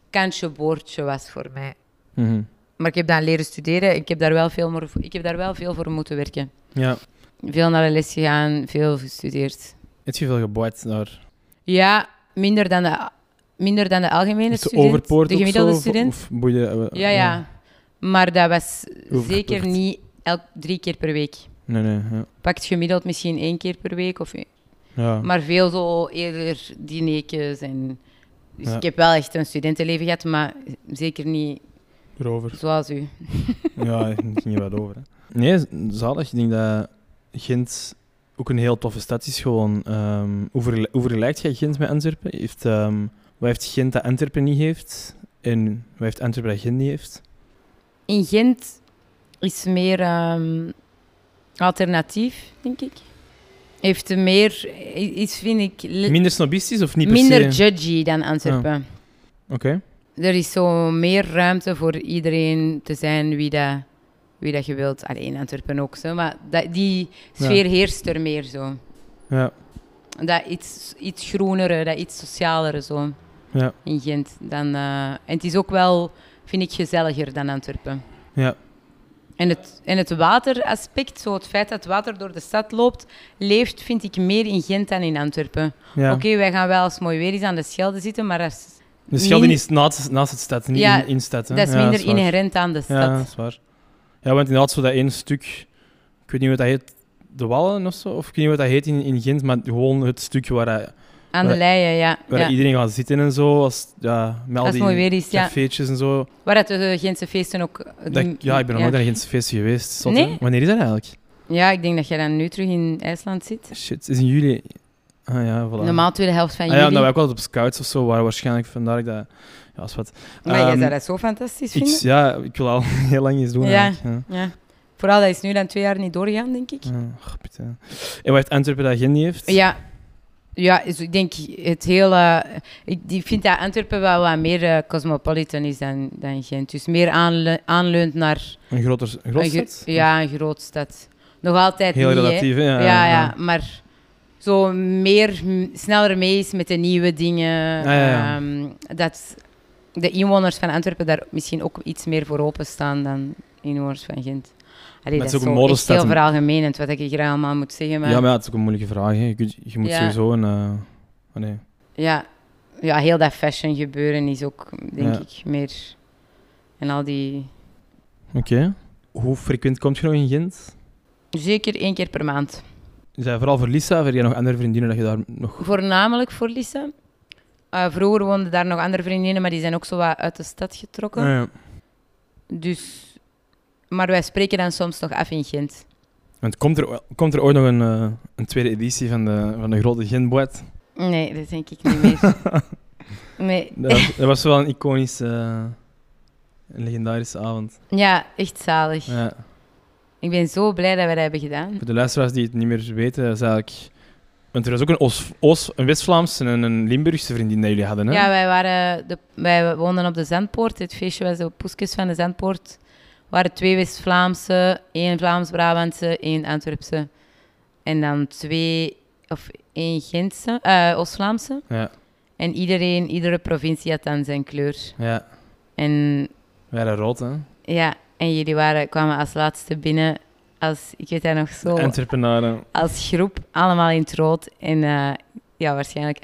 S4: kantje boordje was voor mij.
S3: Mhm.
S4: Maar ik heb dan leren studeren. Ik heb daar wel veel, voor, ik heb daar wel veel voor moeten werken.
S3: ja.
S4: Veel naar de les gegaan, veel gestudeerd.
S3: Het veel geboord daar.
S4: Ja, minder dan de, minder dan de algemene
S3: Is de
S4: student.
S3: overpoort
S4: de
S3: ook
S4: gemiddelde
S3: zo, of-
S4: student.
S3: Of, boeide, eh,
S4: ja, ja. Maar dat was
S3: Overpoort.
S4: zeker niet elk, drie keer per week.
S3: Nee, nee. Ja.
S4: Pakt gemiddeld misschien één keer per week. Of,
S3: Ja.
S4: Maar veel zo eerder dinertjes. En, dus
S3: Ja.
S4: ik heb wel echt een studentenleven gehad, maar zeker niet
S3: Erover.
S4: zoals u.
S3: Ja, daar ging je wel over. Hè. Nee, z- zalig. Ik denk dat Gent ook een heel toffe stad is. Gewoon, ehm, hoe, vergel- hoe vergelijkt jij Gent met Antwerpen? Heeft, ehm, wat heeft Gent dat Antwerpen niet heeft? En wat heeft Antwerpen dat Gent niet heeft?
S4: In Gent is meer ehm, alternatief, denk ik. Heeft meer, is vind ik... le-
S3: Minder snobistisch of niet per
S4: minder
S3: se?
S4: judgy dan Antwerpen.
S3: Oké.
S4: Er is zo meer ruimte voor iedereen te zijn wie dat, wie dat je wilt. Alleen Antwerpen ook zo, maar dat, die sfeer heerst er meer zo.
S3: Ja.
S4: Dat iets, iets groenere, dat iets socialere zo
S3: Ja.
S4: in Gent. Dan, eh, en het is ook wel, vind ik, gezelliger dan Antwerpen.
S3: Ja.
S4: En het, en het wateraspect, zo het feit dat het water door de stad loopt, leeft, vind ik, meer in Gent dan in Antwerpen.
S3: Ja.
S4: Oké, wij gaan wel als mooi weer eens aan de Schelde zitten, maar dat is,
S3: De Schelden
S4: min-
S3: is naast, naast het stad, niet
S4: Ja,
S3: in, in stad. Hè?
S4: dat is
S3: Ja,
S4: minder
S3: waar.
S4: inherent aan de stad.
S3: Ja, dat is waar. Ja, want inderdaad, zo dat één stuk, ik weet niet wat dat heet, de Wallen of zo, of ik weet niet wat dat heet in, in Gent, maar gewoon het stuk waar, hij-
S4: Aan de
S3: Waar-
S4: leien, ja.
S3: waar
S4: ja.
S3: iedereen gaat zitten en zo, als, ja, met al
S4: Als
S3: die
S4: het mooi weer is, ja.
S3: cafeetjes en zo.
S4: Waar dat de Gentse feesten ook... eh,
S3: Dat,
S4: doen-
S3: ik- ja, ik ben nog
S4: ja.
S3: nooit naar Gentse feesten geweest. Zot,
S4: Nee?
S3: hè? Wanneer is dat eigenlijk?
S4: Ja, ik denk dat jij dan nu terug in IJsland zit.
S3: Shit, het is in juli. Ah ja, voilà.
S4: Normaal tweede helft van
S3: Ah,
S4: juli.
S3: ja, nou, wij ook altijd op scouts of zo, waar waarschijnlijk vandaar ik dat... Ja, is wat.
S4: Maar jij
S3: Ehm,
S4: zou dat zo fantastisch
S3: Ik,
S4: vinden.
S3: ja, ik wil al heel lang eens doen
S4: Ja.
S3: eigenlijk,
S4: Ja. Vooral dat is nu dan twee jaar niet doorgaan, denk ik.
S3: Ja. Ach, putain. En wat heeft Antwerpen dat Gent niet heeft?
S4: Ja, ja is- ik denk het hele... eh, Ik die vind dat Antwerpen wel wat meer eh, cosmopolitan is dan, dan Gent. Dus meer aanle- aanleunt naar
S3: Een groter een groot
S4: een, gro-
S3: stad?
S4: ja, een grootstad. Nog altijd
S3: Heel
S4: niet, hè.
S3: relatief, eh, hè?
S4: Ja, ja, maar zo meer, m- sneller mee is met de nieuwe dingen.
S3: Ah, Ja, ja, ja.
S4: ehm, dat de inwoners van Antwerpen daar misschien ook iets meer voor openstaan dan inwoners van Gent. Allee,
S3: Maar
S4: dat
S3: het
S4: is
S3: is ook een
S4: zo echt
S3: modestad,
S4: heel
S3: hè.
S4: veralgemenend wat ik hier allemaal moet zeggen. Maar
S3: Ja, maar ja, het is ook een moeilijke vraag. Hè. Je, kunt- je moet
S4: Ja.
S3: sowieso een... eh, oh nee.
S4: Ja, ja heel dat fashion gebeuren is ook, denk
S3: Ja.
S4: ik, meer. En al die.
S3: Oké. Hoe frequent komt je nog in Gent?
S4: Zeker één keer per maand.
S3: Is dat vooral voor Lisa? Of heb je nog andere vriendinnen dat je daar nog...
S4: Voornamelijk voor Lisa. Eh, vroeger woonden daar nog andere vriendinnen, maar die zijn ook zo wat uit de stad getrokken.
S3: Ah, ja.
S4: Dus. Maar wij spreken dan soms nog af in Gent.
S3: Want komt er, komt er ooit nog een, eh, een tweede editie van de, van de grote Gent-boet?
S4: Nee, dat denk ik niet meer. Nee.
S3: Dat, was- dat was wel een iconische... eh, een legendarische avond.
S4: Ja, echt zalig.
S3: Ja.
S4: Ik ben zo blij dat we dat hebben gedaan.
S3: Voor de luisteraars die het niet meer weten, dat is eigenlijk... Want er was ook een, Oost, Oost, een West-Vlaamse en een Limburgse vriendin dat jullie hadden, hè?
S4: Ja, wij, waren de, wij woonden op de Zandpoort. Het feestje was op Poeskes van de Zandpoort. Er waren twee West-Vlaamse, één Vlaams-Brabantse, één Antwerpse. En dan twee, of één Gentse, eh, Oost-Vlaamse.
S3: Ja.
S4: En iedereen, iedere provincie had dan zijn kleur.
S3: Ja.
S4: En
S3: Wij waren rood, hè?
S4: ja, en jullie waren, kwamen als laatste binnen. Als, ik weet dat nog
S3: De
S4: zo,
S3: Antwerpenaren.
S4: als groep, allemaal in het rood. En eh, ja, waarschijnlijk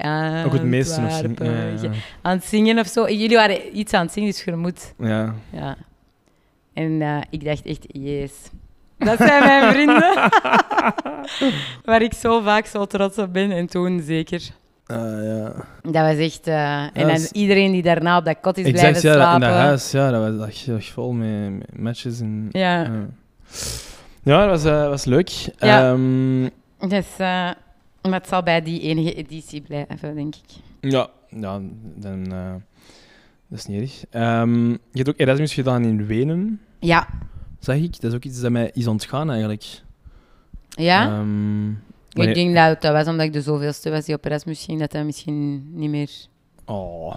S3: Ook het meeste of zo. Ja,
S4: eh, Antwerpen,
S3: ja,
S4: aan het zingen of zo. Jullie waren iets aan het zingen, dus je moet.
S3: ja.
S4: Ja. En eh, ik dacht echt, yes. Dat zijn mijn vrienden. Waar ik zo vaak zo trots op ben. En toen zeker.
S3: Ah, ja.
S4: Dat was echt... eh, en
S3: dat
S4: dan
S3: is-
S4: iedereen die daarna op dat kot is
S3: Exact,
S4: blijven
S3: ja, dat- in
S4: slapen.
S3: dat huis, ja, dat was dat was echt vol met, met matches en...
S4: Ja,
S3: Ja, ja dat was, eh, was leuk.
S4: Ja.
S3: Ehm,
S4: dus... eh, maar het zal bij die enige editie blijven, denk ik.
S3: ja, ja, dan... eh, dat is niet erg. Ehm, je hebt ook Erasmus gedaan in Wenen,
S4: Ja.
S3: zag ik. Dat is ook iets dat mij is ontgaan, eigenlijk.
S4: Ja?
S3: Ehm,
S4: ik
S3: wanneer-
S4: denk dat het dat was omdat ik de zoveelste was die op Erasmus ging, dat dat misschien niet meer...
S3: Oh.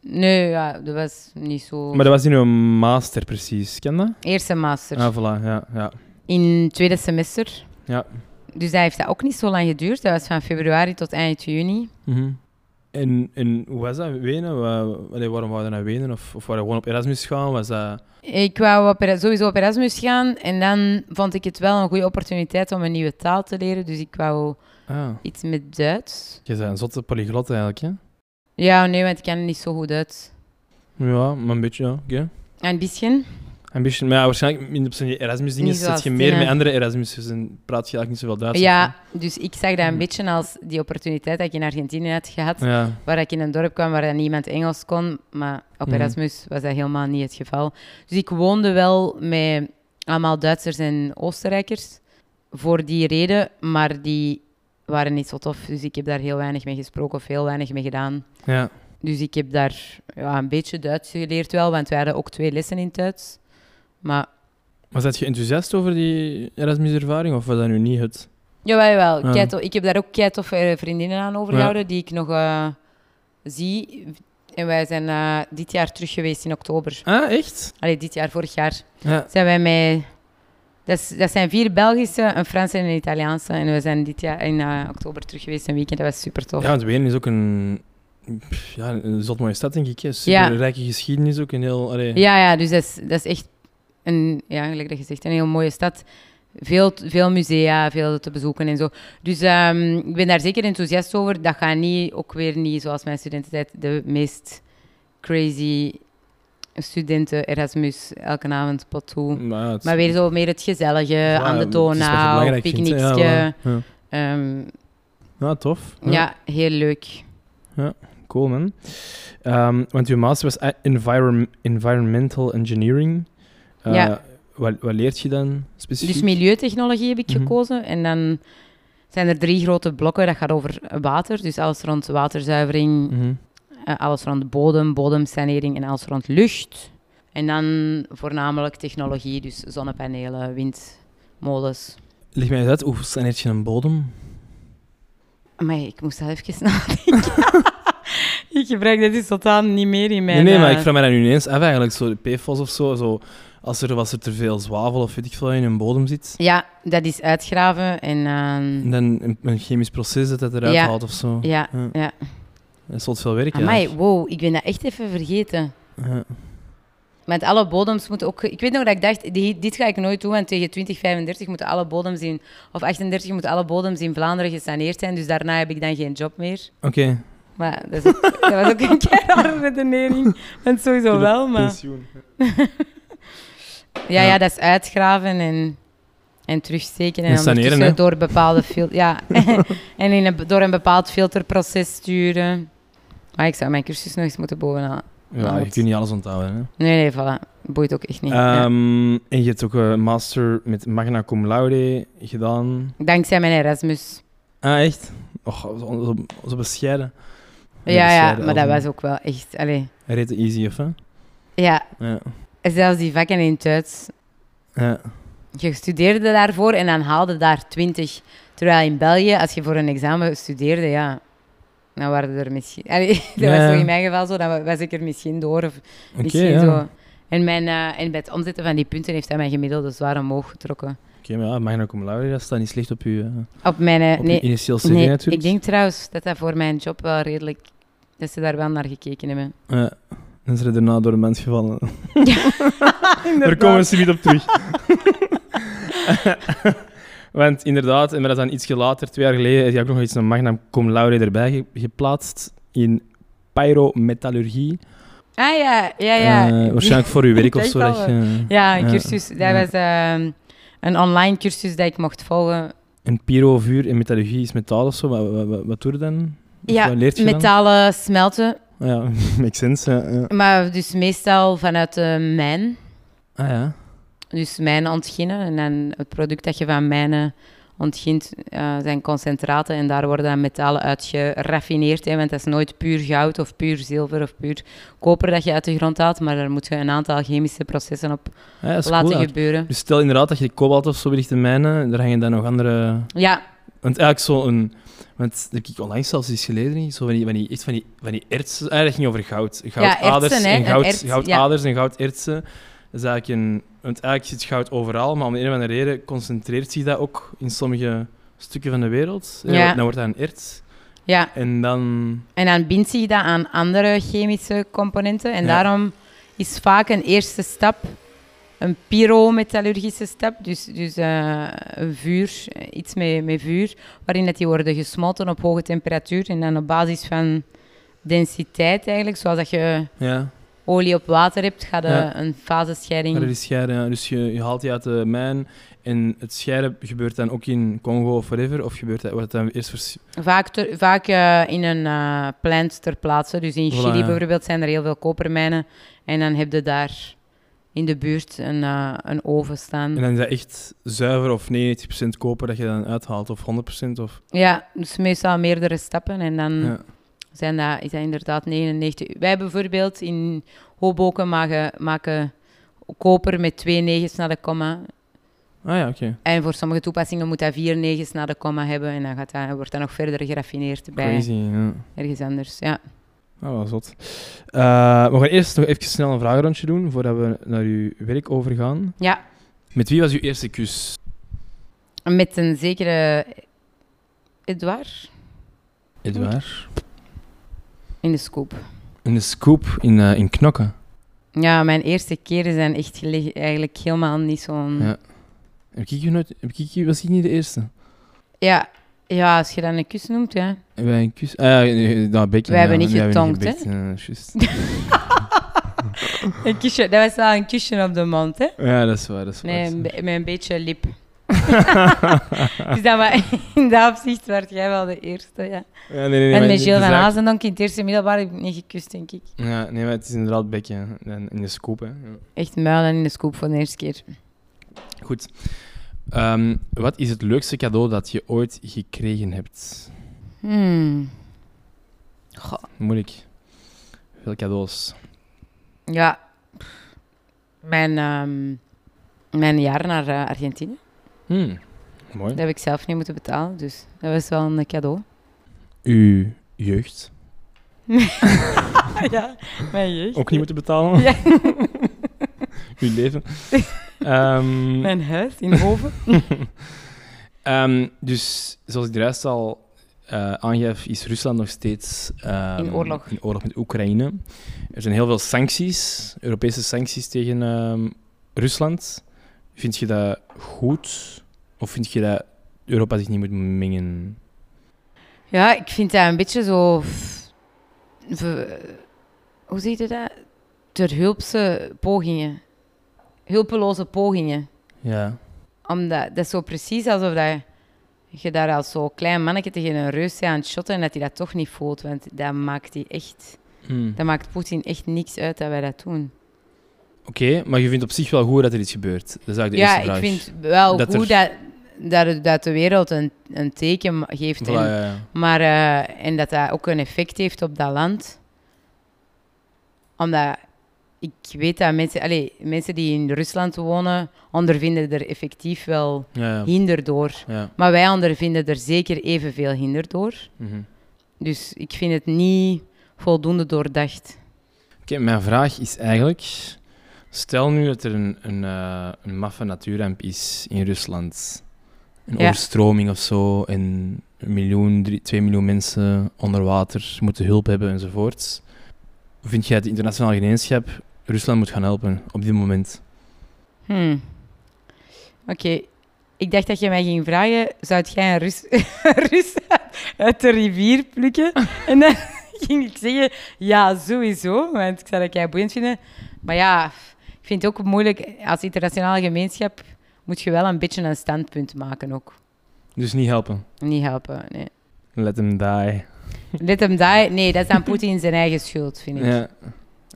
S4: Nee, ja, dat was niet zo...
S3: Maar dat was in uw master, precies. Ken dat?
S4: Eerste master.
S3: Ah, voilà, ja. ja.
S4: in het tweede semester.
S3: Ja.
S4: Dus dat heeft dat ook niet zo lang geduurd. Dat was van februari tot eind juni.
S3: Mhm. En, en hoe was dat? Wenen? Wa- allee, waarom wou je naar Wenen? Of, of waren we gewoon op Erasmus gaan? Was dat...
S4: Ik wou op Era- sowieso op Erasmus gaan. En dan vond ik het wel een goede opportuniteit om een nieuwe taal te leren. Dus ik wou
S3: Ah,
S4: iets met Duits.
S3: je bent een zotte eh, polyglot eigenlijk, hè?
S4: Ja, nee, want ik ken niet zo goed Duits.
S3: Ja, maar een beetje, ja. oké.
S4: Een beetje.
S3: Een beetje, maar ja, waarschijnlijk in- op zo'n Erasmus-dingen
S4: Niet
S3: zit
S4: zoals
S3: je
S4: die,
S3: meer
S4: hè.
S3: met andere Erasmus, dus dan praat je eigenlijk niet zoveel Duits.
S4: Ja, dus ik zag dat
S3: Hm.
S4: een beetje als die opportuniteit dat ik in Argentinië had gehad.
S3: of zo. Ja.
S4: Waar ik in een dorp kwam waar dan niemand Engels kon. Maar op
S3: Mhm.
S4: Erasmus was dat helemaal niet het geval. Dus ik woonde wel met allemaal Duitsers en Oostenrijkers. Voor die reden, maar die waren niet zo tof. Dus ik heb daar heel weinig mee gesproken of heel weinig mee gedaan.
S3: Ja.
S4: Dus ik heb daar ja, een beetje Duits geleerd wel, want wij hadden ook twee lessen in het Duits. Maar
S3: Was dat je enthousiast over die Erasmus-ervaring, of was dat nu niet het...
S4: jawel, jawel.
S3: Ja.
S4: keito- ik heb daar ook keitof vriendinnen aan overgehouden die ik nog eh, zie. En wij zijn eh, dit jaar terug geweest in oktober.
S3: Ah, echt?
S4: Allee, dit jaar, vorig jaar,
S3: Ja.
S4: zijn wij met... Dat, is- dat zijn vier Belgische, een Franse en een Italiaanse. En we zijn dit jaar in eh, oktober terug geweest, een weekend. Dat was super tof.
S3: Ja, want Wenen is ook een... pff, Ja, een zot mooie stad, denk ik. hè.
S4: Ja.
S3: Superrijke geschiedenis ook, een heel... allee,
S4: ja, ja, dus dat is, dat is echt een, ja, gelijk dat je zegt, een heel mooie stad. Veel, veel musea, veel te bezoeken en zo. Dus ehm, ik ben daar zeker enthousiast over. Dat gaat niet, ook weer niet, zoals mijn studententijd, de meest crazy studenten Erasmus elke avond pot toe.
S3: Maar, het-
S4: Maar weer zo meer het gezellige
S3: ja,
S4: aan de nou,
S3: het is wat je
S4: Donau,
S3: belangrijk vindt, hè.
S4: picknickje.
S3: Ja, voilà. ja.
S4: Ehm,
S3: Nou, tof.
S4: ja. heel leuk.
S3: Cool, man. Ehm, want uw master was e- envirom- environmental engineering. Eh,
S4: Ja.
S3: Wat, wat leert je dan specifiek?
S4: Dus milieutechnologie heb ik
S3: Mhm.
S4: gekozen. En dan zijn er drie grote blokken. Dat gaat over water, dus alles rond waterzuivering,
S3: Mhm.
S4: eh, alles rond bodem, bodemsanering en alles rond lucht. En dan voornamelijk technologie, dus zonnepanelen, windmolens.
S3: Leg mij eens uit, hoeveel snelheid je een bodem?
S4: Maar ik moest dat even nadenken. ik gebruik dit dus totaal niet meer in mijn...
S3: nee, nee, maar
S4: eh,
S3: ik vraag me dat nu ineens af eigenlijk. Zo de PFOS of zo, zo. Als er, was er te veel zwavel of weet ik veel in een bodem zit,
S4: Ja, dat is uitgraven en... ehm,
S3: en dan een, een chemisch proces dat dat eruit
S4: Ja.
S3: haalt of zo.
S4: Ja,
S3: Ja.
S4: ja.
S3: Dat is zot veel werk,
S4: Amai,
S3: eigenlijk.
S4: wow, ik ben dat echt even vergeten.
S3: Ja.
S4: Met alle bodems moeten ook... Ik weet nog dat ik dacht, die- dit ga ik nooit doen, want tegen 2035 moeten alle bodems in... Of 38 moeten alle bodems in Vlaanderen gesaneerd zijn, dus daarna heb ik dan geen job meer.
S3: Oké.
S4: Maar dat, is ook- dat was ook een keiharde redenering. Want sowieso wel, maar... Ja, ja, dat is uitgraven en, en terugsteken. En,
S3: En saneren,
S4: ondertussen
S3: hè?
S4: door bepaalde fil ja. en in een, door een bepaald filterproces sturen. Maar ik zou mijn cursus nog eens moeten bovenhalen.
S3: Ja, je
S4: Want-
S3: kunt niet alles onthouden. Hè.
S4: Nee, nee, voilà. Boeit ook echt niet. ja.
S3: Ehm, En je hebt ook een master met magna cum laude gedaan.
S4: Dankzij mijn Erasmus.
S3: Ah, echt? Och, zo, zo, zo bescheiden. Heel
S4: Ja, ja,
S3: bescheiden
S4: maar dat
S3: als
S4: was
S3: een-
S4: ook wel echt... Allee.
S3: Reet easy, of hè?
S4: Ja,
S3: Ja.
S4: zelfs die vakken in het Duits.
S3: ja.
S4: Je studeerde daarvoor en dan haalde daar twintig. Terwijl in België, als je voor een examen studeerde, ja... Dan waren er misschien... Allee, dat
S3: Ja.
S4: was toch in mijn geval zo. Dan was ik er misschien door of
S3: Oké,
S4: misschien
S3: ja.
S4: zo. En, mijn, eh, en bij het omzetten van die punten heeft hij mijn gemiddelde zwaar omhoog getrokken.
S3: Oké, maar ja, magna cum laude, dat staat niet slecht op je, eh,
S4: Op mijn... eh,
S3: op
S4: nee,
S3: je dus? initieel CV
S4: nee
S3: natuurlijk.
S4: ik denk trouwens dat dat voor mijn job wel redelijk... Dat ze daar wel naar gekeken hebben.
S3: Ja. Dan zijn er daarna door een mens gevallen. Daar
S4: Inderdaad.
S3: komen ze niet op terug. Want inderdaad, en maar dat is dan ietsje later, twee jaar geleden, heb je ook nog iets een magna cum laude erbij ge- geplaatst in pyrometallurgie.
S4: Ah ja, ja, ja.
S3: Eh, waarschijnlijk voor uw werk of
S4: Ik
S3: zo.
S4: dacht
S3: Dat
S4: al,
S3: je, eh,
S4: Ja, een
S3: Ja.
S4: cursus. Dat
S3: Ja.
S4: was ehm, een online cursus dat ik mocht volgen.
S3: En pyro, vuur en metallurgie is metaal of zo. Wat, wat, wat, wat doe je dan? Of
S4: Ja,
S3: Dus wat leert je dan?
S4: metalen smelten.
S3: Ja, makes sense. Ja, ja.
S4: Maar dus meestal vanuit de mijn.
S3: Ah ja.
S4: Dus mijnen ontginnen. En dan het product dat je van mijnen ontgint eh, zijn concentraten. En daar worden dan metalen uit geraffineerd. Hè, want dat is nooit puur goud of puur zilver of puur koper dat je uit de grond haalt. Maar daar moet je een aantal chemische processen op
S3: Ah, dat is
S4: laten
S3: cool, ja.
S4: gebeuren.
S3: Dus stel inderdaad dat je kobalt of zo bericht in mijnen, daar hangen dan nog andere...
S4: Ja,
S3: Want eigenlijk zo'n... Want dat heb ik onlangs zelfs iets gelezen, zo van die, van die, echt van die, van die ertsen... Ah, dat ging over goud. Goudaders
S4: ertsen, hè,
S3: en
S4: een
S3: goud,
S4: erts, ja.
S3: goudaders en goudertsen. Dat is eigenlijk een... Want eigenlijk zit goud overal, maar om de een of andere reden concentreert zich dat ook in sommige stukken van de wereld.
S4: Ja.
S3: Dan wordt dat een erts.
S4: ja.
S3: En dan...
S4: En dan bindt zich dat aan andere chemische componenten. En
S3: Ja.
S4: daarom is vaak een eerste stap een pyrometallurgische stap. Dus, dus eh, een vuur, eh, iets met, met vuur, waarin dat die worden gesmolten op hoge temperatuur. En dan op basis van densiteit eigenlijk, zoals dat je
S3: Ja,
S4: olie op water hebt, gaat je
S3: Ja.
S4: een
S3: naar
S4: fasescheiding...
S3: die scheiden. ja. Dus je, je haalt die uit de mijn en het scheiden gebeurt dan ook in Congo of whatever, of gebeurt dat, wordt dat dan eerst vers,
S4: Vaak, ter- vaak eh, in een eh, plant ter plaatse. Dus in
S3: Voilà,
S4: Chili
S3: ja.
S4: bijvoorbeeld zijn er heel veel kopermijnen. En dan heb je daar in de buurt een, eh, een oven staan.
S3: En dan is dat echt zuiver of 90% koper dat je dan uithaalt, of 100% of...
S4: Ja, dus meestal meerdere stappen. En dan
S3: Ja.
S4: zijn dat, is dat inderdaad 99. Wij bijvoorbeeld in Hoboken maken, maken koper met twee negens naar de komma.
S3: Ah ja, oké.
S4: En voor sommige toepassingen moet dat vier negens naar de komma hebben. En dan gaat dat, wordt dat nog verder geraffineerd bij
S3: Crazy, ja.
S4: ergens anders. Ja.
S3: Ah, wel zot. Eh, we gaan eerst nog even snel een vragenrondje doen, voordat we naar uw werk overgaan.
S4: ja,
S3: Met wie was uw eerste kus?
S4: met een zekere Edouard.
S3: Edouard.
S4: In de scoop.
S3: In de scoop in, eh, in Knokken.
S4: Ja, mijn eerste keren zijn echt gele- eigenlijk helemaal niet zo'n...
S3: Ja. Heb ik je nooit... Heb ik je, was ik niet de eerste?
S4: Ja. ja, als je dat een kus noemt, ja.
S3: Hebben wij een kus... Ah, ja, nee, dat bekje.
S4: We
S3: ja,
S4: hebben niet
S3: we
S4: getongd, hè?
S3: gebikt, Ja, dat is juist.
S4: Een kusje, dat was wel een kusje op de mond, hè?
S3: Ja, dat is waar, dat is waar.
S4: Nee,
S3: dat is
S4: een
S3: waar.
S4: be- met een beetje lip. dus dat maar, in dat opzicht werd jij wel de eerste, ja.
S3: Ja, nee, nee, nee,
S4: en
S3: maar
S4: met
S3: de
S4: Gilles van
S3: zaak-
S4: Hazendonk in het eerste middelbaar heb ik niet gekust, denk ik.
S3: Ja, nee, maar het is inderdaad bekje. En in de scoop, hè. Ja.
S4: Echt muilen in de scoop voor de eerste keer.
S3: Goed. Ehm, wat is het leukste cadeau dat je ooit gekregen hebt?
S4: Hmm. Goh,
S3: Moeilijk. Veel cadeaus.
S4: ja. Mijn, ehm, mijn jaar naar eh, Argentinië,
S3: Hmm, Mooi.
S4: dat heb ik zelf niet moeten betalen, dus dat was wel een cadeau.
S3: Uw jeugd.
S4: ja, mijn jeugd.
S3: Ook niet moeten betalen.
S4: Ja.
S3: Uw leven. Ehm,
S4: Mijn huis in Hoven.
S3: ehm, dus, zoals ik er juist al eh, aangeef, is Rusland nog steeds... ehm,
S4: In oorlog.
S3: In oorlog met Oekraïne. Er zijn heel veel sancties, Europese sancties tegen ehm, Rusland. Vind je dat goed? Of vind je dat Europa zich niet moet mengen?
S4: Ja, ik vind dat een beetje zo. f- ver- hoe ziet je dat? Ter hulpse pogingen. Hulpeloze pogingen.
S3: Ja.
S4: Omdat dat is zo precies alsof dat je, je daar als zo'n klein mannetje tegen een reus bent aan het shotten en dat hij dat toch niet voelt. Want dat maakt, die echt,
S3: Hmm.
S4: dat maakt Poetin echt niks uit dat wij dat doen.
S3: Oké, maar je vindt op zich wel goed dat er iets gebeurt. Dat is eigenlijk de
S4: ja,
S3: eerste
S4: ik
S3: vraag.
S4: vind wel
S3: Dat
S4: goed dat, dat, het- dat de wereld een, een teken geeft.
S3: Voilà,
S4: en-
S3: ja, ja.
S4: Maar, eh, en dat dat ook een effect heeft op dat land. Omdat ik weet dat mensen, allee, mensen die in Rusland wonen, ondervinden er effectief wel
S3: Ja, ja.
S4: hinder door.
S3: ja.
S4: Maar wij ondervinden er zeker evenveel hinder door.
S3: mhm.
S4: Dus ik vind het niet voldoende doordacht.
S3: Oké, mijn vraag is eigenlijk... Stel nu dat er een, een, eh, een maffe natuurramp is in Rusland. Een
S4: Ja.
S3: overstroming of zo. En een miljoen, drie, twee miljoen mensen onder water moeten hulp hebben enzovoort. Vind jij het internationaal gemeenschap Rusland moet gaan helpen op dit moment?
S4: Hmm. Oké, ik dacht dat je mij ging vragen, zou jij een Rus, een Rus uit de rivier plukken? En dan ging ik zeggen, ja, sowieso, want ik zou dat jij boeiend vinden. Maar ja, ik vind het ook moeilijk, als internationale gemeenschap moet je wel een beetje een standpunt maken ook.
S3: Dus niet helpen.
S4: Niet helpen, nee.
S3: Let them die.
S4: Let hem die, nee, dat is aan Poetin zijn eigen schuld, vind ik.
S3: Ja.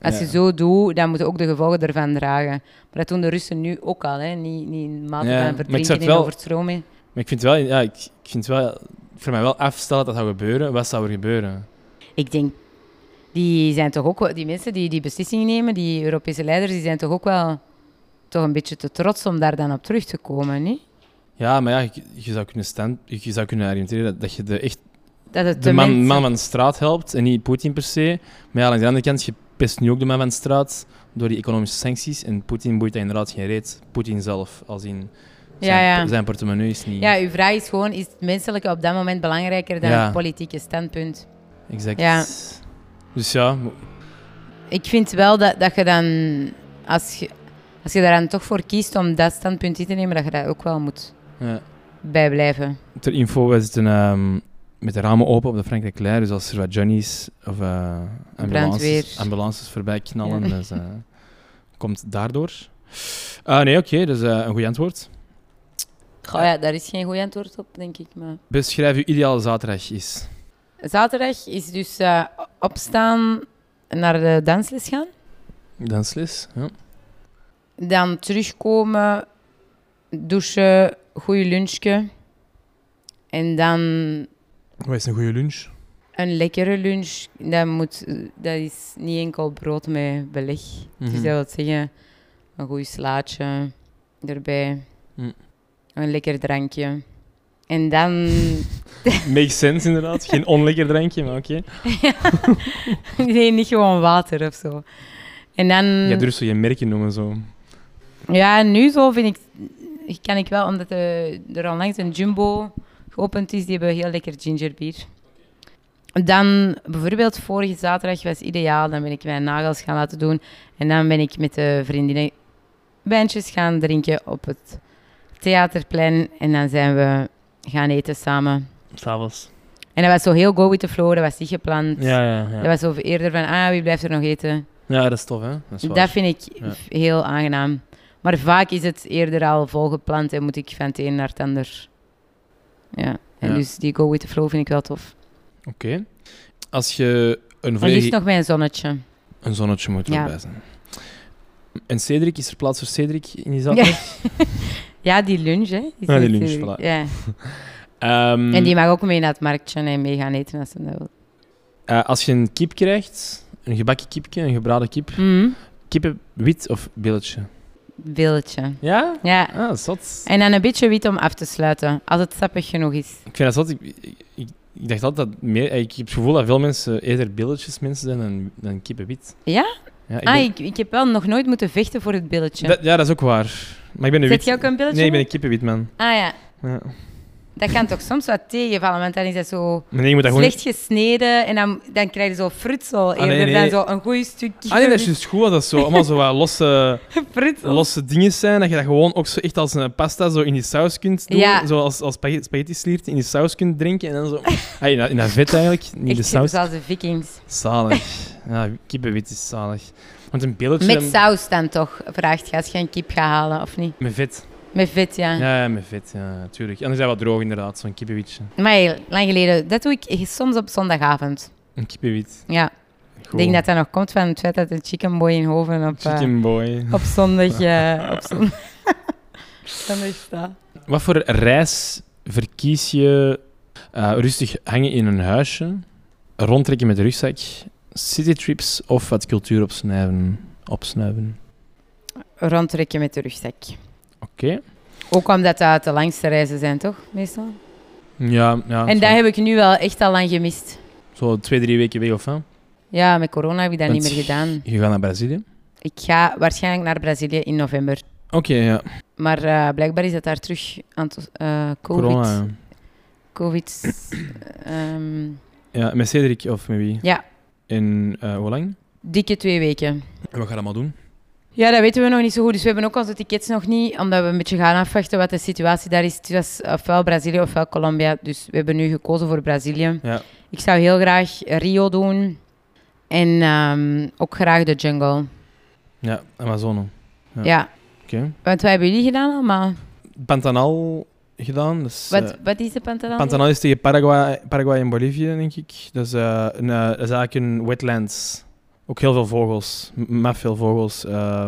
S4: Als
S3: Ja.
S4: je zo doet, dan moeten ook de gevolgen ervan dragen. Maar dat doen de Russen nu ook al, hè. Niet, niet in mate
S3: Ja, maar
S4: van
S3: ik
S4: verdrinken
S3: zat
S4: in
S3: wel-
S4: overstroming.
S3: Maar ik vind wel, ja, ik, ik vind wel, voor mij wel af, stel dat dat zou gebeuren, wat zou er gebeuren?
S4: Ik denk, die zijn toch ook wel, die mensen die die beslissingen nemen, die Europese leiders, die zijn toch ook wel toch een beetje te trots om daar dan op terug te komen, niet?
S3: Ja, maar ja, je, je zou kunnen stand, je zou kunnen argumenteren dat, dat je de, echt
S4: Dat het
S3: de man,
S4: mensen-
S3: man van de straat helpt en niet Poetin per se. Maar ja, aan de andere kant, je pest nu ook de man van de straat door die economische sancties. En Poetin boeit dat inderdaad geen reet. Poetin zelf, als in zijn,
S4: Ja, ja.
S3: zijn portemonnee is niet...
S4: Ja, uw vraag is gewoon, is het menselijke op dat moment belangrijker dan
S3: Ja.
S4: het politieke standpunt?
S3: exact.
S4: ja.
S3: Dus ja, mo-
S4: Ik vind wel dat, dat je dan, als je, als je daaraan toch voor kiest om dat standpunt in te nemen, dat je daar ook wel moet
S3: ja.
S4: bij blijven.
S3: Ter info, we zitten ehm, met de ramen open op de Frankrijk Leir. Dus als er wat Johnny's of eh,
S4: Brandweer.
S3: ambulances, ambulances voorbij knallen, dus, eh, komt daardoor. Ah nee, oké, dat is eh, een goed antwoord.
S4: Goh, ja, daar is geen goed antwoord op, denk ik, maar...
S3: Beschrijf uw ideale zaterdag is.
S4: Zaterdag is dus eh, opstaan, naar de dansles gaan.
S3: Dansles. Ja.
S4: Dan terugkomen, douchen, goeie lunchje. En dan
S3: Wat is een goede lunch?
S4: een lekkere lunch. Dat, moet, dat is niet enkel brood met beleg. Dus
S3: Mhm.
S4: dat wil zeggen, een goed slaatje erbij.
S3: Mm.
S4: Een lekker drankje. En dan...
S3: Makes sense inderdaad. Geen onlekker drankje, maar oké.
S4: nee, niet gewoon water of zo. En dan...
S3: Ja, durf zo je merken noemen zo.
S4: Ja, nu zo vind ik, kan ik wel, omdat eh, er onlangs een jumbo geopend is, die hebben heel lekker gingerbier. Dan bijvoorbeeld vorige zaterdag was ideaal. Dan ben ik mijn nagels gaan laten doen. En dan ben ik met de vriendinnen wijntjes gaan drinken op het theaterplein. En dan zijn we gaan eten samen.
S3: S'avonds.
S4: En dat was zo heel go with the flow. Dat was niet gepland.
S3: Ja, ja,
S4: Dat
S3: ja.
S4: was zo eerder van, ah, wie blijft er nog eten?
S3: Ja, dat is tof, hè? Dat is waar.
S4: Dat vind ik
S3: Ja.
S4: f- heel aangenaam. Maar vaak is het eerder al volgepland en moet ik van het een naar het ander. Ja. En
S3: Ja.
S4: dus die go with the flow vind ik wel tof.
S3: Oké. Als je een
S4: En liefst
S3: volledig...
S4: nog met een zonnetje.
S3: Een zonnetje moet
S4: Ja.
S3: erbij zijn. En Cedric, is er plaats voor Cedric in die zaterdag?
S4: Ja, die lunch, hè. Die
S3: Ja, die
S4: zit
S3: lunch,
S4: er-
S3: voilà. Mm.
S4: Ja.
S3: Ehm,
S4: En die mag ook mee naar het marktje en mee gaan eten als ze dat wil.
S3: eh, als je een kip krijgt, een gebakken kipje, een gebraden kip,
S4: Mhm.
S3: kippen wit of billetje?
S4: Beeldje.
S3: Ja?
S4: Ja.
S3: Ah, zot.
S4: En dan een beetje wit om af te sluiten, als het sappig genoeg is.
S3: Ik vind dat zot. Ik, ik, ik- ik dacht altijd dat meer... eh, Ik heb het gevoel dat veel mensen eerder billetjes mensen zijn dan, dan kippen wit.
S4: Ja?
S3: Ja, ik
S4: ah,
S3: ben-
S4: ik, ik heb wel nog nooit moeten vechten voor het beeldje.
S3: dat, ja, dat is ook waar. Maar ik ben een
S4: Zet
S3: wit...
S4: jij ook een beeldje?
S3: Nee, ik ben een kippenwit, man.
S4: Ah ja,
S3: Ja.
S4: dat kan toch soms wat tegenvallen, want dan is dat zo
S3: Maar nee, je moet dat gewoon...
S4: slecht gesneden en dan, dan krijg je zo frutsel
S3: Ah, nee,
S4: eerder
S3: nee.
S4: dan zo een goed stukje
S3: Ah nee, dat is juist goed. Dat is zo allemaal zo wat losse...
S4: frutsel.
S3: losse dingen zijn, dat je dat gewoon ook zo echt als een pasta zo in die saus kunt doen.
S4: Ja.
S3: Zo als, als spaghetti sliert in die saus kunt drinken en dan zo... Ah, in, dat, in dat vet eigenlijk, niet
S4: Echt
S3: de saus.
S4: zoals de vikings.
S3: Zalig. Ja, kippenwit is zalig. Want een billetje...
S4: Met saus dan toch, vraagt je, als je een kip gaat halen of niet?
S3: Met vet.
S4: Met vet, ja.
S3: Ja, ja, met vet, ja, tuurlijk. En dan is dat wat droog inderdaad, zo'n kippenwitje.
S4: Maar heel lang geleden, dat doe ik soms op zondagavond.
S3: Een kippenwit.
S4: Ja, ik
S3: Goed.
S4: denk dat dat nog komt van het feit dat de Chicken Boy in Hoven op, eh,
S3: Chicken boy.
S4: op zondag, eh, op zondag, zondag staat.
S3: Wat voor reis verkies je? Eh, rustig hangen in een huisje, rondtrekken met de rugzak, citytrips of wat cultuur opsnuiven? opsnuiven.
S4: Rondtrekken met de rugzak.
S3: Oké.
S4: Ook omdat dat de langste reizen zijn, toch? Meestal.
S3: Ja, ja
S4: en
S3: zo,
S4: dat heb ik nu wel echt al lang gemist.
S3: zo twee, drie weken weg of hè?
S4: Ja, met corona heb ik dat
S3: Want-
S4: niet meer gedaan.
S3: Je gaat naar Brazilië?
S4: Ik ga waarschijnlijk naar Brazilië in november.
S3: Oké, ja.
S4: Maar eh, blijkbaar is dat daar terug aan het- eh, COVID.
S3: Corona. ja.
S4: COVID. ehm,
S3: Ja, met Cedric of met wie?
S4: Ja.
S3: In eh hoe lang?
S4: dikke twee weken.
S3: En wat gaat allemaal doen?
S4: Ja, dat weten we nog niet zo goed. Dus we hebben ook onze tickets nog niet, omdat we een beetje gaan afwachten wat de situatie daar is. Het was ofwel Brazilië ofwel Colombia. Dus we hebben nu gekozen voor Brazilië.
S3: Ja.
S4: Ik zou heel graag Rio doen. En ehm, ook graag de jungle.
S3: Ja, Amazone.
S4: Ja.
S3: Ja. Oké.
S4: Want wat hebben jullie gedaan allemaal?
S3: Pantanal gedaan. Dus,
S4: Wat,
S3: eh,
S4: wat is de Pantanal?
S3: Pantanal is tegen Paraguay, Paraguay en Bolivia, denk ik. Dat is, eh, een, eh, dat is eigenlijk een wetlands. Ook heel veel vogels. M- Maf veel vogels. Ehm, ja,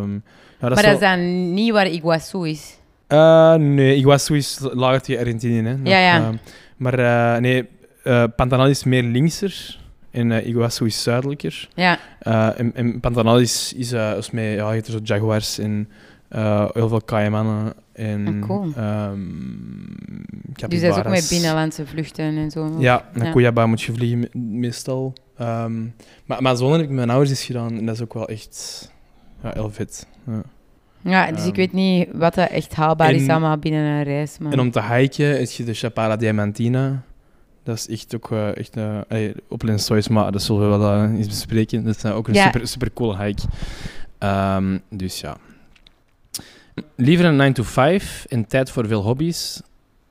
S3: dat
S4: maar
S3: is
S4: dat is
S3: wel-
S4: dan niet waar Iguazu is.
S3: Eh, nee, Iguazu is lager tegen Argentinië. Hè, nog,
S4: Ja, ja.
S3: ehm, maar eh, nee, eh, Pantanal is meer linkser. En eh, Iguazu is zuidelijker.
S4: Ja,
S3: Eh, en, en Pantanal is, is eh, volgens mij, ja, je hebt er zo jaguars en eh, heel veel kaimannen. En,
S4: Ah, cool.
S3: ehm,
S4: dus dat is ook met
S3: capybaras.
S4: binnenlandse vluchten en zo.
S3: Ja, naar
S4: Ja.
S3: Cuiabá moet je vliegen me- meestal. Ehm, maar Amazone heb ik met mijn ouders eens gedaan en dat is ook wel echt ja, heel vet. Ja.
S4: Ja, dus ik
S3: Ehm,
S4: weet niet wat dat echt haalbaar is
S3: en-
S4: allemaal binnen een reis. Maar...
S3: En om te hiken is je de Chapada Diamantina. Dat is echt ook eh, echt, eh, ey, op Lensois, maar dat zullen we wel eh, eens bespreken. Dat is eh, ook een
S4: Ja.
S3: super, super cool hike. Ehm, dus ja. Liever een 9 to 5 en tijd voor veel hobby's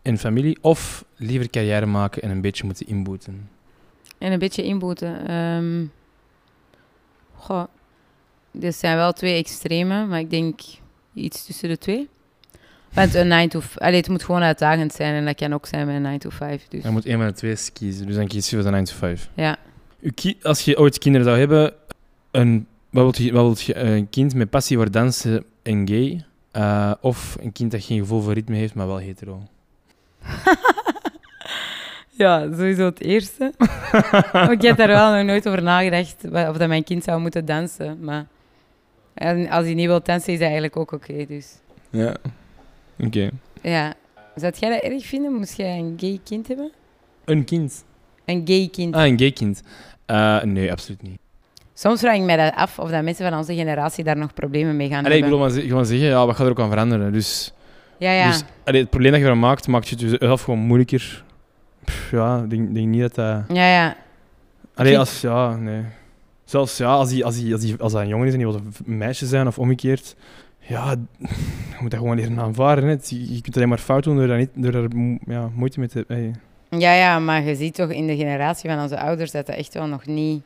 S3: en familie. Of liever carrière maken en een beetje moeten inboeten.
S4: En een beetje inboeten. ehm. goh. Dit zijn wel twee extreme, maar ik denk iets tussen de twee. Want een 9 to 5... Allee, het moet gewoon uitdagend zijn en dat kan ook zijn met een 9 to 5. Dus.
S3: Je moet één van de twee kiezen, dus dan kies je voor de 9 to 5.
S4: Ja.
S3: Uw ki- Als je ooit kinderen zou hebben, een, wat wilt je, wat wilt je? Een kind met passie voor dansen en gay? eh, of een kind dat geen gevoel voor ritme heeft, maar wel hetero?
S4: Ja, sowieso het eerste. Maar ik heb daar wel nog nooit over nagedacht wa- of dat mijn kind zou moeten dansen. Maar en als hij niet wil dansen, is dat eigenlijk ook oké. dus
S3: Ja. Oké.
S4: ja. Zou jij dat erg vinden? Moest jij een gay kind hebben?
S3: Een kind?
S4: Een gay kind.
S3: Ah, een gay kind. Eh, nee, absoluut niet.
S4: Soms vraag ik mij dat af of dat mensen van onze generatie daar nog problemen mee gaan
S3: Allee, ik
S4: hebben.
S3: wil maar, ze- gewoon zeggen, ja, wat gaat er ook aan veranderen? Dus,
S4: Ja, ja.
S3: dus allee, het probleem dat je dus ervan maakt, maakt je het jezelf gewoon moeilijker. Pff, ja, ik denk, denk niet dat dat...
S4: ja, ja.
S3: Allee, als, ja, nee. Zelfs ja, als, die, als, die, als, die, als dat een jongen is en die wil een v- meisje zijn of omgekeerd, ja, je moet dat gewoon leren aanvaarden. Hè. Het- Je je kunt alleen maar fout doen door daar, niet, door daar mo- ja, moeite mee te hebben. Hey.
S4: Ja, ja, maar je ziet toch in de generatie van onze ouders dat dat echt wel nog niet...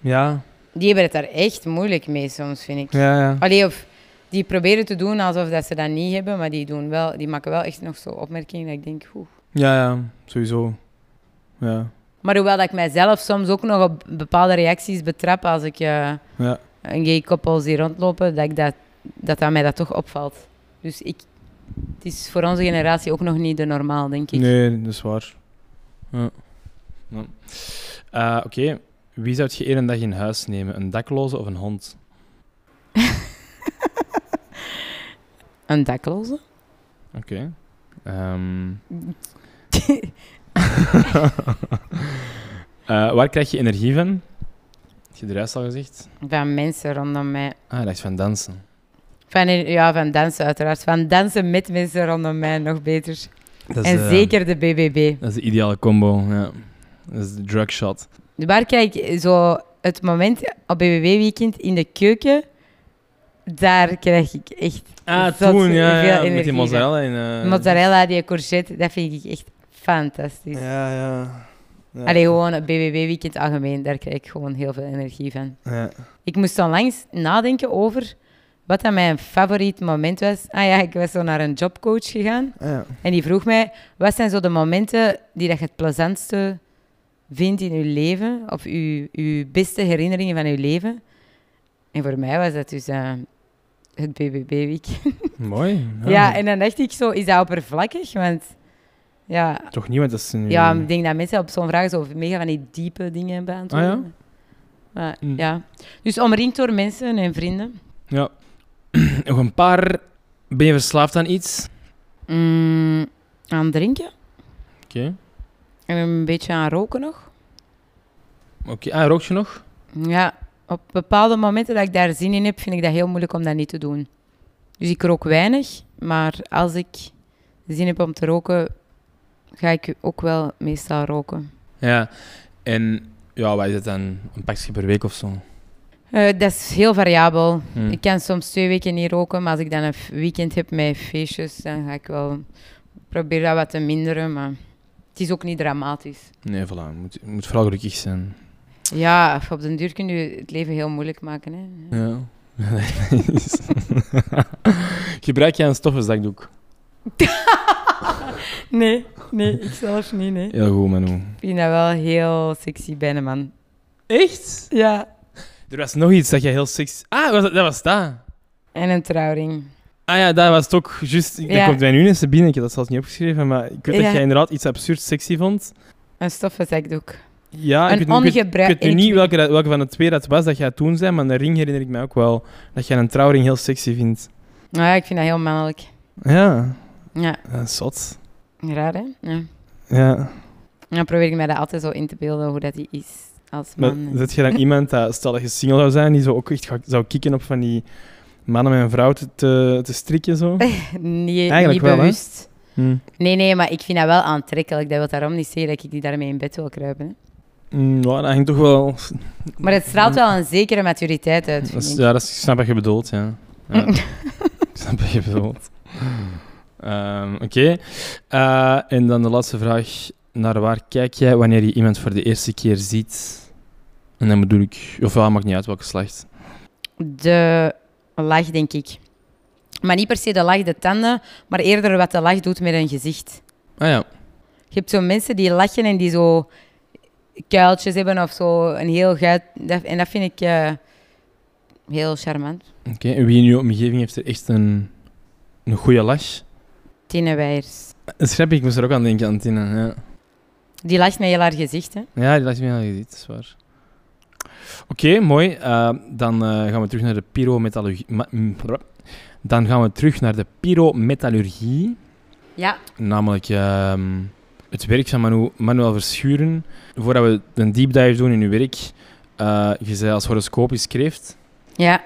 S3: Ja,
S4: Die hebben het daar echt moeilijk mee soms, vind ik.
S3: ja, ja.
S4: Allee, of die proberen te doen alsof dat ze dat niet hebben, maar die, doen wel, die maken wel echt nog zo opmerkingen dat ik denk, oeh.
S3: Ja, ja, sowieso. Ja.
S4: Maar hoewel dat ik mijzelf soms ook nog op bepaalde reacties betrap als ik eh,
S3: Ja.
S4: een gay koppel zie rondlopen, dat, ik dat, dat dat mij dat toch opvalt. Dus ik, het is voor onze generatie ook nog niet de normaal, denk ik.
S3: Nee, dat is waar. Ja. Ja. Eh, Oké, wie zou je één dag in huis nemen? Een dakloze of een hond?
S4: Een dakloze?
S3: Oké. Ehm, eh, waar krijg je energie van? Heb je eruit al gezegd?
S4: Van mensen rondom mij.
S3: Ah, dat is van dansen.
S4: Van, eh, ja, van dansen uiteraard. Van dansen met mensen rondom mij nog beter.
S3: Dat eh,
S4: en zeker de BBB.
S3: Dat is de ideale combo, ja. Dat is de drugshot.
S4: Waar krijg ik zo het moment op BBB-weekend in de keuken? Daar krijg ik echt
S3: Ah,
S4: Zot
S3: toen, ja,
S4: veel
S3: ja, met
S4: energie,
S3: die
S4: ja.
S3: mozzarella. En, eh,
S4: mozzarella, die courgette. Dat vind ik echt fantastisch.
S3: Ja, ja. ja.
S4: Allee, gewoon het BBB-weekend algemeen, daar krijg ik gewoon heel veel energie van.
S3: Ja.
S4: Ik moest onlangs nadenken over wat dat mijn favoriet moment was. Ah ja, ik was zo naar een jobcoach gegaan
S3: Ah, ja.
S4: en die vroeg mij, wat zijn zo de momenten die dat je het plezantste vindt in je leven? Of je, je beste herinneringen van je leven? En voor mij was dat dus eh, het BBB-weekend.
S3: Mooi.
S4: Ja. en dan dacht ik zo, is dat oppervlakkig? Want ja,
S3: Toch niet, want dat is nu...
S4: ja, ik denk dat mensen op zo'n vraag zo mega van die diepe dingen beantwoorden.
S3: Ah, ja?
S4: Maar,
S3: Mm.
S4: ja. Dus omringd door mensen en vrienden.
S3: Ja. Nog een paar. Ben je verslaafd aan iets?
S4: Mm, aan drinken.
S3: Oké.
S4: En een beetje aan roken nog.
S3: Oké. Ah, rook je nog?
S4: Ja, op bepaalde momenten dat ik daar zin in heb, vind ik dat heel moeilijk om dat niet te doen. Dus ik rook weinig, maar als ik zin heb om te roken, ga ik ook wel meestal roken.
S3: Ja. En ja, wat is het dan? Een pakje per week of zo?
S4: Eh, dat is heel variabel.
S3: Hm.
S4: Ik kan soms twee weken niet roken, maar als ik dan een f- weekend heb met feestjes, dan ga ik wel proberen dat wat te minderen. Maar het is ook niet dramatisch.
S3: Nee, voilà. Je moet, je moet vooral gelukkig zijn.
S4: Ja, op den duur kun je het leven heel moeilijk maken. Hè.
S3: Ja. Gebruik jij een stoffenzakdoek?
S4: Nee, nee, ik zelf niet. Nee.
S3: Heel goed, Manu.
S4: Ik vind dat wel heel sexy bij een man.
S3: Echt?
S4: Ja.
S3: Er was nog iets dat jij heel sexy... Ah, was dat, dat was dat.
S4: En een trouwring.
S3: Ah ja, dat was toch juist... Dat
S4: Ja.
S3: komt mij nu ineens te binnen. Ik heb dat zelfs niet opgeschreven, maar ik weet
S4: Ja.
S3: dat jij inderdaad iets absurd sexy vond.
S4: Een stoffenzakdoek.
S3: Ja, Ah, ik
S4: een
S3: weet, ik weet- Ik
S4: ongebruikt...
S3: weet nu niet welke, dat- welke van de twee dat was dat jij toen zei, maar de ring herinner ik mij ook wel. Dat jij een trouwring heel sexy vindt.
S4: Nou ja, ik vind dat heel mannelijk.
S3: Ja,
S4: Ja,
S3: dat is zot.
S4: raar hè? Ja.
S3: Ja.
S4: Dan probeer ik mij dat altijd zo in te beelden, hoe dat die is als
S3: Maar
S4: man.
S3: zet je dan iemand dat, stel dat je single zou zijn, die zo ook echt ga- zou kicken op van die mannen met een vrouw te, te, te strikken zo?
S4: Eh. Nee,
S3: Eigenlijk
S4: niet
S3: wel, hè?
S4: bewust.
S3: Hm.
S4: Nee, nee, maar ik vind dat wel aantrekkelijk. Dat wil daarom niet zeggen dat ik die daarmee in bed wil kruipen. hè.
S3: Mm, ja, dat hangt toch wel...
S4: Maar het straalt wel een zekere maturiteit uit.
S3: Dat
S4: Vind
S3: is,
S4: ik.
S3: ja, dat is, ik snap wat je bedoelt, ja. ja. ik snap wat je bedoelt. Ehm, Oké. Eh, en dan de laatste vraag. Naar waar kijk jij wanneer je iemand voor de eerste keer ziet? En dan bedoel ik... Of ja, maakt niet uit welke slecht.
S4: De lach, denk ik. Maar niet per se de lach, de tanden, maar eerder wat de lach doet met een gezicht.
S3: Ah ja.
S4: Je hebt zo mensen die lachen en die zo kuiltjes hebben of zo. Een heel guit. dat- En dat vind ik eh, heel charmant.
S3: Oké. En wie in je omgeving heeft er echt een, een goede lach?
S4: Tine Weijers.
S3: Dat is grappig, ik moest er ook aan denken, aan Tina. Ja,
S4: Die lacht met heel haar gezicht, hè.
S3: ja die lacht me aan gezien, dat is waar. Oké, mooi. Eh, dan eh, gaan we terug naar de pyrometallurgie... ma- mm, brap. Dan gaan we terug naar de pyrometallurgie.
S4: Ja.
S3: Namelijk ehm, het werk van Manu, Manuel Verschuren. Voordat we een deep dive doen in uw werk, eh, je zei als horoscopisch kreeft.
S4: Ja.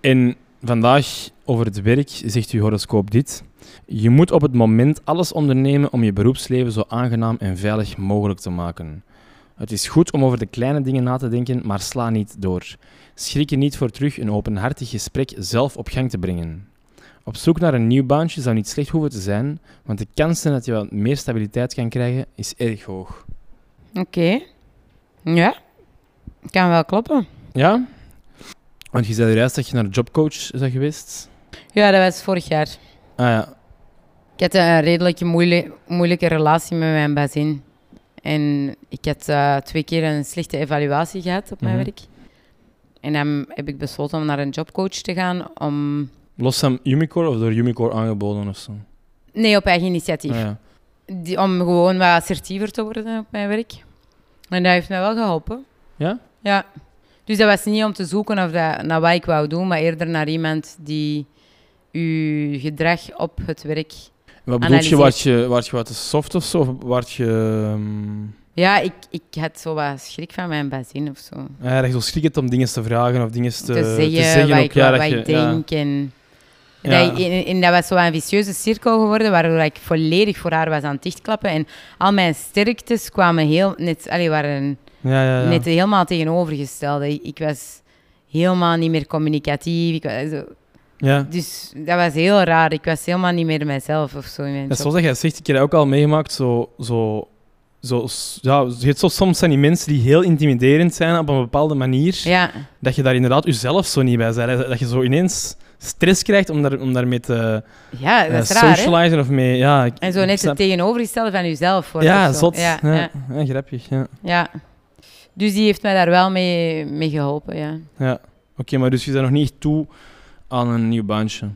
S3: En vandaag over het werk zegt uw horoscoop dit. Je moet op het moment alles ondernemen om je beroepsleven zo aangenaam en veilig mogelijk te maken. Het is goed om over de kleine dingen na te denken, maar sla niet door. Schrik er niet voor terug een openhartig gesprek zelf op gang te brengen. Op zoek naar een nieuw baantje zou niet slecht hoeven te zijn, want de kansen dat je wat meer stabiliteit kan krijgen is erg hoog.
S4: Oké. Ja. Kan wel kloppen.
S3: Ja? Want je zei juist dat je naar een jobcoach bent geweest.
S4: Ja, dat was vorig jaar.
S3: Ah ja,
S4: Ik had een redelijk moeile- moeilijke relatie met mijn bazin. En ik had eh, twee keer een slechte evaluatie gehad op mijn
S3: Mhm.
S4: werk. En dan heb ik besloten om naar een jobcoach te gaan. Om...
S3: los van Umicore of door Umicore aangeboden of zo.
S4: Nee, op eigen initiatief.
S3: Ah, ja.
S4: Die, om gewoon wat assertiever te worden op mijn werk. En dat heeft mij wel geholpen.
S3: Ja?
S4: Ja. Dus dat was niet om te zoeken of dat, naar wat ik wou doen, maar eerder naar iemand die uw gedrag op het werk
S3: Wat bedoel je,
S4: Analyseer.
S3: waard je, waard je wat te soft of zo? Of waard je... ehm,
S4: Ja, ik, ik had zo wat schrik van mijn bazin of zo.
S3: Ja, dat je zo schrik hebt om dingen te vragen of dingen te,
S4: Te, zeggen, wat,
S3: ook,
S4: ik,
S3: ja,
S4: wat,
S3: dat
S4: ik
S3: je- ja.
S4: denk. En,
S3: Ja.
S4: dat, en, en dat was zo'n vicieuze cirkel geworden, waardoor ik volledig voor haar was aan het dichtklappen. En al mijn sterktes kwamen heel, net, allee, waren
S3: Ja, ja, ja.
S4: net helemaal tegenovergesteld. Ik, ik was helemaal niet meer communicatief. Ik was- zo-
S3: ja.
S4: dus dat was heel raar. Ik was helemaal niet meer mezelf of zo. In mijn
S3: Ja,
S4: job.
S3: zoals dat jij zegt, ik heb dat ook al meegemaakt, zo... zo zo, s- ja, je hebt zo, soms zijn die mensen die heel intimiderend zijn op een bepaalde manier,
S4: ja.
S3: dat je daar inderdaad jezelf zo niet bij bent. Dat, dat je zo ineens stress krijgt om, daar, om daarmee te
S4: ja,
S3: eh,
S4: dat is raar. hè?
S3: socializen of mee... Ja, ik-
S4: En zo
S3: ik
S4: net
S3: snap-
S4: het tegenovergestelde van jezelf. wordt
S3: Ja,
S4: of zo.
S3: zot.
S4: Ja, ja.
S3: ja, grappig, ja.
S4: Ja. Dus die heeft mij daar wel mee, mee geholpen, ja.
S3: Ja, oké, maar dus je bent nog niet echt toe aan een nieuw baantje.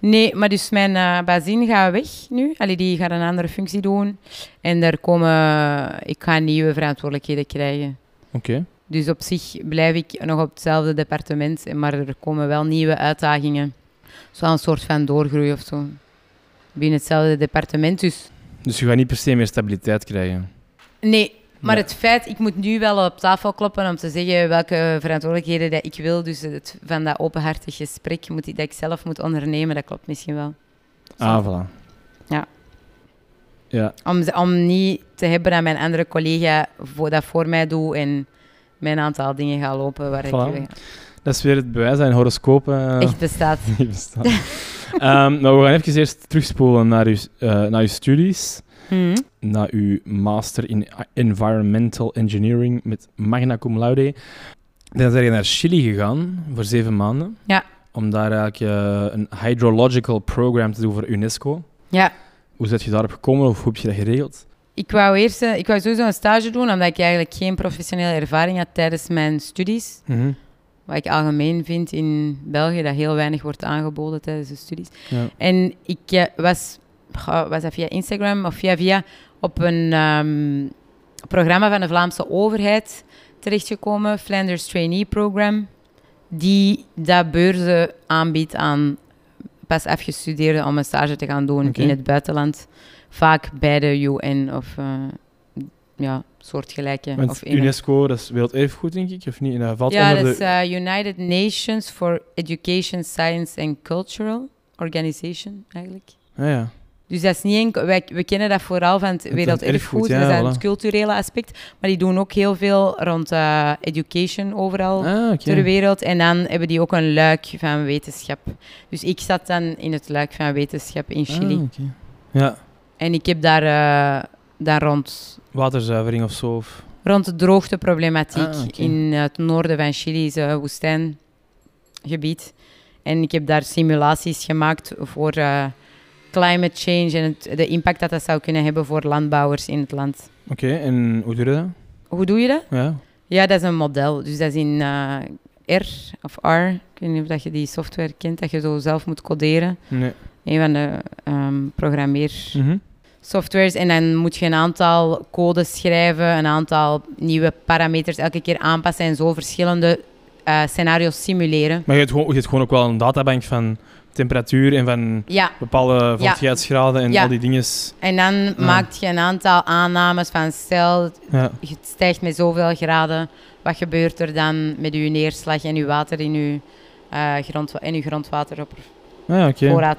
S4: Nee, maar dus mijn eh bazin gaat weg nu. Allee, die gaat een andere functie doen. En daar komen... Ik ga nieuwe verantwoordelijkheden krijgen.
S3: Oké.
S4: Dus op zich blijf ik nog op hetzelfde departement. Maar er komen wel nieuwe uitdagingen. Zo'n een soort van doorgroei of zo. Binnen hetzelfde departement. Dus
S3: Dus je gaat niet per se meer stabiliteit krijgen.
S4: nee... Maar
S3: Ja.
S4: het feit, ik moet nu wel op tafel kloppen om te zeggen welke verantwoordelijkheden dat ik wil. Dus het, van dat openhartig gesprek moet ik, dat ik zelf moet ondernemen, dat klopt misschien wel.
S3: Ah, voilà.
S4: Ja.
S3: Ja,
S4: Om, ze- om niet te hebben dat mijn andere collega voor, dat voor mij doet en mijn aantal dingen gaat lopen waar
S3: Voilà.
S4: ik
S3: dat is weer het bewijs dat een horoscoop eh,
S4: echt bestaat.
S3: niet bestaat. Ehm, nou, we gaan even eerst terugspoelen naar uw, eh, naar uw studies.
S4: Mhm.
S3: Na uw master in environmental engineering met magna cum laude. Dan zijn je naar Chili gegaan voor zeven maanden.
S4: Ja.
S3: Om daar eigenlijk eh, een hydrological program te doen voor UNESCO.
S4: Ja.
S3: Hoe zet je daarop gekomen of hoe heb je dat geregeld?
S4: Ik wou eerst, eh, ik wou sowieso een stage doen, omdat ik eigenlijk geen professionele ervaring had tijdens mijn studies.
S3: Mhm.
S4: Wat ik algemeen vind in België, dat heel weinig wordt aangeboden tijdens de studies.
S3: Ja.
S4: En ik eh, was, goh, was dat via Instagram of via via op een ehm, programma van de Vlaamse overheid terechtgekomen, Flanders Trainee Program, die dat beurzen aanbiedt aan pas afgestudeerden om een stage te gaan doen
S3: Oké.
S4: in het buitenland. Vaak bij de UN of eh, ja, soortgelijke.
S3: Want
S4: of in een-
S3: UNESCO, dat is werelderfgoed, denk ik, of niet? En dat valt
S4: ja,
S3: onder
S4: dat
S3: de...
S4: is eh, United Nations for Education, Science and Cultural Organization eigenlijk.
S3: Ah, ja.
S4: Dus dat is niet enkel, wij, we kennen dat vooral van het werelderfgoed,
S3: erfgoed,
S4: en
S3: ja,
S4: dat is het
S3: voilà.
S4: culturele aspect. Maar die doen ook heel veel rond eh, education overal
S3: Ah, oké.
S4: ter wereld. En dan hebben die ook een luik van wetenschap. Dus ik zat dan in het luik van wetenschap in Chili.
S3: Ah, oké. Ja,
S4: En ik heb daar, eh, daar rond,
S3: waterzuivering of zo. Of...
S4: rond de droogteproblematiek
S3: Ah, oké.
S4: in het noorden van Chili, is een woestijngebied. En ik heb daar simulaties gemaakt voor eh, climate change en het, de impact dat dat zou kunnen hebben voor landbouwers in het land.
S3: Oké, en hoe doe je dat?
S4: Hoe doe je dat?
S3: Ja.
S4: Ja, dat is een model. Dus dat is in eh, R of R. Ik weet niet of dat je die software kent, dat je zo zelf moet coderen.
S3: Nee.
S4: Een van de ehm programmeersoftwares.
S3: Mhm.
S4: En dan moet je een aantal codes schrijven, een aantal nieuwe parameters elke keer aanpassen en zo verschillende eh, scenario's simuleren.
S3: Maar je hebt, gewoon, je hebt gewoon ook wel een databank van temperatuur en van
S4: Ja,
S3: bepaalde vochtigheidsgraden en
S4: Ja.
S3: al die dingen.
S4: en dan
S3: Ah.
S4: maak je een aantal aannames van stel,
S3: Ja.
S4: het stijgt met zoveel graden. Wat gebeurt er dan met uw neerslag en uw water in uw, eh grond, en uw grondwateroppervlakte?
S3: Ah, ja, oké.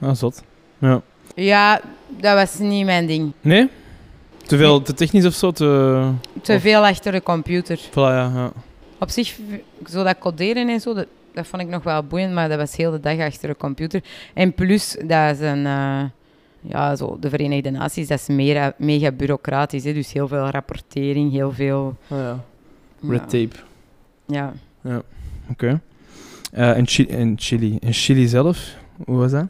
S3: Ah, zot. Ja.
S4: Ja, dat was niet mijn ding.
S3: Nee? Te veel, te technisch of zo? Te...
S4: Te
S3: Of-
S4: veel achter de computer.
S3: Voilà, ja, ja.
S4: Op zich, v- zo dat coderen en zo, dat, dat vond ik nog wel boeiend, maar dat was heel de dag achter de computer. En plus, dat is een, eh, ja, zo, de Verenigde Naties, dat is mera- mega bureaucratisch. Hè? Dus heel veel rapportering, heel veel...
S3: Ah, ja.
S4: ja,
S3: Red tape.
S4: Ja.
S3: Oké. Eh, en, Chi- en Chili. En Chili zelf, hoe was dat?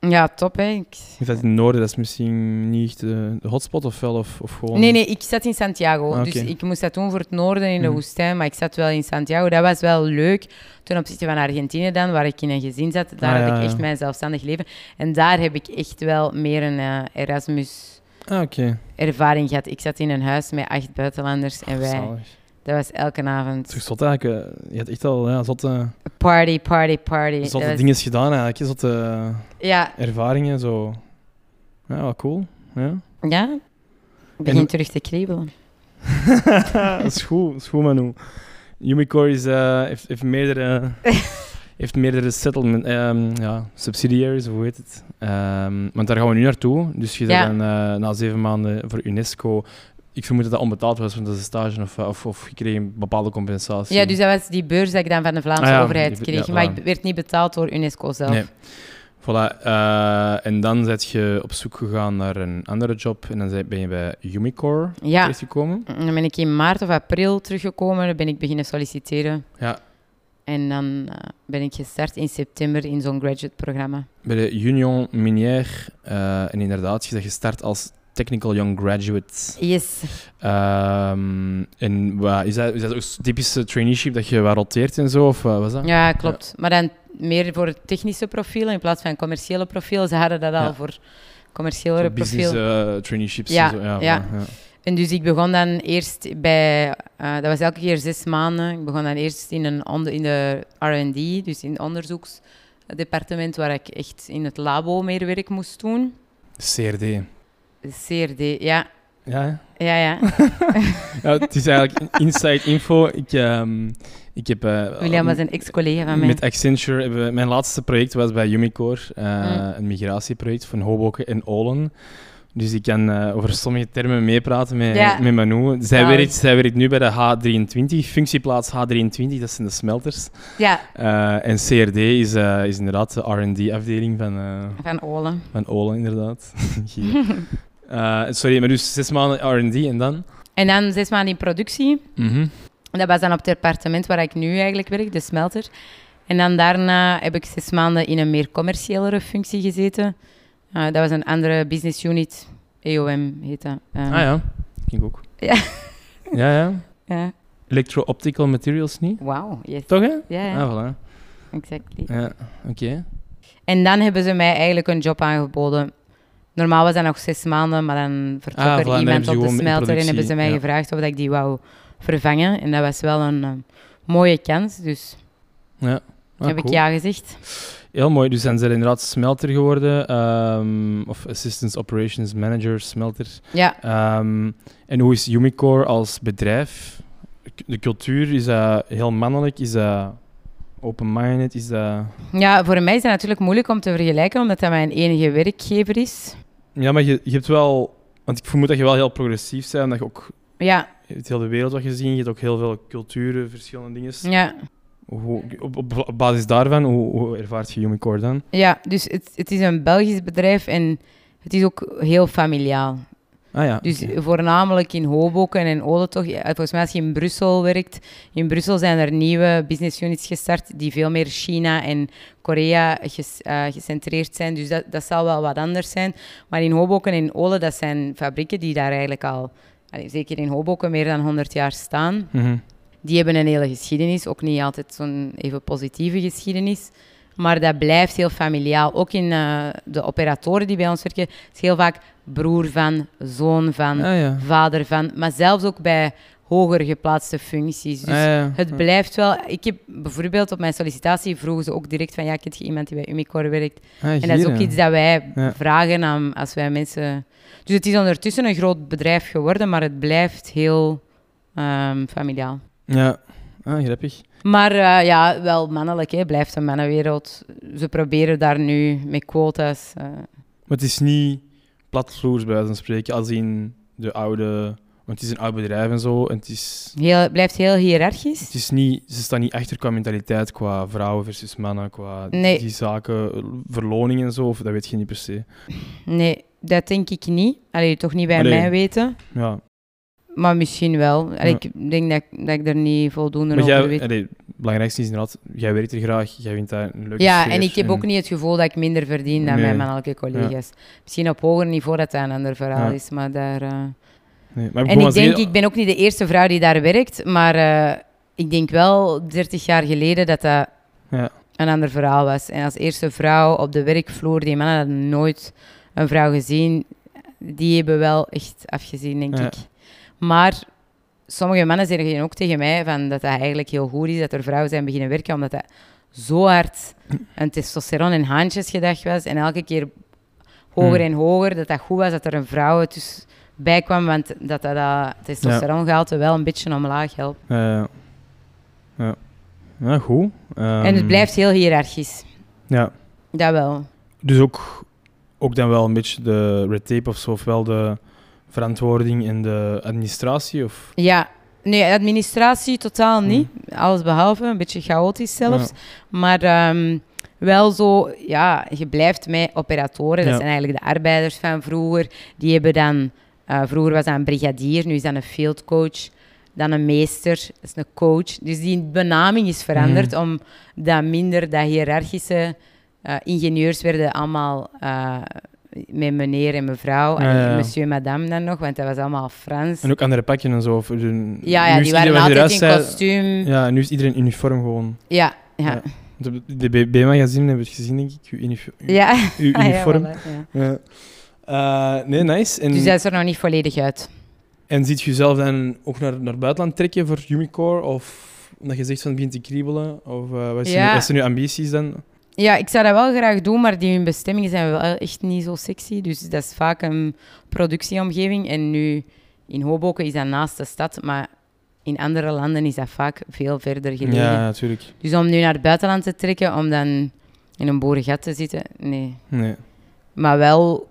S4: ja, top, hè. Ik-
S3: Je zat in het noorden, dat is misschien niet echt eh, de hotspot of wel? Of, of gewoon...
S4: Nee, nee, ik zat in Santiago.
S3: Ah,
S4: Dus
S3: oké.
S4: ik moest dat doen voor het noorden in de
S3: Mhm.
S4: woestijn, maar ik zat wel in Santiago. Dat was wel leuk. Ten opzichte van Argentinië dan, waar ik in een gezin zat, daar
S3: Ah, ja,
S4: had ik echt
S3: ja.
S4: mijn zelfstandig leven. En daar heb ik echt wel meer een eh, Erasmus...
S3: Ah, oké.
S4: ervaring gehad. Ik zat in een huis met acht buitenlanders en wij.
S3: Zalig.
S4: Dat was
S3: Het
S4: elke
S3: is toch
S4: avond
S3: zot eigenlijk. eh, je had echt al ja, zotte,
S4: party, party, party. Dat
S3: zotte
S4: was-
S3: dingen gedaan eigenlijk. hè, Zotte eh,
S4: Ja,
S3: ervaringen, zo. Ja, wel cool. Ja.
S4: ja. Ik begin
S3: hoe-
S4: terug te kriebelen.
S3: dat is goed, dat is goed Manu. Umicore is, eh, heeft, heeft meerdere, heeft meerdere settlement, ehm, ja, subsidiaries, of hoe heet het? Ehm, want daar gaan we nu naartoe. Dus je
S4: Ja.
S3: bent dan eh, na zeven maanden voor UNESCO. Ik vermoed dat dat onbetaald was, want dat is een stage of, eh, of, of je kreeg een bepaalde compensatie.
S4: Ja, dus dat was die beurs dat ik dan van de Vlaamse
S3: Ah, ja,
S4: overheid
S3: die-
S4: kreeg.
S3: ja,
S4: maar
S3: voilà.
S4: ik werd niet betaald door UNESCO zelf.
S3: Nee. Voilà, eh, en dan ben je op zoek gegaan naar een andere job en dan zij- ben je bij Umicore
S4: Ja,
S3: terechtgekomen.
S4: dan ben ik in maart of april teruggekomen. Dan ben ik beginnen solliciteren.
S3: Ja.
S4: En dan eh, ben ik gestart in september in zo'n graduate programma.
S3: Bij de Union Minière. eh, en inderdaad, je bent gestart als Technical Young Graduate.
S4: Yes.
S3: Ehm, en wat, is, dat, is dat ook zo'n typische traineeship dat je wat roteert en zo? Of wat was dat?
S4: Ja, klopt. Maar dan meer voor het technische profiel in plaats van het commerciële profiel. Ze hadden dat al
S3: Ja.
S4: voor
S3: Zo
S4: commerciële
S3: business
S4: profiel.
S3: eh, traineeships
S4: Ja,
S3: en zo. Ja,
S4: ja.
S3: voilà, ja.
S4: En dus ik begon dan eerst bij, eh, dat was elke keer zes maanden. Ik begon dan eerst in, een onder, in de RD, dus in het onderzoeksdepartement, waar ik echt in het labo meer werk moest doen.
S3: CRD.
S4: CRD, ja.
S3: Ja, hè?
S4: Ja, ja.
S3: ja, het is eigenlijk inside info. Ik, ehm, ik heb... eh,
S4: William was een ex-collega van mij.
S3: Met Accenture hebben we- mijn laatste project was bij Umicore, eh,
S4: Mm.
S3: een migratieproject van Hoboken en Olen. Dus ik kan eh, over sommige termen meepraten met,
S4: Ja.
S3: met Manu. Zij
S4: Zalig.
S3: werkt, zij werkt nu bij de H23, functieplaats H23, dat zijn de smelters.
S4: Ja,
S3: Eh, en CRD is, eh, is inderdaad de RD-afdeling van, eh,
S4: van Olen.
S3: van Olen, inderdaad. Hier. Eh, sorry, maar dus zes maanden RD en dan?
S4: En dan zes maanden in productie.
S3: Mhm.
S4: Dat was dan op het departement waar ik nu eigenlijk werk, de smelter. En dan daarna heb ik zes maanden in een meer commerciëlere functie gezeten. Eh, dat was een andere business unit, EOM heet dat. Eh,
S3: Ah ja, ging ook.
S4: Ja.
S3: ja, ja.
S4: ja.
S3: Electro-optical materials niet?
S4: Wauw, yes.
S3: Toch hè?
S4: Ja, ja,
S3: Ah, voilà.
S4: exactly.
S3: Ja, oké.
S4: En dan hebben ze mij eigenlijk een job aangeboden. Normaal was dat nog zes maanden, maar dan vertrok
S3: Ah, voilà,
S4: er
S3: dan hebben
S4: iemand
S3: ze
S4: op de
S3: gewoon in
S4: smelter en
S3: productie,
S4: hebben ze mij
S3: ja.
S4: gevraagd of dat ik die wou vervangen. En dat was wel een eh, mooie kans, dus
S3: Ah,
S4: heb ik
S3: cool.
S4: ja gezegd.
S3: Heel mooi. Dus zijn ze inderdaad smelter geworden. ehm, of Assistance Operations Manager, smelter.
S4: Ja,
S3: Ehm, en hoe is Umicore als bedrijf? K- De cultuur, is dat heel mannelijk? Is dat open-minded? Is dat...
S4: Ja, voor mij is dat natuurlijk moeilijk om te vergelijken, omdat dat mijn enige werkgever is.
S3: Ja, maar je, je hebt wel... Want ik vermoed dat je wel heel progressief bent. Dat je ook
S4: Ja,
S3: het hele wereld wat gezien. Je hebt ook heel veel culturen, verschillende dingen.
S4: ja,
S3: Hoe, op, op, op basis daarvan, hoe, hoe ervaart je Umicore dan?
S4: ja. Dus het, het is een Belgisch bedrijf en het is ook heel familiaal.
S3: Ah ja.
S4: Dus
S3: oké.
S4: voornamelijk in Hoboken en Olentocht. Ja, Volgens mij als je in Brussel werkt, in Brussel zijn er nieuwe business units gestart die veel meer China en Korea ges- eh, gecentreerd zijn. Dus dat, dat zal wel wat anders zijn. Maar in Hoboken en Olen, dat zijn fabrieken die daar eigenlijk al, allee, zeker in Hoboken, meer dan 100 jaar staan.
S3: Mhm.
S4: Die hebben een hele geschiedenis, ook niet altijd zo'n even positieve geschiedenis. Maar dat blijft heel familiaal. Ook in eh, de operatoren die bij ons werken, is heel vaak broer van, zoon van,
S3: Ah ja.
S4: vader van. Maar zelfs ook bij hoger geplaatste functies.
S3: Ah,
S4: Dus
S3: ja.
S4: het blijft wel... Ik heb bijvoorbeeld op mijn sollicitatie vroegen ze ook direct van... Ja, kent je iemand die bij Umicore werkt?
S3: Ah,
S4: En dat is
S3: hier,
S4: ook
S3: ja.
S4: iets dat wij
S3: Ja.
S4: vragen aan, als wij mensen... Dus het is ondertussen een groot bedrijf geworden, maar het blijft heel ehm, familiaal.
S3: Ja, ah, grappig.
S4: Maar eh, ja, wel mannelijk, hè. blijft een mannenwereld. Ze proberen daar nu met quotas. eh,
S3: Maar het is niet platvloers bij wijze van spreken, als in de oude... Want het is een oud bedrijf en zo. En het is,
S4: Heel, het blijft heel hiërarchisch.
S3: het is niet... Ze staan niet achter qua mentaliteit, qua vrouwen versus mannen, qua
S4: Nee.
S3: die zaken, verloning en zo. Of dat weet je niet per se.
S4: Nee, dat denk ik niet. Allee, toch niet bij
S3: Allee.
S4: mij weten.
S3: Ja.
S4: Maar misschien wel. Allee,
S3: Ja.
S4: Ik denk dat, ik- dat ik er niet voldoende
S3: Maar
S4: over
S3: jij...
S4: weet.
S3: allee, het belangrijkste is inderdaad, jij werkt er graag. Jij vindt daar een leuke
S4: Ja,
S3: sfeer
S4: en ik heb ook niet het gevoel dat ik minder verdien dan
S3: Nee.
S4: mijn mannelijke collega's. Misschien op hoger niveau dat dat een ander verhaal
S3: Ja.
S4: is, maar daar... eh,
S3: Nee, maar
S4: En
S3: bedoel,
S4: ik
S3: als je-
S4: denk, ik ben ook niet de eerste vrouw die daar werkt, maar eh, ik denk wel 30 jaar geleden dat dat
S3: Ja.
S4: een ander verhaal was. En als eerste vrouw op de werkvloer, die mannen hadden nooit een vrouw gezien, die hebben wel echt afgezien, denk
S3: Ja.
S4: ik. Maar sommige mannen zeggen ook tegen mij van dat dat eigenlijk heel goed is dat er vrouwen zijn beginnen werken, omdat dat zo hard een testosteron en haantjesgedrag was. En elke keer hoger
S3: Hmm.
S4: en hoger, dat dat goed was dat er een vrouw tussen bij kwam, want dat dat, dat testosterongehalte wel een beetje omlaag helpt.
S3: Eh, ja. ja, goed.
S4: en
S3: Ehm,
S4: het blijft heel hiërarchisch.
S3: Ja,
S4: Dat wel.
S3: dus ook, ook dan wel een beetje de red tape of zo, of wel de verantwoording in de administratie? Of,
S4: Ja. Nee, administratie totaal
S3: Hmm.
S4: niet. Alles behalve, een beetje chaotisch zelfs. Maar ehm, wel zo, ja, je blijft met operatoren. Dat
S3: Ja.
S4: zijn eigenlijk de arbeiders van vroeger. Die hebben dan, eh, vroeger was dat een brigadier, nu is dat een fieldcoach. Dan een meester, dat is een coach. Dus die benaming is veranderd
S3: Hmm.
S4: om dat minder, dat hiërarchische. eh, ingenieurs werden allemaal eh, met meneer en mevrouw.
S3: Ja,
S4: en
S3: ja, ja.
S4: monsieur en madame dan nog, want dat was allemaal Frans.
S3: en ook andere pakjes en zo? Of, doen- nu
S4: Ja, ja
S3: is
S4: die
S3: iedereen
S4: waren
S3: wat
S4: altijd
S3: eruit
S4: in
S3: zei-
S4: kostuum. Ja.
S3: Ja, en nu is iedereen in uniform gewoon.
S4: Ja, ja.
S3: De, de BB-magazine hebben het gezien, denk ik, uw, unif- uw-
S4: ja.
S3: uw
S4: Ah, ja,
S3: uniform.
S4: voilà, ja.
S3: Ja. Eh, nee, nice. En,
S4: Dus dat is er nog niet volledig uit.
S3: en ziet je jezelf dan ook naar, naar buitenland trekken voor Umicore? Of omdat je zegt van het begint te kriebelen? Of eh, wat, zijn
S4: Ja.
S3: nu, wat zijn uw ambities dan?
S4: Ja, ik zou dat wel graag doen, maar die hun bestemmingen zijn wel echt niet zo sexy. Dus dat is vaak een productieomgeving. En nu in Hoboken is dat naast de stad, maar in andere landen is dat vaak veel verder gelegen.
S3: Ja, natuurlijk.
S4: Dus om nu naar het buitenland te trekken, om dan in een boerengat te zitten, nee.
S3: Nee.
S4: Maar wel,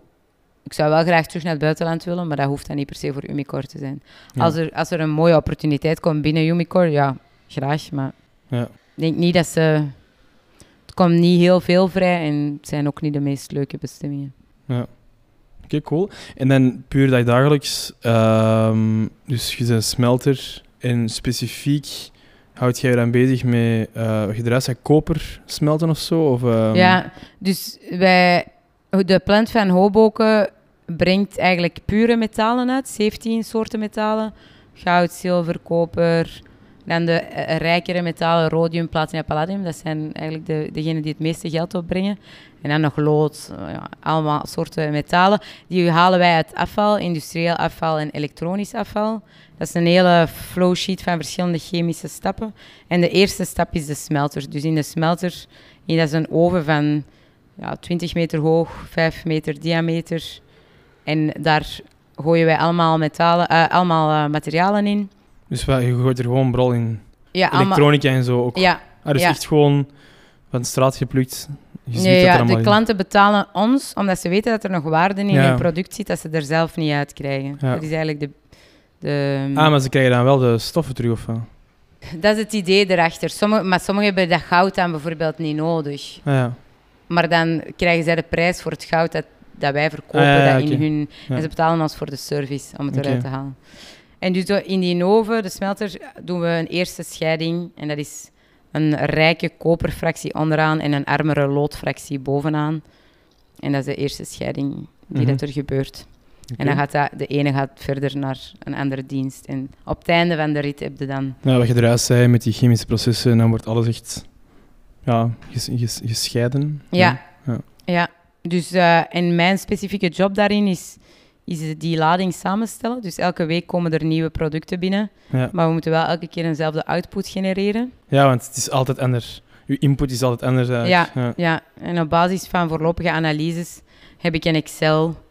S4: ik zou wel graag terug naar het buitenland willen, maar dat hoeft dan niet per se voor Umicore te zijn.
S3: Ja.
S4: Als, er, als er een mooie opportuniteit komt binnen Umicore, ja, graag. Maar
S3: Ja.
S4: ik denk niet dat ze. Het komt niet heel veel vrij en het zijn ook niet de meest leuke bestemmingen.
S3: Oké, cool. En dan puur dat je dagelijks, ehm, dus je bent een smelter en specifiek houd jij je dan bezig met eh gedraaid koper smelten of zo? Of, ehm,
S4: Ja, dus wij, de plant van Hoboken brengt eigenlijk pure metalen uit, 17 soorten metalen. Goud, zilver, koper. Dan de eh, rijkere metalen, rhodium, platina, palladium. Dat zijn eigenlijk de, degenen die het meeste geld opbrengen. En dan nog lood, eh, ja, allemaal soorten metalen. Die halen wij uit afval, industrieel afval en elektronisch afval. Dat is een hele flowsheet van verschillende chemische stappen. En de eerste stap is de smelter. Dus in de smelter, in, dat is een oven van ja, 20 meter hoog, 5 meter diameter. En daar gooien wij allemaal, metalen, eh, allemaal eh, materialen in.
S3: Dus wat, je gooit er gewoon brol in.
S4: Ja, allemaal,
S3: Elektronica en zo ook.
S4: ja,
S3: Ah, dus
S4: ja.
S3: echt gewoon van de straat geplukt. Je ziet
S4: nee,
S3: dat er
S4: ja
S3: allemaal
S4: de
S3: in-
S4: klanten betalen ons omdat ze weten dat er nog waarde in
S3: Ja.
S4: hun product zit dat ze er zelf niet uit krijgen.
S3: Ja.
S4: Dat is eigenlijk de... de
S3: Ah, maar ze krijgen dan wel de stoffen terug of wat?
S4: Dat is het idee erachter. Sommige, maar sommigen hebben dat goud dan bijvoorbeeld niet nodig.
S3: Ah, ja.
S4: Maar dan krijgen zij de prijs voor het goud dat, dat wij verkopen
S3: Ah, ja, ja,
S4: dat in
S3: oké.
S4: hun,
S3: Ja.
S4: En ze betalen ons voor de service om het
S3: Oké.
S4: eruit te halen. En dus door- in die oven, de smelter, doen we een eerste scheiding. En dat is een rijke koperfractie onderaan en een armere loodfractie bovenaan. En dat is de eerste scheiding die
S3: Mhm.
S4: dat er gebeurt.
S3: Oké.
S4: En dan gaat dat, de ene gaat verder naar een andere dienst. En op het einde van de rit heb je dan
S3: Ja, wat je eruit zei met die chemische processen, en dan wordt alles echt ja, ges- ges- gescheiden.
S4: Ja.
S3: Ja.
S4: ja. Dus, eh, en mijn specifieke job daarin is, is die lading samenstellen. Dus elke week komen er nieuwe producten binnen.
S3: Ja.
S4: Maar we moeten wel elke keer eenzelfde output genereren.
S3: Ja, want het is altijd anders. Uw input is altijd anders. eigenlijk. ja.
S4: Ja, en op basis van voorlopige analyses heb ik een Excel...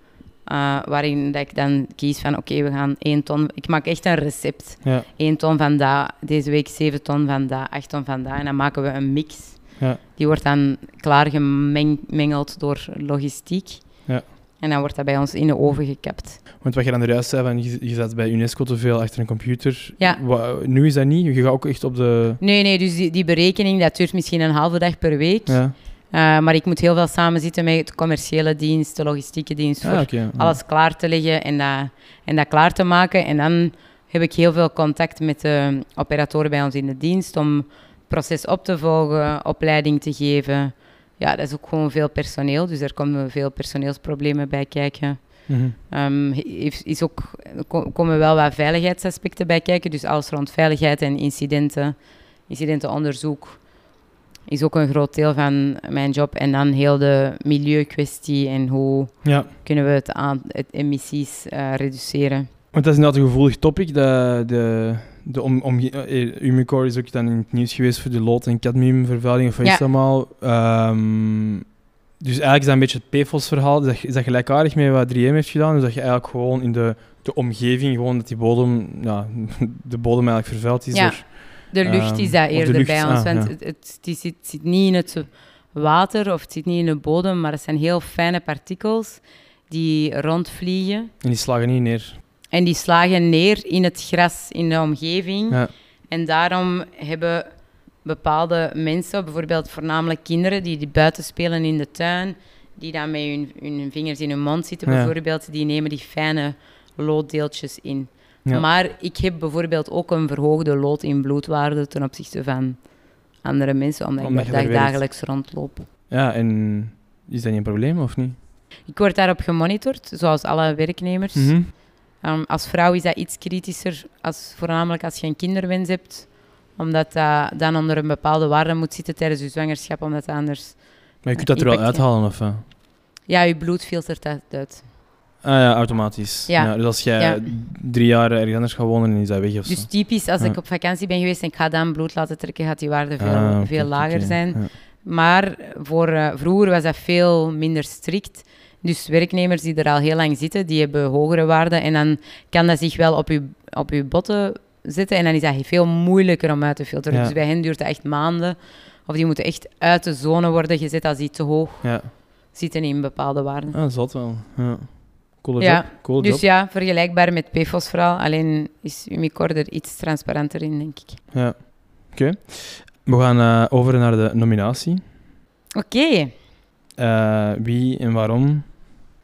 S4: eh, waarin dat ik dan kies van, oké, we gaan 1 ton... Ik maak echt een recept.
S3: Ja.
S4: 1 ton van dat, deze week 7 ton van dat, 8 ton van dat. En dan maken we een mix.
S3: Ja.
S4: Die wordt dan klaargemengeld door logistiek.
S3: Ja.
S4: En dan wordt dat bij ons in de oven gekapt.
S3: Want wat je dan juist zei, van, je, je zat bij UNESCO te veel achter een computer.
S4: Ja.
S3: Wa- nu is dat niet. Je gaat ook echt op de...
S4: Nee, nee, dus die, die berekening dat duurt misschien een halve dag per week.
S3: Ja,
S4: Eh, maar ik moet heel veel samen zitten met de commerciële dienst, de logistieke dienst,
S3: Ah,
S4: voor
S3: oké, ja.
S4: alles klaar te leggen en dat, en dat klaar te maken. En dan heb ik heel veel contact met de operatoren bij ons in de dienst om het proces op te volgen, opleiding te geven. Ja, dat is ook gewoon veel personeel, dus er komen veel personeelsproblemen bij kijken.
S3: Mhm.
S4: Ehm, heeft- is ook, ko- komen wel wat veiligheidsaspecten bij kijken. Dus alles rond veiligheid en incidenten, incidentenonderzoek is ook een groot deel van mijn job. En dan heel de milieukwestie en hoe
S3: ja.
S4: kunnen we het, aan, het emissies eh, reduceren.
S3: Want dat is inderdaad een gevoelig topic. Dat de, de om, om, eh, Umicore is ook dan in het nieuws geweest voor de lood- en cadmiumvervuiling of wat
S4: Ja.
S3: is dat allemaal. Ehm, dus eigenlijk is dat een beetje het PFOS-verhaal. Is dat, is dat gelijkaardig met wat 3M heeft gedaan? Dus dat je eigenlijk gewoon in de, de omgeving, gewoon dat die bodem, ja, de bodem eigenlijk vervuild is.
S4: Ja.
S3: door-
S4: De lucht
S3: Ehm,
S4: is daar
S3: of de
S4: eerder
S3: lucht,
S4: bij ons.
S3: ah,
S4: want
S3: ja.
S4: het, het, die zit, zit niet in het water of het zit niet in de bodem, maar het zijn heel fijne partikels die rondvliegen.
S3: en die slagen niet neer.
S4: En die slagen neer in het gras in de omgeving.
S3: Ja.
S4: En daarom hebben bepaalde mensen, bijvoorbeeld voornamelijk kinderen, die, die buiten spelen in de tuin, die dan met hun, hun vingers in hun mond zitten
S3: Ja.
S4: bijvoorbeeld, die nemen die fijne looddeeltjes in.
S3: Ja.
S4: Maar ik heb bijvoorbeeld ook een verhoogde lood in bloedwaarde ten opzichte van andere mensen, omdat,
S3: Omdat
S4: ik
S3: je
S4: daar
S3: er werkt.
S4: dagelijks rondloop.
S3: Ja, en is dat niet een probleem of niet?
S4: Ik word daarop gemonitord, zoals alle werknemers.
S3: Mhm.
S4: Ehm, als vrouw is dat iets kritischer, als, voornamelijk als je een kinderwens hebt. Omdat dat dan onder een bepaalde waarde moet zitten tijdens je zwangerschap, omdat dat anders...
S3: Maar je kunt dat er wel
S4: Impact, ja.
S3: uithalen of wat?
S4: Ja, je bloed filtert dat uit.
S3: Ah ja, automatisch. Ja.
S4: Ja.
S3: dus als jij
S4: Ja.
S3: drie jaar ergens anders gaat wonen, dan is dat weg of zo.
S4: Dus typisch, als ik
S3: Ja.
S4: op vakantie ben geweest en ik ga dan bloed laten trekken, gaat die waarde veel,
S3: Ah, oké,
S4: veel
S3: oké,
S4: lager
S3: oké.
S4: zijn.
S3: Ja.
S4: Maar voor, eh, vroeger was dat veel minder strikt. Dus werknemers die er al heel lang zitten, die hebben hogere waarden. En dan kan dat zich wel op je, op je botten zetten. En dan is dat veel moeilijker om uit te filteren.
S3: Ja.
S4: Dus bij hen duurt dat echt maanden. Of die moeten echt uit de zone worden gezet als die te hoog
S3: Ja.
S4: zitten in bepaalde waarden.
S3: Ah, zat wel. Ja. Coole
S4: Ja,
S3: job. Coole
S4: Dus
S3: job.
S4: ja, vergelijkbaar met PFOS vooral. Alleen is Umicore er iets transparanter in, denk ik.
S3: Ja. Oké. We gaan eh, over naar de nominatie.
S4: Oké,
S3: Eh, wie en waarom?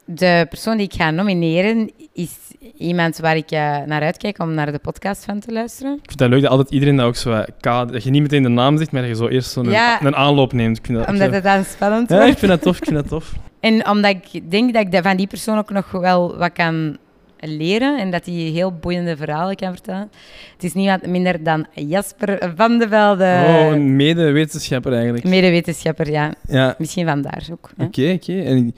S4: de persoon die ik ga nomineren is iemand waar ik eh, naar uitkijk om naar de podcast van te luisteren.
S3: Ik vind het leuk dat altijd iedereen dat ook zo eh, kader... Dat je niet meteen de naam zegt, maar dat je zo eerst zo'n
S4: Ja.
S3: een aanloop neemt. Ik vind dat, ik
S4: Omdat
S3: vind
S4: het dan spannend
S3: dat- Ja, ik
S4: wordt.
S3: vind dat tof. Ik vind dat tof.
S4: En omdat ik denk dat ik dat van die persoon ook nog wel wat kan leren. En dat hij heel boeiende verhalen kan vertellen. Het is niemand minder dan Jasper van de Velde.
S3: Oh, een mede-wetenschapper eigenlijk.
S4: Medewetenschapper, ja.
S3: Ja.
S4: Misschien vandaar ook. hè.
S3: Oké, oké. En ik-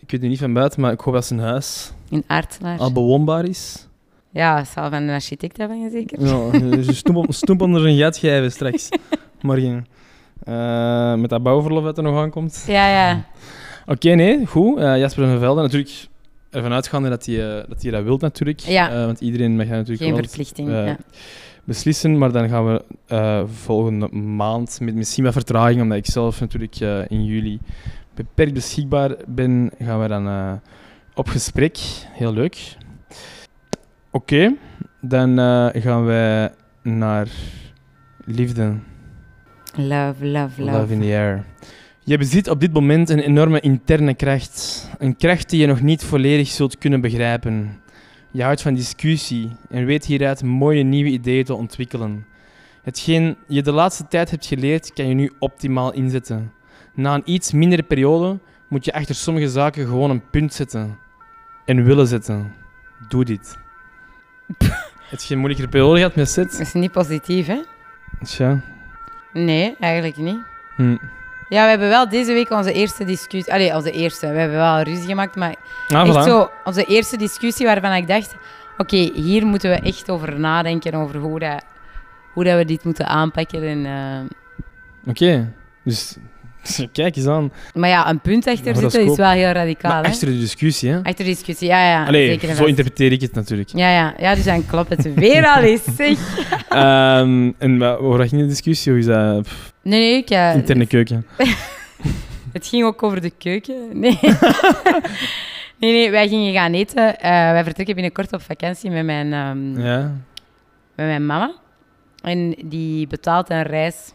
S3: ik weet er niet van buiten, maar ik hoop dat zijn huis
S4: In Aartselaar.
S3: al bewoonbaar is.
S4: Ja, dat zal van een architect hebben, je zeker?
S3: Ja, ze stoemp, stoemp onder zijn gat geven straks. Morgen. Eh, met dat bouwverlof dat er nog aankomt.
S4: Ja, ja.
S3: Oké, nee, goed. Eh, Jasper van Velde, natuurlijk ervan uitgaande dat hij, eh, dat, hij dat wilt natuurlijk.
S4: Ja.
S3: Eh, want iedereen mag dat natuurlijk
S4: Geen
S3: wel
S4: verplichting.
S3: eh,
S4: ja.
S3: beslissen. Maar dan gaan we eh, volgende maand, met misschien wat vertraging, omdat ik zelf natuurlijk eh, in juli beperkt beschikbaar ben, gaan we dan eh, op gesprek. Heel leuk. Oké, dan eh, gaan wij naar liefde.
S4: Love, love, love.
S3: Love in the air. Je bezit op dit moment een enorme interne kracht. Een kracht die je nog niet volledig zult kunnen begrijpen. Je houdt van discussie en weet hieruit mooie nieuwe ideeën te ontwikkelen. Hetgeen je de laatste tijd hebt geleerd, kan je nu optimaal inzetten. Na een iets mindere periode moet je achter sommige zaken gewoon een punt zetten. En willen zetten. Doe dit. Het geen moeilijkere periode gehad met
S4: Dat
S3: zet.
S4: is niet positief, hè?
S3: Tja.
S4: Nee, eigenlijk niet.
S3: Hm.
S4: Ja, we hebben wel deze week onze eerste discussie... Allee, onze eerste. We hebben wel ruzie gemaakt, maar
S3: Ah,
S4: Echt
S3: voilà.
S4: zo, onze eerste discussie waarvan ik dacht: oké, hier moeten we echt over nadenken. Over hoe, dat, hoe dat we dit moeten aanpakken. En, eh,
S3: Oké, dus kijk eens aan.
S4: maar ja, een punt achter
S3: Ja, maar dat
S4: zitten
S3: is
S4: is,
S3: cool.
S4: wel heel radicaal.
S3: Maar
S4: hè?
S3: achter de discussie, hè?
S4: Achter discussie, ja, ja.
S3: Allee,
S4: zeker en
S3: zo
S4: vast.
S3: interpreteer ik het natuurlijk.
S4: ja, ja, ja, dus dan klopt het weer al eens. Zeg.
S3: Ehm, en wa- waar ging de discussie? Hoe is dat? Pff,
S4: Nee, nee, ik, eh,
S3: interne keuken.
S4: het ging ook over de keuken. Nee. Nee, nee, wij gingen gaan eten. Eh, wij vertrekken binnenkort op vakantie met mijn, ehm,
S3: Ja.
S4: met mijn mama. En die betaalt een reis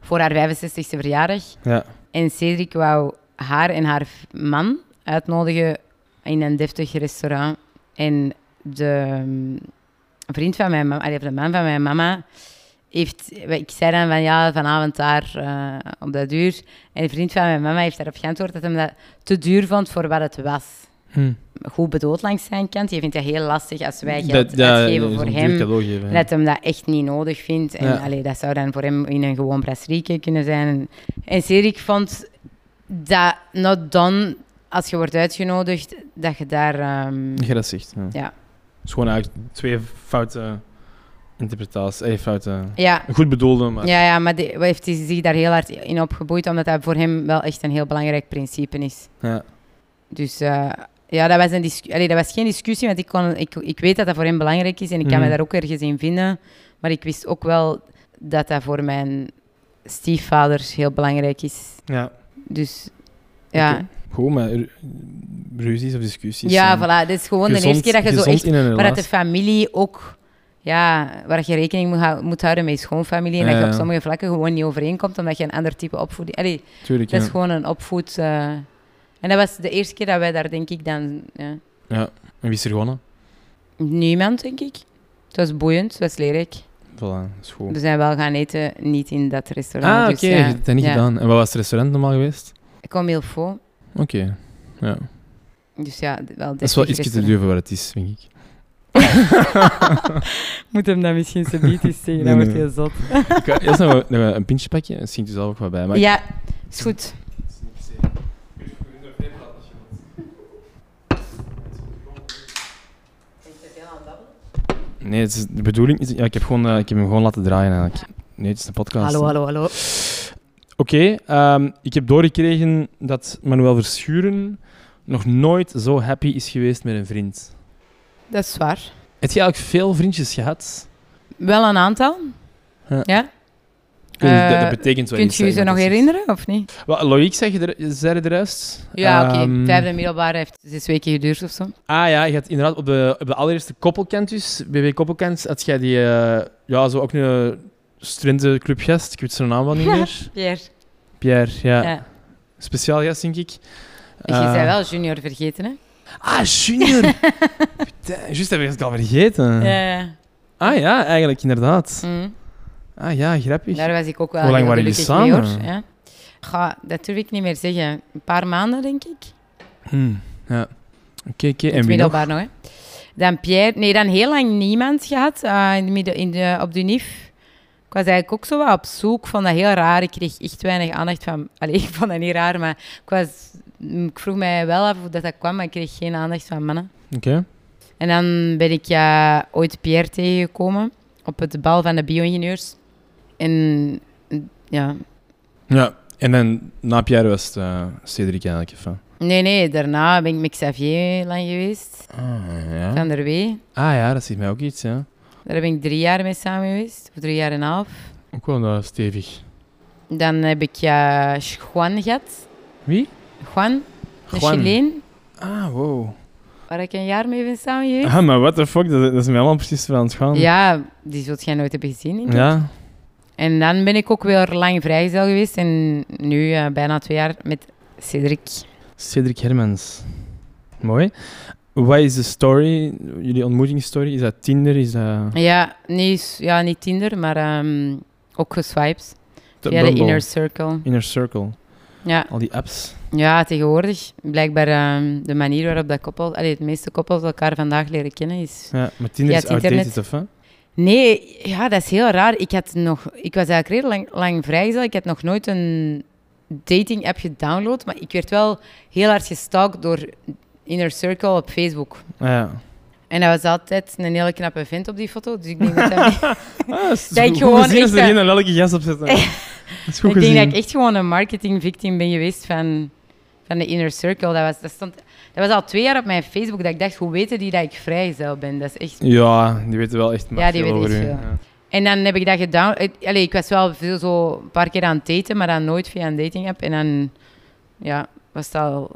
S4: voor haar 65e verjaardag.
S3: Ja.
S4: En Cedric wou haar en haar v- man uitnodigen in een deftig restaurant. En de mm, vriend van mijn mama, allee, de man van mijn mama, heeft... Ik zei dan van, ja, vanavond daar eh, op dat duur. En de vriend van mijn mama heeft daarop geantwoord dat hij dat te duur vond voor wat het was.
S3: Hm.
S4: Goed bedoeld langs zijn kant. Je vindt dat heel lastig als wij geld
S3: Dat- ja,
S4: uitgeven
S3: dat
S4: voor
S3: is een
S4: hem.
S3: duur cadeau geven, hè.
S4: Dat hem dat echt niet nodig vindt. En
S3: Ja.
S4: allee, dat zou dan voor hem in een gewoon brasserie kunnen zijn. En, en Cedric vond dat not done, als je wordt uitgenodigd, dat je daar... ehm,
S3: Dat je dat zegt. Ja.
S4: Ja.
S3: Het is gewoon eigenlijk twee foute interpretaties. Eh, foute...
S4: ja,
S3: Goed bedoelde, maar...
S4: ja, ja, maar die, wat heeft hij zich daar heel hard in opgeboeid, omdat dat voor hem wel echt een heel belangrijk principe is.
S3: Ja.
S4: Dus eh, ja, dat was, een discu- allee, dat was geen discussie, want ik, kon, ik, ik weet dat dat voor hem belangrijk is en ik kan me
S3: Mhm.
S4: daar ook ergens in vinden. Maar ik wist ook wel dat dat voor mijn stiefvader heel belangrijk is.
S3: ja.
S4: Dus ja,
S3: Oké. Gewoon met ru- ruzies of discussies.
S4: ja
S3: en
S4: voilà. Dit is gewoon de eerste
S3: eh, gezond-
S4: keer dat je zo
S3: gezond
S4: echt...
S3: in een
S4: Waar dat de
S3: relatie.
S4: familie ook... Ja, waar je rekening moet, hou- moet houden met je schoonfamilie. En
S3: Ja,
S4: dat je op
S3: ja.
S4: sommige vlakken gewoon niet overeenkomt, omdat je een ander type opvoeding... Allee,
S3: Tuurlijk,
S4: dat is
S3: ja.
S4: gewoon een opvoed... eh, en dat was de eerste keer dat wij daar, denk ik, dan... Ja,
S3: En wie is er gewonnen?
S4: niemand, denk ik. Het was boeiend, het was leerrijk.
S3: Voilà, dat is goed.
S4: We zijn wel gaan eten, niet in dat restaurant.
S3: ah, oké.
S4: dus ja,
S3: Je hebt dat niet
S4: ja.
S3: gedaan. En wat was het restaurant normaal geweest?
S4: Ik kwam heel vol.
S3: Oké. Ja.
S4: Dus ja, wel
S3: Dat is wel iets te duur voor wat het is, denk ik.
S4: Moet hem dan misschien zo niet eens zeggen,
S3: Nee,
S4: dan wordt
S3: nee.
S4: heel zot.
S3: Ik ga eerst nog, nog een pintje pakken. en schenkt u zelf ook wat bij. Maar
S4: Ja, is goed.
S3: Nee, het is de bedoeling is... Ja, ik, heb gewoon, eh, ik heb hem gewoon laten draaien eigenlijk. Nee, het is een podcast.
S4: Hallo, hallo, hallo.
S3: Oké, ehm, ik heb doorgekregen dat Manuel Verschuren nog nooit zo happy is geweest met een vriend.
S4: Dat is waar.
S3: Heb je eigenlijk veel vriendjes gehad?
S4: Wel een aantal.
S3: Ja.
S4: Ja.
S3: Kun je-
S4: Eh,
S3: dat, dat betekent wel
S4: Kunt
S3: iets.
S4: je je
S3: hè,
S4: ze
S3: wat
S4: nog
S3: dat is.
S4: herinneren, of niet?
S3: Wat, Loïc zei je er, zei er juist?
S4: Ja, oké.
S3: Ehm,
S4: Vijfde middelbare heeft zes weken geduurd of zo.
S3: Ah ja, je had inderdaad op de, op de allereerste koppelkant dus, BB koppelkant, had jij die, eh, ja, zo ook een strinde clubgast, ik weet zijn naam wel niet meer.
S4: Pierre.
S3: Pierre, ja.
S4: Ja. En
S3: Speciaal gast, denk ik.
S4: Je
S3: Eh,
S4: zei wel junior vergeten, hè?
S3: Ah, Junior! Putain, juist heb ik het al vergeten.
S4: Ja, ja.
S3: Ah ja, eigenlijk inderdaad.
S4: Mm.
S3: Ah ja, grappig.
S4: Daar was ik ook wel
S3: Hoe lang
S4: heel
S3: waren jullie
S4: gelukkig mee,
S3: samen?
S4: hoor. Ja. Ga, dat durf ik niet meer zeggen. Een paar maanden, denk ik.
S3: Hmm, ja. Oké, oké.
S4: In
S3: En
S4: het
S3: wie nog?
S4: middelbaar nog, hè. Dan Pierre. Nee, dan heel lang niemand gehad eh, in de midden, in de, op de UNIF. Ik was eigenlijk ook zo wat op zoek. Ik vond dat heel raar. Ik kreeg echt weinig aandacht van... Allee, ik vond dat niet raar, maar ik, was, mm, ik vroeg mij wel af hoe dat, dat kwam, maar ik kreeg geen aandacht van mannen.
S3: Oké.
S4: En dan ben ik ja ooit Pierre tegengekomen op het bal van de bio-ingenieurs. En ja...
S3: Ja, en dan na Pierre was het eh, Cedric eigenlijk even.
S4: Nee, nee, daarna ben ik met Xavier lang geweest.
S3: Ah ja.
S4: Van der Wee.
S3: Ah ja, dat zegt mij ook iets, ja.
S4: Daar ben ik drie jaar mee samen geweest, of drie jaar en een half.
S3: Ook wel eh, stevig.
S4: Dan heb ik ja, Juan gehad.
S3: Wie?
S4: Juan, de
S3: Juan.
S4: Chileen,
S3: Ah, wow.
S4: waar ik een jaar mee ben samen geweest.
S3: Ah, maar what the fuck, dat, dat is mij allemaal precies aan het gaan.
S4: Ja, die zult jij nooit hebben gezien. denk ik.
S3: Ah, Ja?
S4: En dan ben ik ook weer lang vrijgezel geweest. En nu eh, bijna twee jaar met Cedric.
S3: Cedric Hermans. Mooi. Wat is de story, jullie ontmoetingsstory? Is dat Tinder? Is dat...
S4: Ja, niet, s- ja, niet Tinder, maar ehm, ook geswiped.
S3: dat
S4: Via de
S3: Bumble?
S4: Inner Circle.
S3: Inner Circle.
S4: Ja,
S3: Al die apps.
S4: ja tegenwoordig. Blijkbaar ehm, de manier waarop dat koppel, allee, de meeste koppels elkaar vandaag leren kennen is
S3: Ja, maar Tinder
S4: Ja,
S3: is
S4: het internet.
S3: outdated, of hè?
S4: Nee, ja, dat is heel raar. Ik, had nog, ik was eigenlijk redelijk lang, lang vrijgezel. Ik had nog nooit een dating-app gedownload. Maar ik werd wel heel hard gestalkt door Inner Circle op Facebook.
S3: Ah, ja.
S4: En dat was altijd een hele knappe vent op die foto. Dus ik denk dat, dat-
S3: Ah, dat is
S4: Dat ik
S3: goed
S4: gewoon
S3: gezien als er
S4: echt, eh,
S3: geen lelijke jas op zit. hè. Dat is goed
S4: ik, denk
S3: gezien.
S4: dat ik echt gewoon een marketing-victim ben geweest van, van de Inner Circle. Dat was, dat, stond, dat was al twee jaar op mijn Facebook dat ik dacht, hoe weten die dat ik vrijgezel ben? Dat is echt
S3: Ja, die weten wel echt maar
S4: Ja, die
S3: veel
S4: weten
S3: over
S4: echt
S3: u.
S4: veel. En dan heb ik dat gedaan. Allee, ik was wel veel zo een paar keer aan het daten, maar dan nooit via een dating app. En dan ja, was het al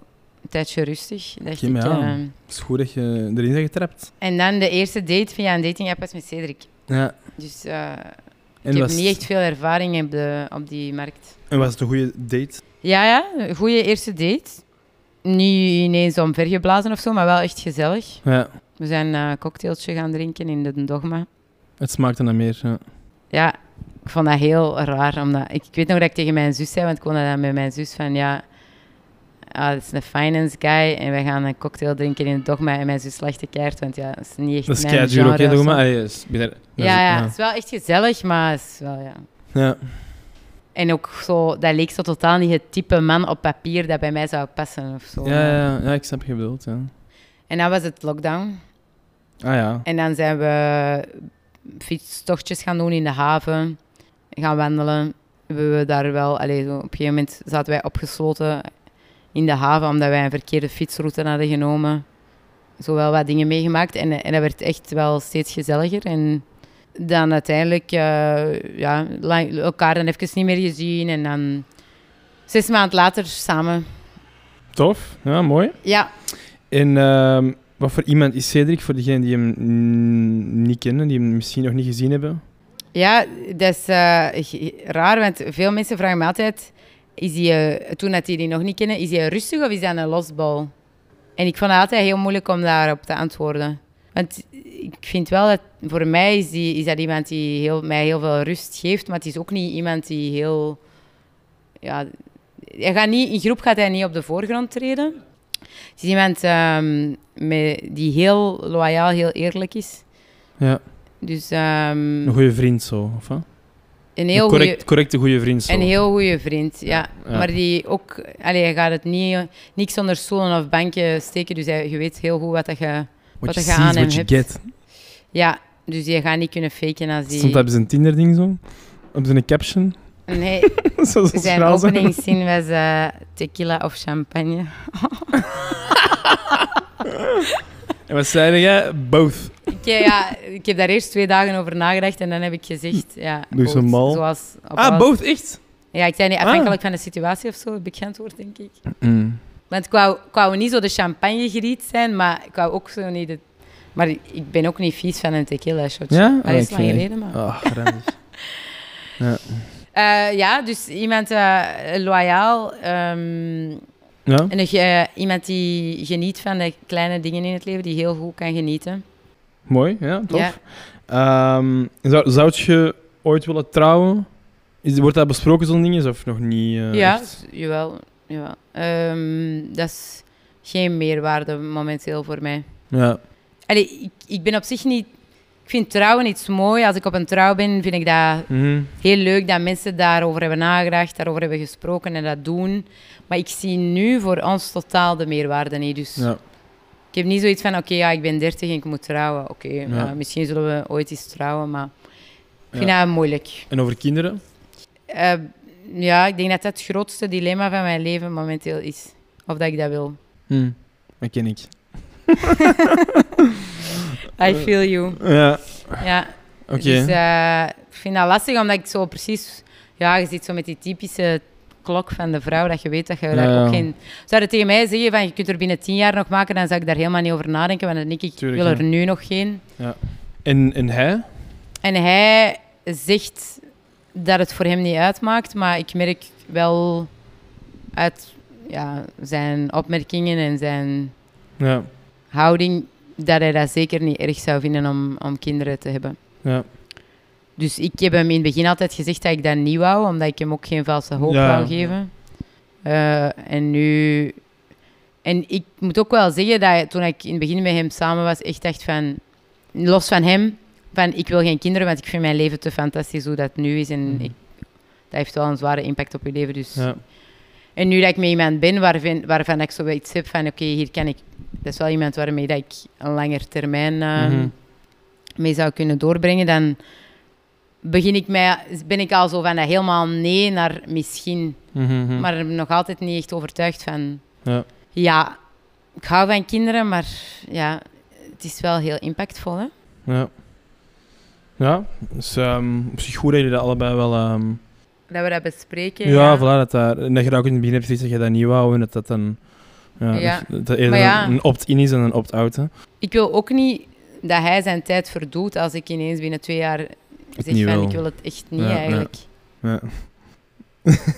S4: tijdje rustig. Dacht
S3: Kim,
S4: ik,
S3: ja.
S4: ehm.
S3: Het is goed dat je erin bent getrapt.
S4: En dan de eerste date via een dating app was met Cedric.
S3: Ja.
S4: Dus eh,
S3: En,
S4: ik heb
S3: was,
S4: niet echt veel ervaring op, de, op die markt.
S3: en was het een goede date?
S4: Ja, ja, een goede eerste date. Niet ineens omvergeblazen of zo, maar wel echt gezellig.
S3: Ja.
S4: We zijn eh, een cocktailtje gaan drinken in de Dogma.
S3: Het smaakte naar meer. Ja.
S4: Ja, ik vond dat heel raar. Omdat ik, ik weet nog dat ik tegen mijn zus zei, want ik kon dat dan met mijn zus van ja. Ah, dat is een finance guy en wij gaan een cocktail drinken in het dogma. En mijn zus lachte keihard, want ja, dat is niet echt
S3: Dat is
S4: mijn
S3: keiduur ook,
S4: genre
S3: hè,
S4: of
S3: doe
S4: zo.
S3: maar. Allee, is- ben daar-
S4: Ja, ja, het
S3: ja.
S4: is wel echt gezellig, maar het is wel, ja.
S3: Ja.
S4: En ook zo, dat leek zo totaal niet het type man op papier dat bij mij zou passen of zo.
S3: Ja, ja, ja, ik snap je bedoelt. Ja.
S4: En dan was het lockdown.
S3: Ah ja.
S4: En dan zijn we fietstochtjes gaan doen in de haven, gaan wandelen. Hebben we daar wel, allee, zo op een gegeven moment zaten wij opgesloten in de haven omdat wij een verkeerde fietsroute hadden genomen. Zo wel wat dingen meegemaakt en, eh, en dat werd echt wel steeds gezelliger. En dan uiteindelijk eh, ja, lang- elkaar dan even niet meer gezien en dan zes maanden later samen.
S3: Tof. Ja, mooi.
S4: Ja,
S3: En ehm, wat voor iemand is Cedric, voor degenen die hem mm, niet kennen, die hem misschien nog niet gezien hebben?
S4: Ja, dat is eh, g- raar, want veel mensen vragen me altijd... Is die, eh, toen dat die die nog niet kennen, is hij rustig of is dat een losbal? En ik vond het altijd heel moeilijk om daarop te antwoorden. Want ik vind wel dat voor mij is, die, is dat iemand die heel, mij heel veel rust geeft, maar het is ook niet iemand die heel... Ja, hij gaat niet, in groep gaat hij niet op de voorgrond treden. Het is iemand ehm, met, die heel loyaal, heel eerlijk is.
S3: Ja.
S4: Dus, ehm,
S3: Een goede vriend zo, of wat?
S4: een heel
S3: een
S4: goede
S3: correct, correcte goede vriend zo.
S4: een heel goede vriend, ja.
S3: Ja.
S4: Maar die ook, allee, hij gaat het niet, niks onder stoelen of banken steken. Dus hij, je weet heel goed wat dat je.
S3: What
S4: wat
S3: you see
S4: je
S3: is
S4: aan hem
S3: what you
S4: hebt.
S3: get.
S4: Ja, dus je gaat niet kunnen faken als die.
S3: Stond dat op zijn Tinder-ding zo? Op zijn caption?
S4: Nee,
S3: Zoals ons
S4: zijn
S3: verhaal zo.
S4: openingszin was eh, tequila of champagne.
S3: En wat zei jij? Both.
S4: Ik, eh, ja, ik heb daar eerst twee dagen over nagedacht en dan heb ik gezegd. Ja,
S3: Doe eens
S4: both,
S3: een mal.
S4: Zoals op
S3: Ah,
S4: alles.
S3: both, echt?
S4: Ja, ik zei niet
S3: Ah.
S4: afhankelijk van de situatie of zo, heb ik geantwoord, denk ik. Want ik wou, ik wou niet zo de champagne-griet zijn, maar ik wou ook zo niet... De... Maar ik ben ook niet vies van een tequila-shotje.
S3: Ja?
S4: Dat is
S3: Ah,
S4: lang
S3: ik-
S4: geleden, maar...
S3: Ah, randig.
S4: Eh, ja, dus iemand eh, loyaal. ehm,
S3: Ja?
S4: en een ge- eh, iemand die geniet van de kleine dingen in het leven, die heel goed kan genieten.
S3: Mooi, ja, tof.
S4: Ja.
S3: Ehm, zou, zou je ooit willen trouwen? Is, wordt dat besproken, zo'n ding? Is, of nog niet? eh,
S4: ja,
S3: echt?
S4: s- jawel. jawel. Ehm, dat is geen meerwaarde momenteel voor mij.
S3: Ja.
S4: Allee, ik, ik ben op zich niet... Ik vind trouwen iets mooi. Als ik op een trouw ben, vind ik dat
S3: Mhm.
S4: heel leuk dat mensen daarover hebben nagedacht, daarover hebben gesproken en dat doen. Maar ik zie nu voor ons totaal de meerwaarde niet. Dus
S3: ja.
S4: ik heb niet zoiets van, oké, ja, ik ben 30 en ik moet trouwen. Oké, ja, misschien zullen we ooit eens trouwen, maar ik vind dat moeilijk.
S3: En over kinderen?
S4: Eh, ja, ik denk dat dat het grootste dilemma van mijn leven momenteel is. Of dat ik dat wil.
S3: Hm, Dat ken ik.
S4: I feel you.
S3: Ja,
S4: Ja.
S3: oké.
S4: Dus eh, ik vind dat lastig, omdat ik zo precies... Ja, je zit zo met die typische klok van de vrouw, dat je weet dat je daar
S3: ja.
S4: ook geen... Zou je tegen mij zeggen van, je kunt er binnen tien jaar nog maken, dan zou ik daar helemaal niet over nadenken, want dan denk ik,
S3: Tuurlijk,
S4: ik wil
S3: ja.
S4: er nu nog geen.
S3: en, en hij?
S4: En hij zegt dat het voor hem niet uitmaakt, maar ik merk wel uit ja, zijn opmerkingen en zijn
S3: Ja.
S4: houding dat hij dat zeker niet erg zou vinden om, om kinderen te hebben.
S3: Ja.
S4: Dus ik heb hem in het begin altijd gezegd dat ik dat niet wou, omdat ik hem ook geen valse hoop
S3: Ja.
S4: wou geven. Eh, en nu... En ik moet ook wel zeggen dat toen ik in het begin met hem samen was, echt dacht van... Los van hem, van ik wil geen kinderen, want ik vind mijn leven te fantastisch hoe dat nu is. En
S3: Mhm.
S4: ik, dat heeft wel een zware impact op je leven, dus...
S3: ja.
S4: En nu dat ik met iemand ben waarvan, waarvan ik zoiets heb van... Oké, hier kan ik... Dat is wel iemand waarmee dat ik een langer termijn... eh,
S3: Mhm.
S4: mee zou kunnen doorbrengen, dan begin ik mij, ben ik al zo van dat helemaal nee naar misschien.
S3: Mhm, mhm.
S4: Maar nog altijd niet echt overtuigd van...
S3: Ja.
S4: Ja, ik hou van kinderen, maar ja, het is wel heel impactvol, hè?
S3: Ja. Ja, dus ehm, op zich goed dat jullie dat allebei wel... ehm,
S4: Dat we dat bespreken.
S3: ja, voilà, dat, daar, en dat je dat ook in het begin hebt gezegd dat je dat niet wou en dat dat dan... Ja, dus
S4: Ja.
S3: Dat, dat eerder
S4: Maar ja.
S3: een opt-in is dan een opt-out. hè.
S4: Ik wil ook niet dat hij zijn tijd verdoet als ik ineens binnen twee jaar zeg
S3: niet
S4: van
S3: wil.
S4: ik wil het echt niet
S3: Ja, ja.
S4: eigenlijk.
S3: Ja.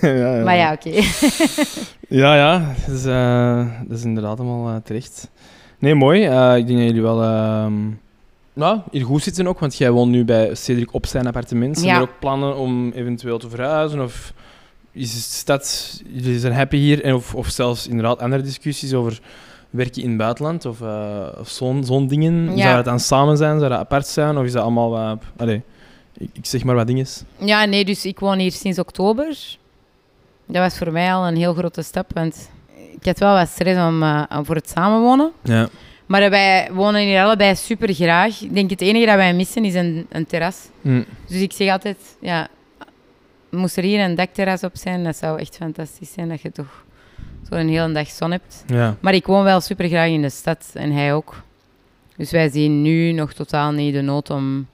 S3: ja, ja.
S4: Maar ja, oké.
S3: Ja, ja, dat is, eh, dat is inderdaad allemaal eh, terecht. Nee, mooi. Eh, ik denk dat jullie wel ehm, nou, hier goed zitten ook, want jij woont nu bij Cedric op zijn appartement. Zijn
S4: Ja.
S3: er ook plannen om eventueel te verhuizen? Of is de stad, jullie zijn happy hier? En of, of zelfs inderdaad andere discussies over werken in het buitenland of, eh, of zo'n zo'n dingen?
S4: Ja.
S3: Zou dat dan samen zijn? Zou dat apart zijn? Of is dat allemaal wat... Allee, ik, ik zeg maar wat dinges.
S4: Ja, nee, dus ik woon hier sinds oktober. Dat was voor mij al een heel grote stap, want ik had wel wat stress om, eh, voor het samenwonen.
S3: Ja.
S4: Maar wij wonen hier allebei super graag. Ik denk het enige dat wij missen is een, een terras.
S3: Hm.
S4: Dus ik zeg altijd, ja, moest er hier een dekterras op zijn, dat zou echt fantastisch zijn dat je toch zo'n hele dag zon hebt.
S3: Ja.
S4: Maar ik woon wel super graag in de stad en hij ook. Dus wij zien nu nog totaal niet de nood om,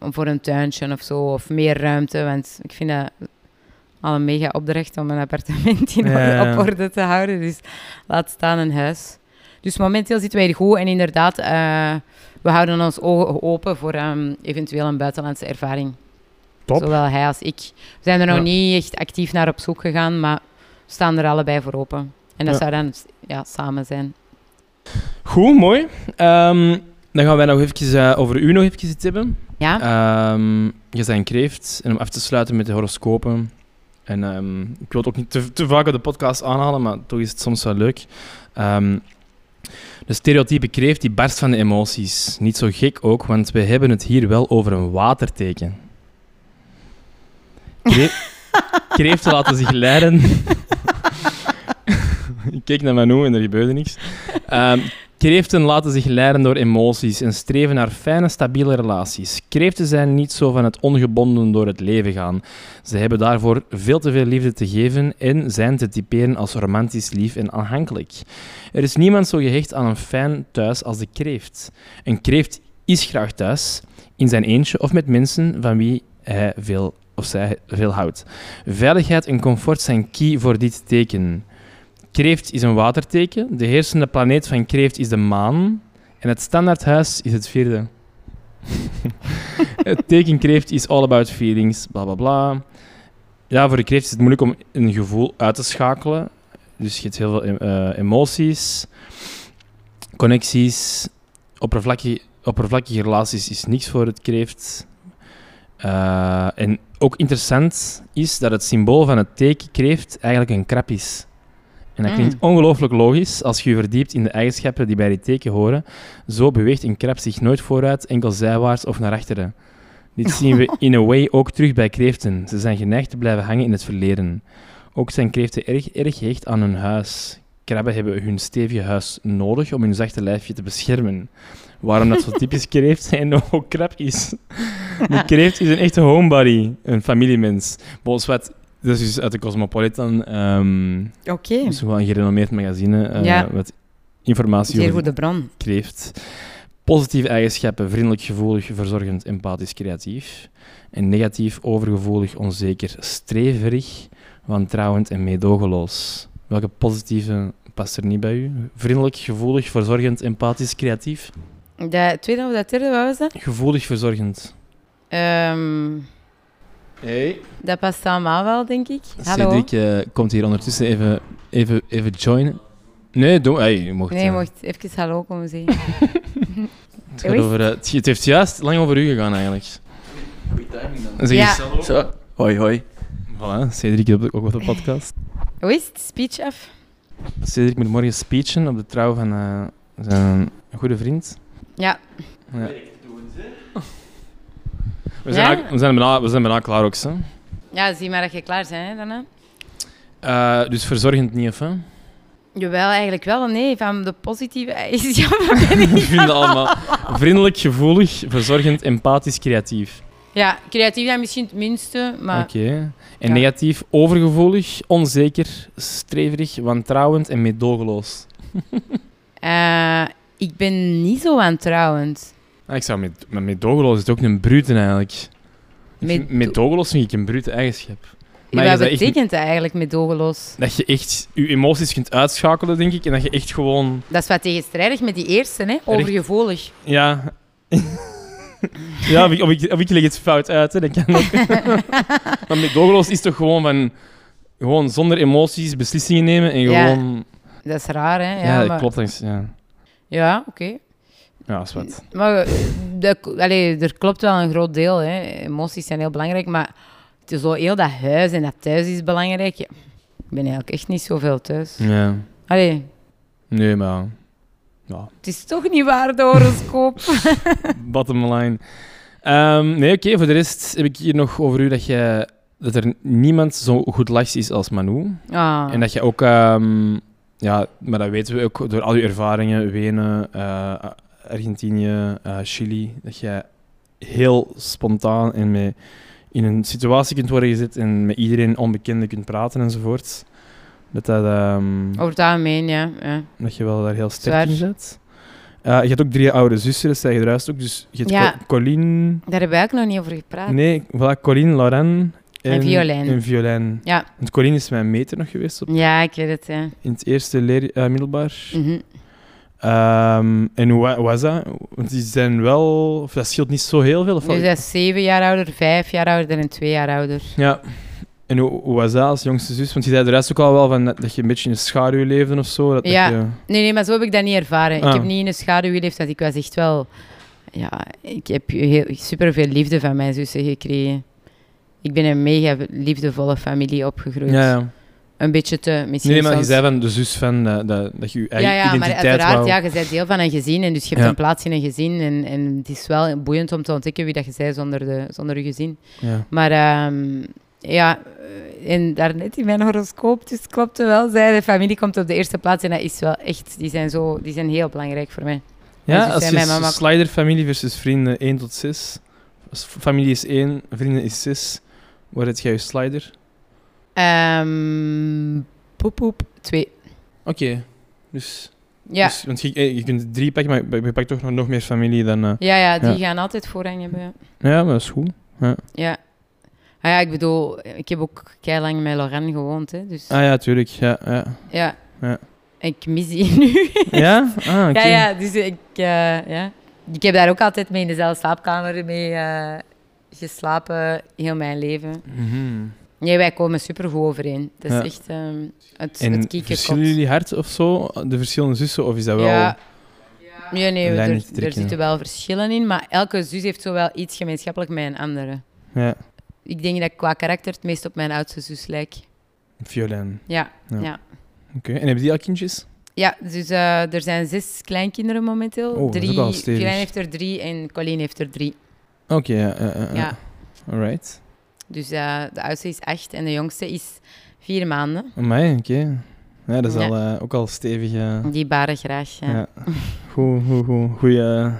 S4: om voor een tuintje of zo, of meer ruimte. Want ik vind dat al een mega opdracht om een appartement in
S3: Ja, ja, ja.
S4: op orde te houden. Dus laat staan een huis. Dus momenteel zitten wij er goed en inderdaad, eh, we houden ons ogen open voor ehm, eventueel een buitenlandse ervaring.
S3: Top.
S4: Zowel hij als ik. We zijn er nog
S3: Ja.
S4: niet echt actief naar op zoek gegaan, maar we staan er allebei voor open. En dat
S3: Ja.
S4: zou dan ja, samen zijn.
S3: Goed, mooi. Ehm, dan gaan wij nog eventjes eh, over u nog eventjes iets hebben.
S4: Ja?
S3: Ehm, je bent een kreeft. En om af te sluiten met de horoscopen. En ehm, ik wil het ook niet te, te vaak op de podcast aanhalen, maar toch is het soms wel leuk. Ehm, de stereotype kreeft die barst van de emoties. Niet zo gek ook, want we hebben het hier wel over een waterteken. Kre- kreeften laten zich leiden. ik keek naar Manu en er gebeurde niks. Ehm, Kreeften laten zich leiden door emoties en streven naar fijne, stabiele relaties. Kreeften zijn niet zo van het ongebonden door het leven gaan. Ze hebben daarvoor veel te veel liefde te geven en zijn te typeren als romantisch lief en aanhankelijk. Er is niemand zo gehecht aan een fijn thuis als de kreeft. Een kreeft is graag thuis, in zijn eentje of met mensen van wie hij veel of zij veel houdt. Veiligheid en comfort zijn key voor dit teken. Kreeft is een waterteken. De heersende planeet van Kreeft is de maan. En het standaardhuis is het vierde. het teken Kreeft is all about feelings, bla bla bla. Ja, voor de Kreeft is het moeilijk om een gevoel uit te schakelen. Dus je hebt heel veel em- eh, emoties, connecties. Oppervlakkige, oppervlakkige relaties is niks voor het Kreeft. Eh, en ook interessant is dat het symbool van het teken Kreeft eigenlijk een krab is. En dat klinkt
S4: Mm.
S3: ongelooflijk logisch als je je verdiept in de eigenschappen die bij dit teken horen. Zo beweegt een krab zich nooit vooruit, enkel zijwaarts of naar achteren. Dit zien we in a way ook terug bij kreeften. Ze zijn geneigd te blijven hangen in het verleden. Ook zijn kreeften erg, erg gehecht aan hun huis. Krabben hebben hun stevige huis nodig om hun zachte lijfje te beschermen. Waarom dat zo typisch kreeft zijn en ook krab is. De kreeft is een echte homebody, een familiemens. Volgens wat, dat is dus uit de Cosmopolitan, ehm
S4: Oké.
S3: dat is wel een gerenommeerd magazine eh,
S4: Ja.
S3: met informatie
S4: Zeer
S3: over
S4: goede bron.
S3: kreeft. Positieve eigenschappen, vriendelijk, gevoelig, verzorgend, empathisch, creatief. En negatief, overgevoelig, onzeker, streverig, wantrouwend en meedogenloos. Welke positieve past er niet bij u? Vriendelijk, gevoelig, verzorgend, empathisch, creatief?
S4: De tweede of de derde, wat was dat?
S3: Gevoelig, verzorgend.
S4: Ehm,
S3: Hey.
S4: dat past allemaal wel, denk ik. Hallo?
S3: Cedric eh, komt hier ondertussen even, even, even joinen. Nee, doe, hey, je mocht...
S4: nee, je
S3: eh,
S4: mocht even hallo komen zeggen.
S3: Het, gaat over, eh, het, het heeft juist lang over u gegaan, eigenlijk.
S5: Goeie timing dan.
S3: Zeg
S4: Ja.
S3: eens-
S5: Zo. Hoi, hoi.
S3: Voilà, Cedric op de, ook op de podcast.
S4: Hoe is het? Speech af?
S3: Cedric moet morgen speechen op de trouw van eh, zijn goede vriend.
S4: Ja.
S3: Ja. We zijn,
S4: Ja?
S3: al- we, zijn bijna, we zijn bijna klaar ook, zo.
S4: Ja, zie maar dat je klaar bent, hè, dan, hè.
S3: Eh, dus verzorgend niet, of hè?
S4: Jawel, eigenlijk wel. Nee, van de positieve eigenschappen ben
S3: We
S4: ik...
S3: vinden allemaal vriendelijk, gevoelig, verzorgend, empathisch, creatief.
S4: Ja, creatief dan misschien het minste, maar...
S3: Oké. En
S4: Ah. Ja.
S3: negatief, overgevoelig, onzeker, streverig, wantrouwend en meedogenloos.
S4: Eh, ik ben niet zo wantrouwend.
S3: Ah, ik zou met, maar meedogenloos is ook een brute eigenlijk. Ik
S4: Meedo-
S3: vind- Meedogenloos vind ik een brute eigenschap. Maar
S4: Wat
S3: is dat echt-
S4: betekent dat eigenlijk medogeloos?
S3: Dat je echt je emoties kunt uitschakelen, denk ik. En dat je echt gewoon...
S4: Dat is wat tegenstrijdig met die eerste, hè? Overgevoelig.
S3: Ja... ja, of ik, of, ik, of ik leg het fout uit, hè. Dat kan ook. maar met Dogeloos is toch gewoon van... Gewoon zonder emoties beslissingen nemen en
S4: Ja.
S3: gewoon...
S4: Dat is raar, hè?
S3: Ja,
S4: Ja,
S3: dat
S4: maar-
S3: klopt. dat is- Ja,
S4: Ja, oké.
S3: ja is wat.
S4: Maar eh, dat, allee, er klopt wel een groot deel. Hè. Emoties zijn heel belangrijk, maar het is zo heel dat huis en dat thuis is belangrijk. Ja. Ik ben eigenlijk echt niet zoveel thuis.
S3: Ja.
S4: Allee,
S3: Nee, maar... Ja.
S4: het is toch niet waar, de horoscoop.
S3: Bottom line. Ehm, nee, oké. voor de rest heb ik hier nog over u dat, je, dat er niemand zo goed lachs is als Manu.
S4: Ah,
S3: En dat je ook... ehm, ja, maar dat weten we ook door al je ervaringen. Wenen, eh, Argentinië, eh, Chili. Dat je heel spontaan en met, in een situatie kunt worden gezet en met iedereen onbekende kunt praten enzovoort. Dat, dat, ehm,
S4: Over het algemeen, ja. ja.
S3: dat je wel daar heel
S4: Zwaar.
S3: sterk in zit. Eh, je hebt ook drie oude zussen, dat zei je eruit ook. Dus je hebt
S4: Ja.
S3: Co- Colleen...
S4: Daar heb ik ook nog niet over gepraat.
S3: Nee, voilà, Colleen, Lauren en,
S4: En Violijn.
S3: en Violijn.
S4: Ja.
S3: Want Colleen is mijn meter nog geweest op,
S4: Ja, ik weet het, ja.
S3: in het eerste leer, eh, middelbaar.
S4: Mhm.
S3: Ehm, en hoe wa- was dat? Want die zijn wel... Of dat scheelt niet zo heel veel. Of wel-
S4: Nu zijn ze Dus zeven jaar ouder, vijf jaar ouder en twee jaar ouder.
S3: Ja. En hoe, hoe was dat als jongste zus? Want je zei eruit ook al wel van dat, dat je een beetje in de schaduw leefde of zo. Dat,
S4: Ja.
S3: Dat je,
S4: Nee, nee, maar zo heb ik dat niet ervaren.
S3: Ah.
S4: Ik heb niet in de schaduw geleefd. Dat ik was echt wel... Ja, ik heb heel, superveel liefde van mijn zussen gekregen. Ik ben in een mega liefdevolle familie opgegroeid.
S3: ja, ja.
S4: Een beetje te misschien
S3: Nee, maar je
S4: soms.
S3: zei van de zus van dat, dat, dat je je eigen
S4: ja, ja, maar
S3: identiteit
S4: uiteraard,
S3: wou-
S4: ja, je bent deel van een gezin en dus je hebt
S3: Ja.
S4: een plaats in een gezin. En, en het is wel boeiend om te ontdekken wie dat je bent zonder, de, zonder je gezin.
S3: Ja.
S4: Maar ehm, ja, eh, en daarnet in mijn horoscoop, dus klopte wel, zei de familie komt op de eerste plaats en dat is wel echt, die zijn, zo, die zijn heel belangrijk voor mij.
S3: Ja,
S4: dus
S3: als
S4: zei
S3: je
S4: mijn mama-
S3: s- slider familie versus vrienden 1 tot 6. Familie is 1, vrienden is 6. Waar heb jij je slider?
S4: Ehm poep, poep, twee.
S3: Oké. Dus,
S4: Ja,
S3: dus- want je, eh, je kunt drie pakken, maar je- je pakt toch nog, nog meer familie dan... eh.
S4: ja, ja die
S3: Ja.
S4: gaan altijd voorrang hebben. ja.
S3: Ja, maar dat is goed.
S4: Ja. Ah ja, ik bedoel, ik heb ook lang met Lorraine gewoond, hè, dus
S3: Ah ja, tuurlijk. Ja? Ja?
S4: ja.
S3: Ja.
S4: Ik mis die nu.
S3: ja? Ah, oké.
S4: Ja, ja, dus ik, eh, ja. ik heb daar ook altijd mee in dezelfde slaapkamer mee eh, geslapen, heel mijn leven.
S3: Mhm.
S4: Nee, wij komen supergoed overeen. Dat is
S3: Ja.
S4: echt ehm, het, het
S3: En
S4: kiekerkot.
S3: verschillen jullie hard of zo? De verschillende zussen? Of is dat wel...
S4: Ja. Nee, nee,
S3: Een
S4: we-
S3: lijn
S4: er,
S3: niet te trekken,
S4: er
S3: hè.
S4: zitten wel verschillen in, maar elke zus heeft zo wel iets gemeenschappelijk met een andere.
S3: Ja.
S4: Ik denk dat ik qua karakter het meest op mijn oudste zus lijk.
S3: Violijn.
S4: Ja,
S3: Ja.
S4: ja.
S3: Oké. En hebben die al kindjes?
S4: Ja, dus eh, er zijn zes kleinkinderen momenteel.
S3: Oh, dat is ook
S4: drie,
S3: al stevig.
S4: Violijn heeft er drie en Colleen heeft er drie.
S3: Oké, ja. ja, ja, ja.
S4: Ja.
S3: Alright.
S4: Dus eh, de oudste is acht en de jongste is vier maanden.
S3: Amai, oké. Ja, dat is
S4: Ja.
S3: Al, eh, ook al stevig. eh,
S4: Die baren graag. ja.
S3: Ja. Goed, goed, goed. Goeie, eh,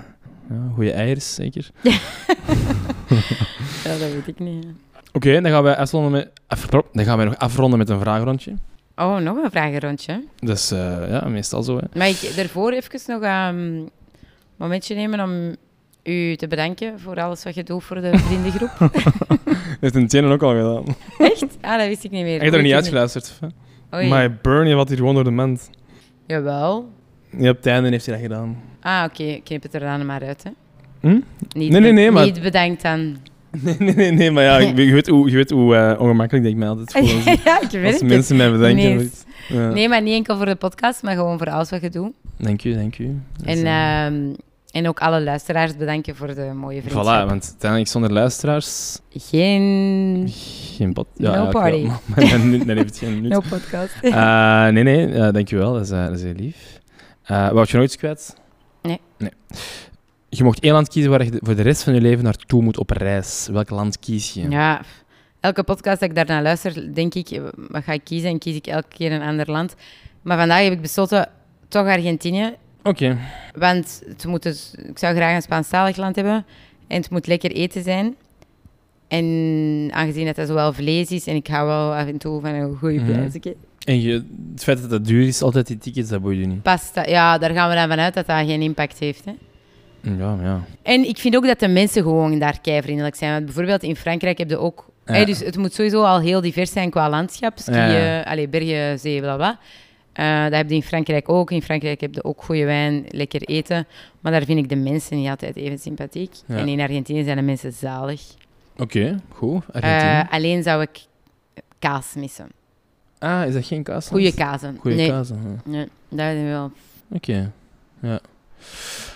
S3: ja, goeie eiers, zeker.
S4: Ja, dat weet ik niet. ja.
S3: Oké, dan, gaan wij afronden met, afro- dan gaan wij nog afronden met een vragenrondje.
S4: Oh, nog een vragenrondje.
S3: Dat is eh, ja, meestal zo. Hè.
S4: Mag ik daarvoor even nog ehm, een momentje nemen om u te bedanken voor alles wat je doet voor de vriendengroep?
S3: Dat heeft een tenen ook al gedaan.
S4: Echt? Ah, dat wist ik niet meer.
S3: Ik heb er niet uitgeluisterd.
S4: Oei.
S3: Maar Bernie wat hier gewoon door de mand.
S4: Jawel.
S3: Ja, op het einde heeft hij dat gedaan.
S4: Ah, oké. Knip het er dan maar uit, hè.
S3: Hm? Nee,
S4: Niet
S3: nee,
S4: be-
S3: nee, maar-
S4: Niet bedankt aan...
S3: Nee, nee, nee, nee maar ja, ik, je weet hoe, je weet hoe eh, ongemakkelijk ik mij altijd voel. als-
S4: ja, ik weet
S3: Als
S4: het.
S3: mensen mij bedenken.
S4: Nee.
S3: of iets. Ja.
S4: Nee, maar niet enkel voor de podcast, maar gewoon voor alles wat je doet.
S3: Dank u, dank u. Dat
S4: En,
S3: is, eh,
S4: ehm, en ook alle luisteraars bedanken voor de mooie
S3: Voilà,
S4: vriendschap.
S3: want uiteindelijk zonder luisteraars
S4: Geen...
S3: geen pot.
S4: No
S3: ja, eigenlijk wel,
S4: party.
S3: maar dan, dan heeft het geen nut.
S4: No podcast.
S3: Eh, nee, nee, eh, dankjewel. Dat is, eh, dat is heel lief. Eh wou je nog iets kwijt?
S4: Nee.
S3: Je mocht één land kiezen waar je de- voor de rest van je leven naartoe moet op reis. Welk land kies je?
S4: Ja, f- elke podcast dat ik daarna luister, denk ik, eh, wat ga ik kiezen? En kies ik elke keer een ander land. Maar vandaag heb ik besloten, toch Argentinië.
S3: Oké.
S4: Want het moet dus, ik zou graag een Spaanstalig land hebben. En het moet lekker eten zijn. En aangezien dat dat zowel vlees is, en ik hou wel af en toe van een goede
S3: Mhm.
S4: prijs. oké.
S3: En je, het feit dat het duur is, altijd die tickets, dat boeit je niet.
S4: Pasta, ja, daar gaan we dan vanuit dat dat geen impact heeft. Hè?
S3: Ja, maar ja.
S4: En ik vind ook dat de mensen gewoon daar kei vriendelijk zijn. Want bijvoorbeeld in Frankrijk heb je ook Hè, dus het moet sowieso al heel divers zijn qua landschap. Skiën,
S3: Ja, ja.
S4: allee, bergen, zee, bla bla. Eh, dat heb je in Frankrijk ook. In Frankrijk heb je ook goede wijn, lekker eten. Maar daar vind ik de mensen niet altijd even sympathiek.
S3: Ja.
S4: En in Argentinië zijn de mensen zalig.
S3: Oké, goed.
S4: Eh,
S3: Argentinië.
S4: alleen zou ik kaas missen.
S3: ah, is dat geen kaas?
S4: Goede kazen.
S3: Goeie
S4: nee,
S3: kaas, aha.
S4: nee, dat is wel.
S3: Oké. Ja.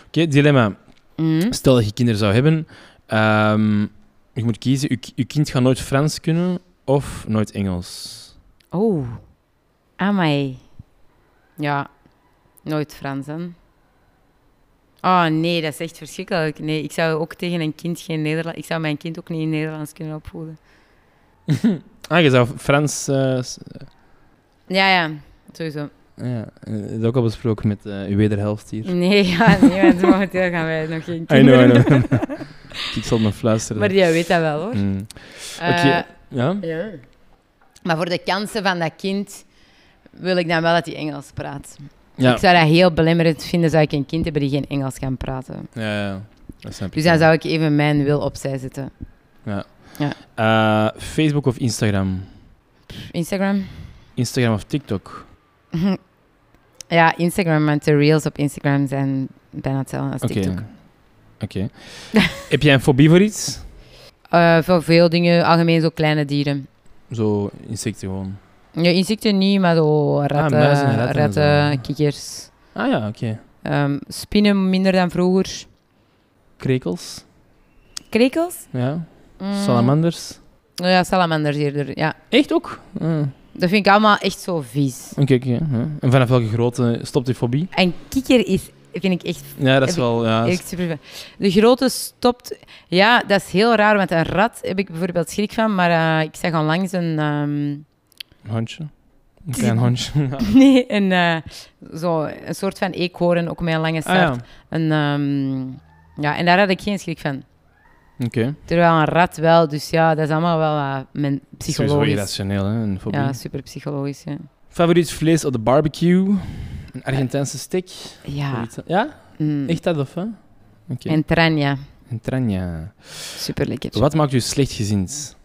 S3: Oké, dilemma.
S4: Mhm.
S3: Stel dat je kinderen zou hebben. ehm, je moet kiezen. Je, je kind gaat nooit Frans kunnen of nooit Engels.
S4: Oh, amai. Ja, nooit Fransen. Oh nee, dat is echt verschrikkelijk. Nee, ik zou ook tegen een kind geen Nederlands... Ik zou mijn kind ook niet in Nederlands kunnen opvoeden.
S3: Ah, je zou Frans... eh, s-
S4: Ja, ja, sowieso.
S3: ja, eh, dat is ook al besproken met eh, uw wederhelft hier.
S4: Nee, ja, nee want momenteel gaan wij nog geen
S3: I know,
S4: kinderen.
S3: I know. ik zal me fluisteren.
S4: Maar die weet dat wel, hoor.
S3: Mm.
S4: Eh,
S3: Ja?
S4: ja. Maar voor de kansen van dat kind wil ik dan wel dat hij Engels praat.
S3: Ja.
S4: Ik zou dat heel belemmerend vinden, zou ik een kind hebben die geen Engels kan praten.
S3: ja, ja. Dat snap ik.
S4: Dus dan zou ik even mijn wil opzij zetten.
S3: Eh, Facebook of Instagram?
S4: Instagram?
S3: Instagram of TikTok?
S4: Ja, Instagram, want de reels op Instagram zijn bijna hetzelfde als
S3: Oké.
S4: TikTok.
S3: Oké. Heb jij een fobie voor iets?
S4: Eh, voor veel dingen, algemeen zo kleine dieren.
S3: Zo insecten gewoon.
S4: Ja, insecten niet, maar zo ratten,
S3: Ah, muizen en ratten en zo.
S4: ratten, kikkers.
S3: Ah ja, oké.
S4: Ehm, spinnen minder dan vroeger.
S3: Krekels.
S4: Krekels?
S3: Ja.
S4: Mm.
S3: Salamanders.
S4: Ja, salamanders eerder. Ja.
S3: Echt ook? Ah,
S4: Dat vind ik allemaal echt zo vies.
S3: Oké, oké. ja. En vanaf welke grootte stopt die fobie?
S4: En kikker is, vind ik echt
S3: Ja, dat is wel... Ja, dat is-
S4: Echt super. De grote stopt. Ja, dat is heel raar, want een rat heb ik bijvoorbeeld schrik van. Maar eh, ik zag onlangs een. ehm,
S3: een hondje. Een klein Ah, hondje. Ja.
S4: nee, een, eh, zo, een soort van eekhoorn, ook met een lange
S3: Ah
S4: staart.
S3: ja, oké.
S4: een, ehm, ja, en daar had ik geen schrik van. Terwijl een rat wel, dus ja, dat is allemaal wel eh, men,
S3: Het is sowieso
S4: psychologisch.
S3: irrationeel, hè, een fobie.
S4: Ja, super psychologisch. Ja.
S3: Favoriet vlees op de barbecue? Een Argentijnse steak?
S4: ja.
S3: Zoiets- Ja?
S4: mm.
S3: Echt dat of hè? Oké.
S4: En tranja,
S3: Een tranja.
S4: super lekker.
S3: Wat maakt u slechtgezind?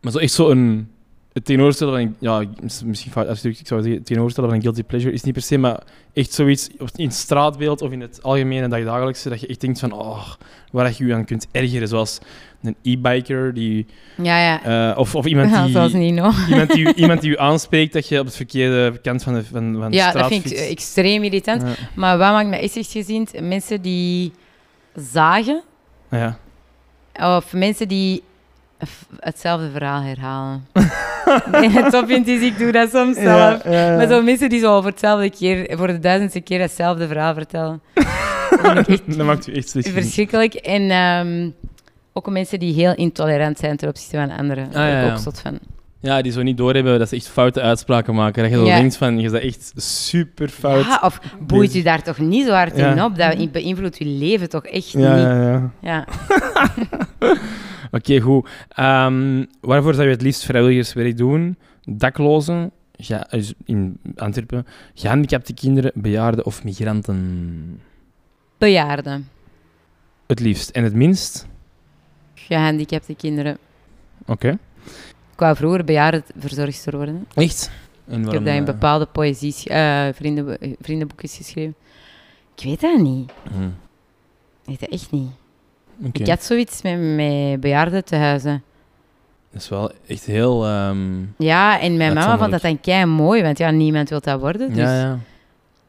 S3: Maar zo echt zo een... Het tegenoverstellen van... een- Ja, ik- mis- misschien fout uitgedrukt. Ik zou zeggen, het tegenoverstellen van een guilty pleasure is niet per se, maar echt zoiets op- in het straatbeeld of in het algemene dagdagelijkse, dat je echt denkt van, oh, waar dat je je aan kunt ergeren. Zoals een e-biker die...
S4: Ja, ja.
S3: eh, of, of iemand
S4: Ja,
S3: die...
S4: Zoals Nino.
S3: Iemand die, iemand die u aanspreekt dat je op de verkeerde kant van de, van, van de
S4: Ja, dat
S3: straat
S4: vind ik eh,
S3: fietst.
S4: extreem irritant. Maar wat maakt mij echt echt gezien? Mensen die zagen
S3: Ja. ja.
S4: of mensen die f- hetzelfde verhaal herhalen. en het top vindt is, ik doe dat soms zelf. Maar zo mensen die zo voor hetzelfde keer, voor de duizendste keer hetzelfde verhaal vertellen. Dat vind ik
S3: dat maakt u echt
S4: echt
S3: slechtgezind.
S4: verschrikkelijk. En ehm, ook mensen die heel intolerant zijn ten opzichte van anderen. Daar ben
S3: Ah, ja,
S4: ik
S3: ja.
S4: ook zot van.
S3: Ja, die zo niet doorhebben dat ze echt foute uitspraken maken. Dat je zo
S4: Ja.
S3: denkt van, je bent echt super fout.
S4: Ja, Ah, of boeit u daar toch niet zo hard
S3: Ja.
S4: in op? Dat beïnvloedt uw leven toch echt
S3: Ja,
S4: niet?
S3: ja, ja.
S4: Ja.
S3: Oké, goed. Ehm, waarvoor zou je het liefst vrijwilligerswerk doen? Daklozen ja, dus in Antwerpen, gehandicapte kinderen, bejaarden of migranten?
S4: Bejaarden,
S3: Het liefst en het minst?
S4: gehandicapte kinderen.
S3: Oké.
S4: Ik wou vroeger bejaardenverzorgster worden. hè.
S3: Echt? En
S4: Ik heb
S3: waarom,
S4: dat in
S3: eh,
S4: bepaalde poëzie, eh, vrienden, eh, vriendenboekjes geschreven. Ik weet dat niet.
S3: hmm,
S4: Ik weet dat echt niet.
S3: Oké.
S4: Ik had zoiets met, met bejaarden te huizen.
S3: Dat is wel echt heel... ehm,
S4: Ja, en mijn
S3: Dat
S4: mama vond
S3: vond ik.
S4: dat dan kei mooi, want ja, niemand wil dat worden. Dus
S3: Ja, ja.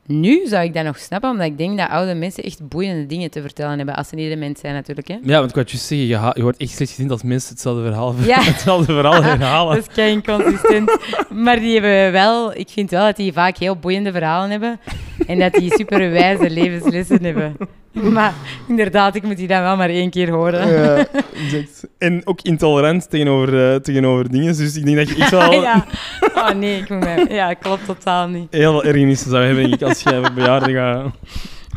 S4: nu zou ik dat nog snappen, omdat ik denk dat oude mensen echt boeiende dingen te vertellen hebben. Als ze niet de mens zijn, natuurlijk. Hè.
S3: Ja, want ik wou juist zeggen, je, ha- je wordt echt slecht gezien als mensen hetzelfde verhaal, ver-
S4: Ja.
S3: hetzelfde verhaal herhalen.
S4: Dat is kei inconsistent. maar die hebben wel, ik vind wel dat die vaak heel boeiende verhalen hebben. En dat die super wijze levenslessen hebben. Maar inderdaad, ik moet die dan wel maar één keer horen.
S3: Ja, exact. En ook intolerant tegenover, eh, tegenover dingen. Dus ik denk dat je echt wel
S4: ja. Oh nee, ik moet mij... Ja, klopt totaal niet.
S3: heel veel ergernissen zou hebben denk ik, als jij voor bejaarden gaat.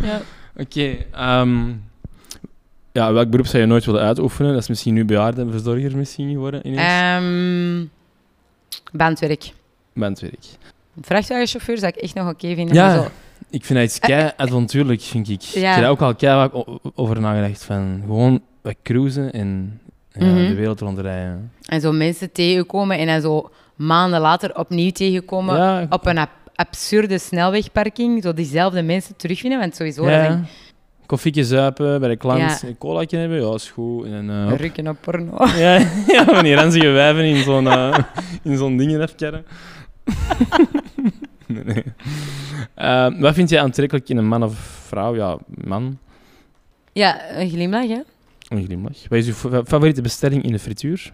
S4: Ja.
S3: Oké. ehm, ja, welk beroep zou je nooit willen uitoefenen? Dat is misschien nu bejaardenverzorger misschien geworden ineens.
S4: Ehm bandwerk.
S3: Bandwerk.
S4: Een Vrachtwagenchauffeur zou ik echt nog oké vinden.
S3: Ja.
S4: maar zo-
S3: Ik vind dat iets kei avontuurlijk, vind ik. Ik
S4: Eh. Ja.
S3: heb daar ook al kei vaak o- over nagedacht. Van gewoon wat cruisen en... Ja,
S4: Mhm.
S3: De wereld rondrijden.
S4: En zo mensen tegenkomen en dan zo maanden later opnieuw tegenkomen
S3: Ja,
S4: op een ab- absurde snelwegparking. Zo diezelfde mensen terugvinden, want sowieso dat
S3: ja.
S4: zijn
S3: Koffietje zuipen bij de klant,
S4: Ja.
S3: een colaatje hebben, ja, is goed. En, eh, hop.
S4: rukken op porno.
S3: ja, ja, wanneer ranzige wijven in zo'n eh, in zo'n dingen afkerren. nee, nee. Eh, wat vind jij aantrekkelijk in een man of vrouw? Ja, man,
S4: Ja, een glimlach, hè?
S3: een glimlach. Wat is je fa- favoriete bestelling in de frituur?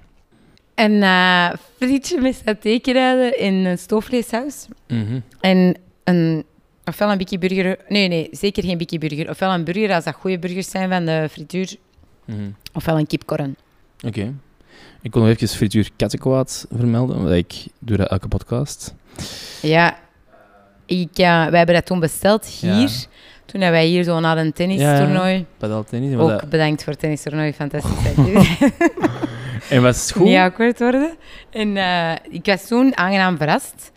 S4: Een eh, frietje met satékruiden in een stoofvleessaus.
S3: Mhm,
S4: En een, ofwel een bikkie burger. Nee, nee, zeker geen bikkie burger. Ofwel een burger als dat goede burgers zijn van de frituur.
S3: Mhm.
S4: Ofwel een kipkorren.
S3: Oké. Ik kon nog even frituur kattenkwaad vermelden, want ik doe dat elke podcast.
S4: Ja, ik, eh, wij hebben dat toen besteld hier. Toen dat wij hier zo naar een tennistoernooi.
S3: Padeltennis.
S4: Ook bedankt voor het tennistoernooi, fantastisch. actief.
S3: En was het goed?
S4: Niet awkward worden. En eh, ik was toen aangenaam verrast.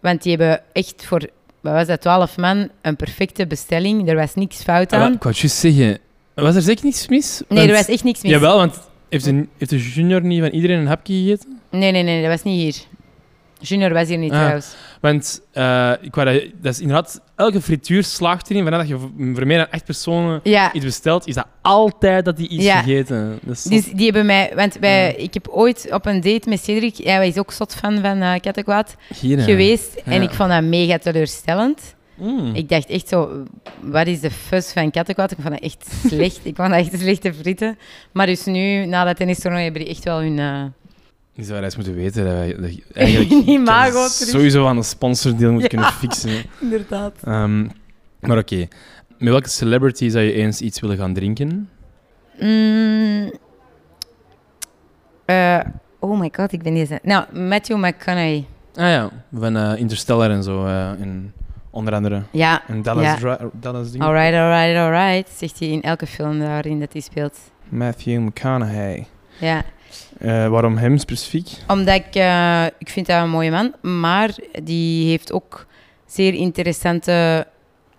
S4: Want die hebben echt voor, wat was dat, 12 man, een perfecte bestelling. Er was niks fout
S3: Ah, wel,
S4: aan.
S3: ik wou juist zeggen, was er zeker niks mis?
S4: Nee, er
S3: Want-
S4: was echt niks mis.
S3: Jawel, want heeft de, heeft de junior niet van iedereen een hapje gegeten?
S4: Nee, nee, nee, dat was niet hier. Junior was hier niet
S3: Ah.
S4: trouwens.
S3: Want eh, ik wou dat, dat is inderdaad, elke frituur slaagt erin, vanaf dat je voor voor meer dan acht personen
S4: Ja,
S3: iets bestelt, is dat altijd dat die iets
S4: Ja.
S3: gegeten. Dat is zot.
S4: dus die hebben mij... Want wij, ik heb ooit op een date met Cedric... Ja, hij is ook zot fan van eh Kattenkwaad
S3: Hier, hè.
S4: geweest. En
S3: Ja.
S4: ik vond dat mega teleurstellend.
S3: Mm.
S4: Ik dacht echt zo... Wat is de fuss van Kattenkwaad? Ik vond dat echt slecht. ik vond dat echt slechte frieten. Maar dus nu, na dat tennistoernooi, hebben die echt wel hun... eh,
S3: Je zou wel eens moeten weten dat wij dat je eigenlijk
S4: Niet mago
S3: dat je
S4: terug.
S3: sowieso aan een sponsordeal moet
S4: Ja.
S3: kunnen fixen.
S4: Inderdaad.
S3: Ehm, maar oké, met welke celebrity zou je eens iets willen gaan drinken?
S4: Mm. Eh, oh my god, ik ben deze... Nou, Matthew McConaughey.
S3: Ah ja, van eh, Interstellar en zo. eh, en onder andere.
S4: Ja,
S3: En Dallas,
S4: Ja.
S3: Dra- Dallas dingen.
S4: Alright, alright, alright, zegt hij in elke film waarin dat hij speelt.
S3: Matthew McConaughey.
S4: Ja,
S3: Eh, waarom hem specifiek?
S4: omdat ik, eh, ik vind dat een mooie man, maar die heeft ook zeer interessante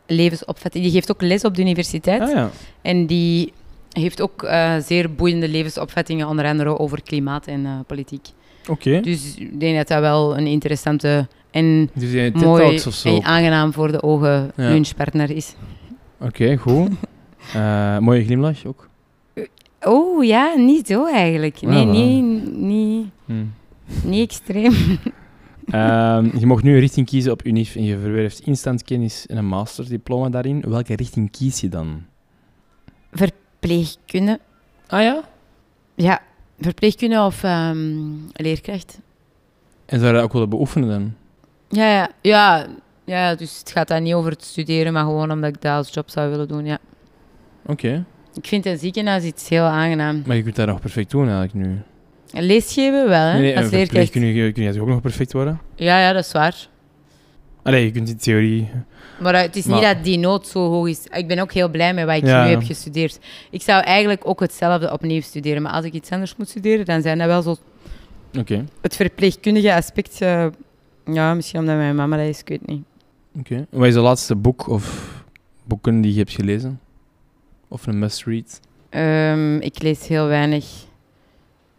S4: levensopvattingen. Die geeft ook les op de universiteit
S3: Ah ja.
S4: en die heeft ook eh, zeer boeiende levensopvattingen, onder andere over klimaat en eh, politiek.
S3: Oké.
S4: Dus ik denk dat dat wel een interessante en
S3: Dus jij TED
S4: mooi
S3: Talks of zo.
S4: en aangenaam voor de ogen
S3: Ja.
S4: lunchpartner is.
S3: Oké, goed. Eh, mooie glimlach ook.
S4: Oh ja, niet zo eigenlijk. Nee,
S3: Voilà.
S4: nee, niet,
S3: Hmm.
S4: niet extreem.
S3: Ehm, je mag nu een richting kiezen op UNIF en je verwerft instant kennis en een masterdiploma daarin. Welke richting kies je dan?
S4: Verpleegkunde.
S3: Ah ja?
S4: Ja, verpleegkunde of ehm, leerkracht.
S3: En zou je dat ook willen beoefenen dan?
S4: Ja, ja, ja, ja, dus het gaat daar niet over het studeren, maar gewoon omdat ik dat als job zou willen doen. Ja.
S3: Oké.
S4: Ik vind een ziekenhuis iets heel aangenaam.
S3: Maar je kunt dat nog perfect doen eigenlijk nu.
S4: Lesgeven wel, hè?
S3: Nee, nee,
S4: als
S3: en
S4: leerkracht.
S3: kun je, kun je dat ook nog perfect worden?
S4: Ja, ja, dat is waar.
S3: Allee, je kunt in theorie...
S4: Maar eh, het is niet
S3: Maar-
S4: dat die nood zo hoog is. Ik ben ook heel blij met wat ik
S3: Ja,
S4: nu
S3: ja.
S4: heb gestudeerd. Ik zou eigenlijk ook hetzelfde opnieuw studeren. Maar als ik iets anders moet studeren, dan zijn dat wel zo
S3: Oké.
S4: het verpleegkundige aspect. eh, ja, misschien omdat mijn mama dat is, ik weet het niet.
S3: Oké. Wat is het laatste boek of boeken die je hebt gelezen? Of een must-read?
S4: Ehm, ik lees heel weinig.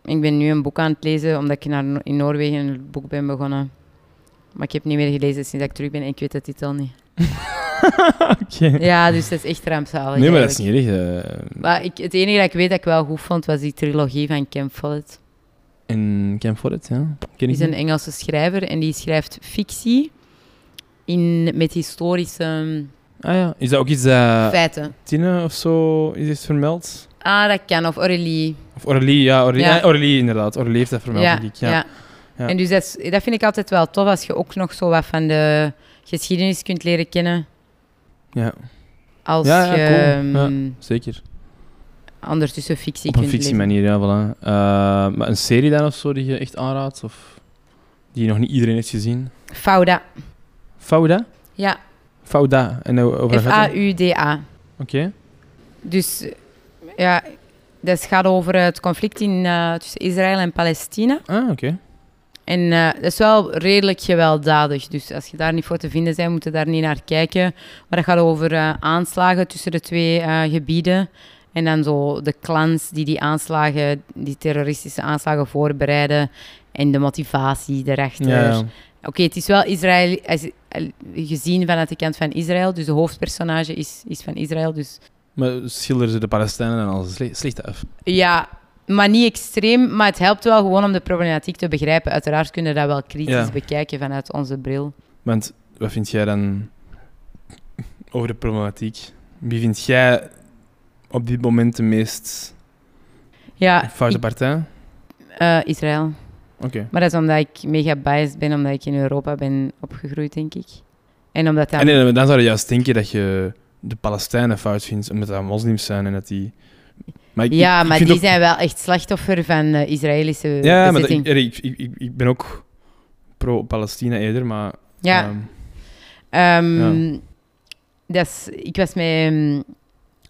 S4: Ik ben nu een boek aan het lezen, omdat ik naar, No- in Noorwegen een boek ben begonnen. Maar ik heb niet meer gelezen sinds dat ik terug ben en ik weet de titel niet.
S3: Oké.
S4: Ja, dus dat is echt rampzalig.
S3: Nee, maar dat is
S4: eigenlijk.
S3: niet erg. eh.
S4: Maar ik, het enige dat ik weet dat ik wel goed vond, was die trilogie van Ken Follett.
S3: in Camp Forest, ja. Ken
S4: Die
S3: ik
S4: is een
S3: niet.
S4: Engelse schrijver en die schrijft fictie in, met historische ehm,
S3: Ah ja. Is dat ook iets dat
S4: feiten.
S3: Tine of zo is iets vermeld?
S4: Ah, dat kan. Of Aurélie.
S3: Of Orly, ja. Orly,
S4: Ja.
S3: Ah, Orly, inderdaad. Orly heeft dat vermeld, denk ik. Ja. Ja.
S4: En dus dat, is- dat vind ik altijd wel tof als je ook nog zo wat van de geschiedenis kunt leren kennen.
S3: Ja.
S4: Als
S3: Ja, ja,
S4: je
S3: cool. Ja.
S4: ehm,
S3: Zeker.
S4: ondertussen fictie
S3: Op een
S4: kunt
S3: fictie
S4: lezen.
S3: manier, ja, voilà. Eh, maar een serie dan of zo die je echt aanraadt? Of die nog niet iedereen heeft gezien?
S4: Fauda.
S3: Fauda?
S4: Ja,
S3: Fauda. En nou, over gaat het?
S4: F-A-U-D-A.
S3: Oké.
S4: Dus eh, ja, dat gaat over het conflict in, eh, tussen Israël en Palestina.
S3: Ah, oké.
S4: En eh, dat is wel redelijk gewelddadig. Dus als je daar niet voor te vinden bent, moet je daar niet naar kijken. Maar dat gaat over eh, aanslagen tussen de twee eh, gebieden. En dan zo de clans die die aanslagen, die terroristische aanslagen voorbereiden. En de motivatie erachter.
S3: Ja.
S4: Oké, het is wel Israël, is- gezien vanuit de kant van Israël. Dus de hoofdpersonage is, is van Israël. Dus
S3: Maar schilderen ze de Palestijnen dan als sle- slecht af?
S4: ja, maar niet extreem. Maar het helpt wel gewoon om de problematiek te begrijpen. Uiteraard kunnen we dat wel kritisch
S3: Ja.
S4: bekijken vanuit onze bril.
S3: Want wat vind jij dan over de problematiek? Wie vind jij op dit moment de meest
S4: Ja,
S3: foute
S4: Ah, ik-
S3: partij?
S4: eh, Israël.
S3: Oké.
S4: Maar dat is omdat ik mega biased ben, omdat ik in Europa ben opgegroeid, denk ik. En omdat dat...
S3: En Ah, nee, dan zou je juist denken dat je de Palestijnen fout vindt, omdat dat moslims zijn en dat die... Maar ik- ik-
S4: ja,
S3: ik
S4: maar
S3: vind
S4: die
S3: ook-
S4: zijn wel echt slachtoffer van de Israëlische
S3: Ja, maar dat-
S4: bezetting.
S3: ik, ik, ik, ik ben ook pro-Palestina eerder, maar...
S4: ja,
S3: ehm,
S4: Ehm, dat is- ik was met ehm,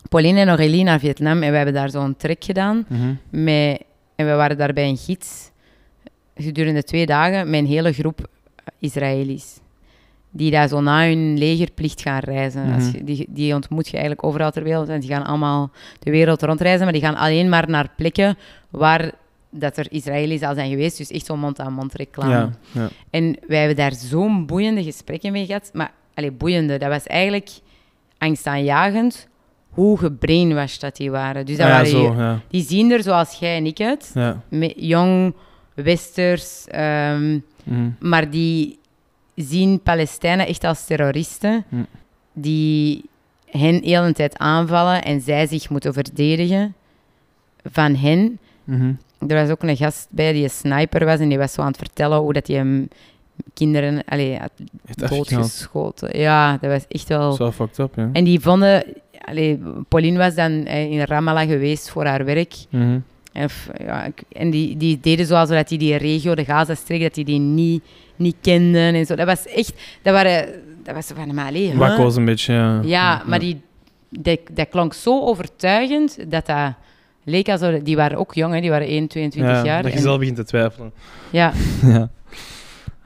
S4: Pauline en Aurélie naar Vietnam en we hebben daar zo'n trek gedaan.
S3: mhm.
S4: Met, en we waren daar bij een gids gedurende twee dagen met een hele groep Israëli's. Die daar zo na hun legerplicht gaan reizen.
S3: Mhm.
S4: Als je- die, die ontmoet je eigenlijk overal ter wereld. En die gaan allemaal de wereld rondreizen, maar die gaan alleen maar naar plekken waar dat er Israëli's al zijn geweest. Dus echt zo'n mond-aan-mond reclame.
S3: ja, ja.
S4: En wij hebben daar zo'n boeiende gesprekken mee gehad. Maar allee, boeiende, dat was eigenlijk angstaanjagend hoe gebrainwashed dat die waren. Dus dat
S3: Ah, ja,
S4: waren
S3: zo,
S4: die,
S3: ja.
S4: die zien er zoals jij en ik uit.
S3: ja.
S4: Met jong, westers. ehm,
S3: mhm.
S4: maar die zien Palestijnen echt als terroristen.
S3: Hm.
S4: Die hen heel een tijd aanvallen en zij zich moeten verdedigen van hen.
S3: Mhm.
S4: Er was ook een gast bij die een sniper was en die was zo aan het vertellen hoe dat hij hem kinderen allee, had
S3: Echt afgeknald.
S4: doodgeschoten. Ja, dat was echt wel...
S3: Dat is wel fucked up, ja.
S4: En die vonden... Allee, Pauline was dan eh, in Ramallah geweest voor haar werk.
S3: Mhm.
S4: En, f- ja, ik- en die, die deden zoals dat die die regio, de Gaza-streek, dat die die niet, niet kenden en zo. Dat was echt... Dat, waren, dat was zo van, maar allee, huh?
S3: Wakko's een beetje, ja.
S4: Ja, maar die, dat, dat klonk zo overtuigend dat dat... Leek alsof... Die waren ook jong, hè. Die waren 1, 22
S3: Ja,
S4: jaar.
S3: Dat je
S4: en-
S3: zelf begint te twijfelen.
S4: Ja,
S3: ja.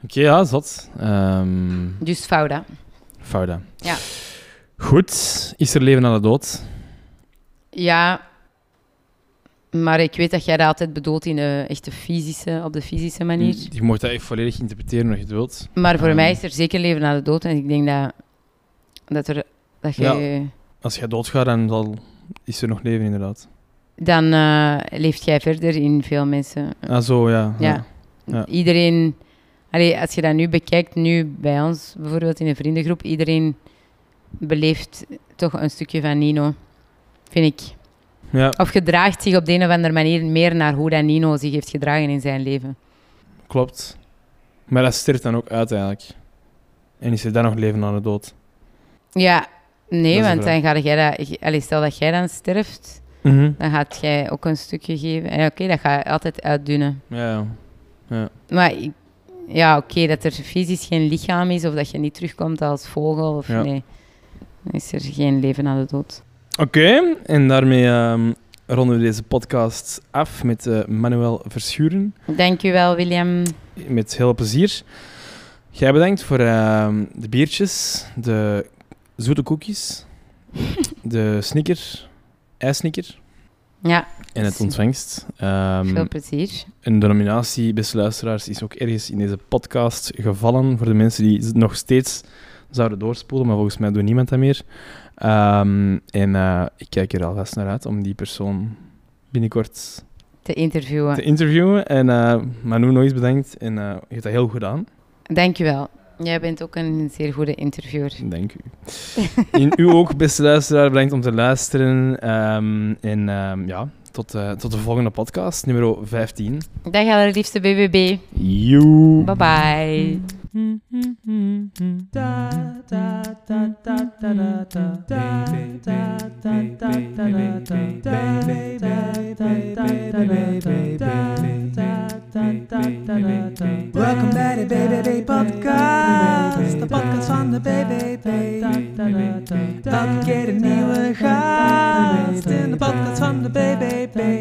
S3: Oké, ja, zot. Ehm
S4: dus Fouda.
S3: Fouda.
S4: Ja.
S3: Goed. Is er leven na de dood?
S4: Ja, maar ik weet dat jij dat altijd bedoelt in de echte fysische, op de fysische manier.
S3: Je mag dat echt volledig interpreteren als je het wilt.
S4: Maar voor
S3: Ehm.
S4: mij is er zeker leven na de dood. En ik denk dat, dat, er, dat je...
S3: Als jij doodgaat, dan zal- is er nog leven, inderdaad.
S4: Dan eh, leeft jij verder in veel mensen.
S3: Ah, zo, ja.
S4: Ja.
S3: Ja.
S4: Iedereen... Allee, als je dat nu bekijkt, nu bij ons, bijvoorbeeld in een vriendengroep, iedereen beleeft toch een stukje van Nino, vind ik.
S3: Ja,
S4: Of gedraagt zich op de een of andere manier meer naar hoe dat Nino zich heeft gedragen in zijn leven.
S3: klopt. Maar dat sterft dan ook uit, eigenlijk. En is er dan nog leven na de dood?
S4: Ja,
S3: is
S4: nee,
S3: de
S4: want
S3: vraag.
S4: dan ga jij dat... Allee, stel dat jij dan sterft, dan gaat jij ook een stukje geven. En oké, dat ga je altijd uitdunnen.
S3: Ja, ja.
S4: Maar ik- ja, oké, dat er fysisch geen lichaam is of dat je niet terugkomt als vogel of
S3: Ja.
S4: nee. Dan is er geen leven na de dood.
S3: Oké, en daarmee ehm, ronden we deze podcast af met eh, Manuel Verschuren.
S4: Dankjewel, William.
S3: Met heel plezier. Jij bedankt voor ehm, de biertjes, de zoete koekjes, de snicker, ijsnicker
S4: Ja,
S3: en het ontvangst.
S4: veel
S3: Ehm
S4: plezier.
S3: een denominatie, beste luisteraars, is ook ergens in deze podcast gevallen voor de mensen die z- nog steeds zouden doorspoelen, maar volgens mij doet niemand dat meer. Ehm, en eh, ik kijk er alvast naar uit om die persoon binnenkort
S4: Te interviewen.
S3: te interviewen. En eh Manu, nog eens bedankt. En eh, je hebt dat heel goed gedaan.
S4: Dankjewel. Jij bent ook een zeer goede interviewer.
S3: Dank u. In u ook, beste luisteraar, bedankt om te luisteren. Ehm, en ehm, ja, tot, eh, tot de volgende podcast, nummer 15.
S4: Dag allerliefste BBB.
S3: Joe.
S4: Bye bye.
S2: Welkom bij de BBB podcast, de podcast van de BBB. Elke keer een nieuwe gast in de podcast van de BBB.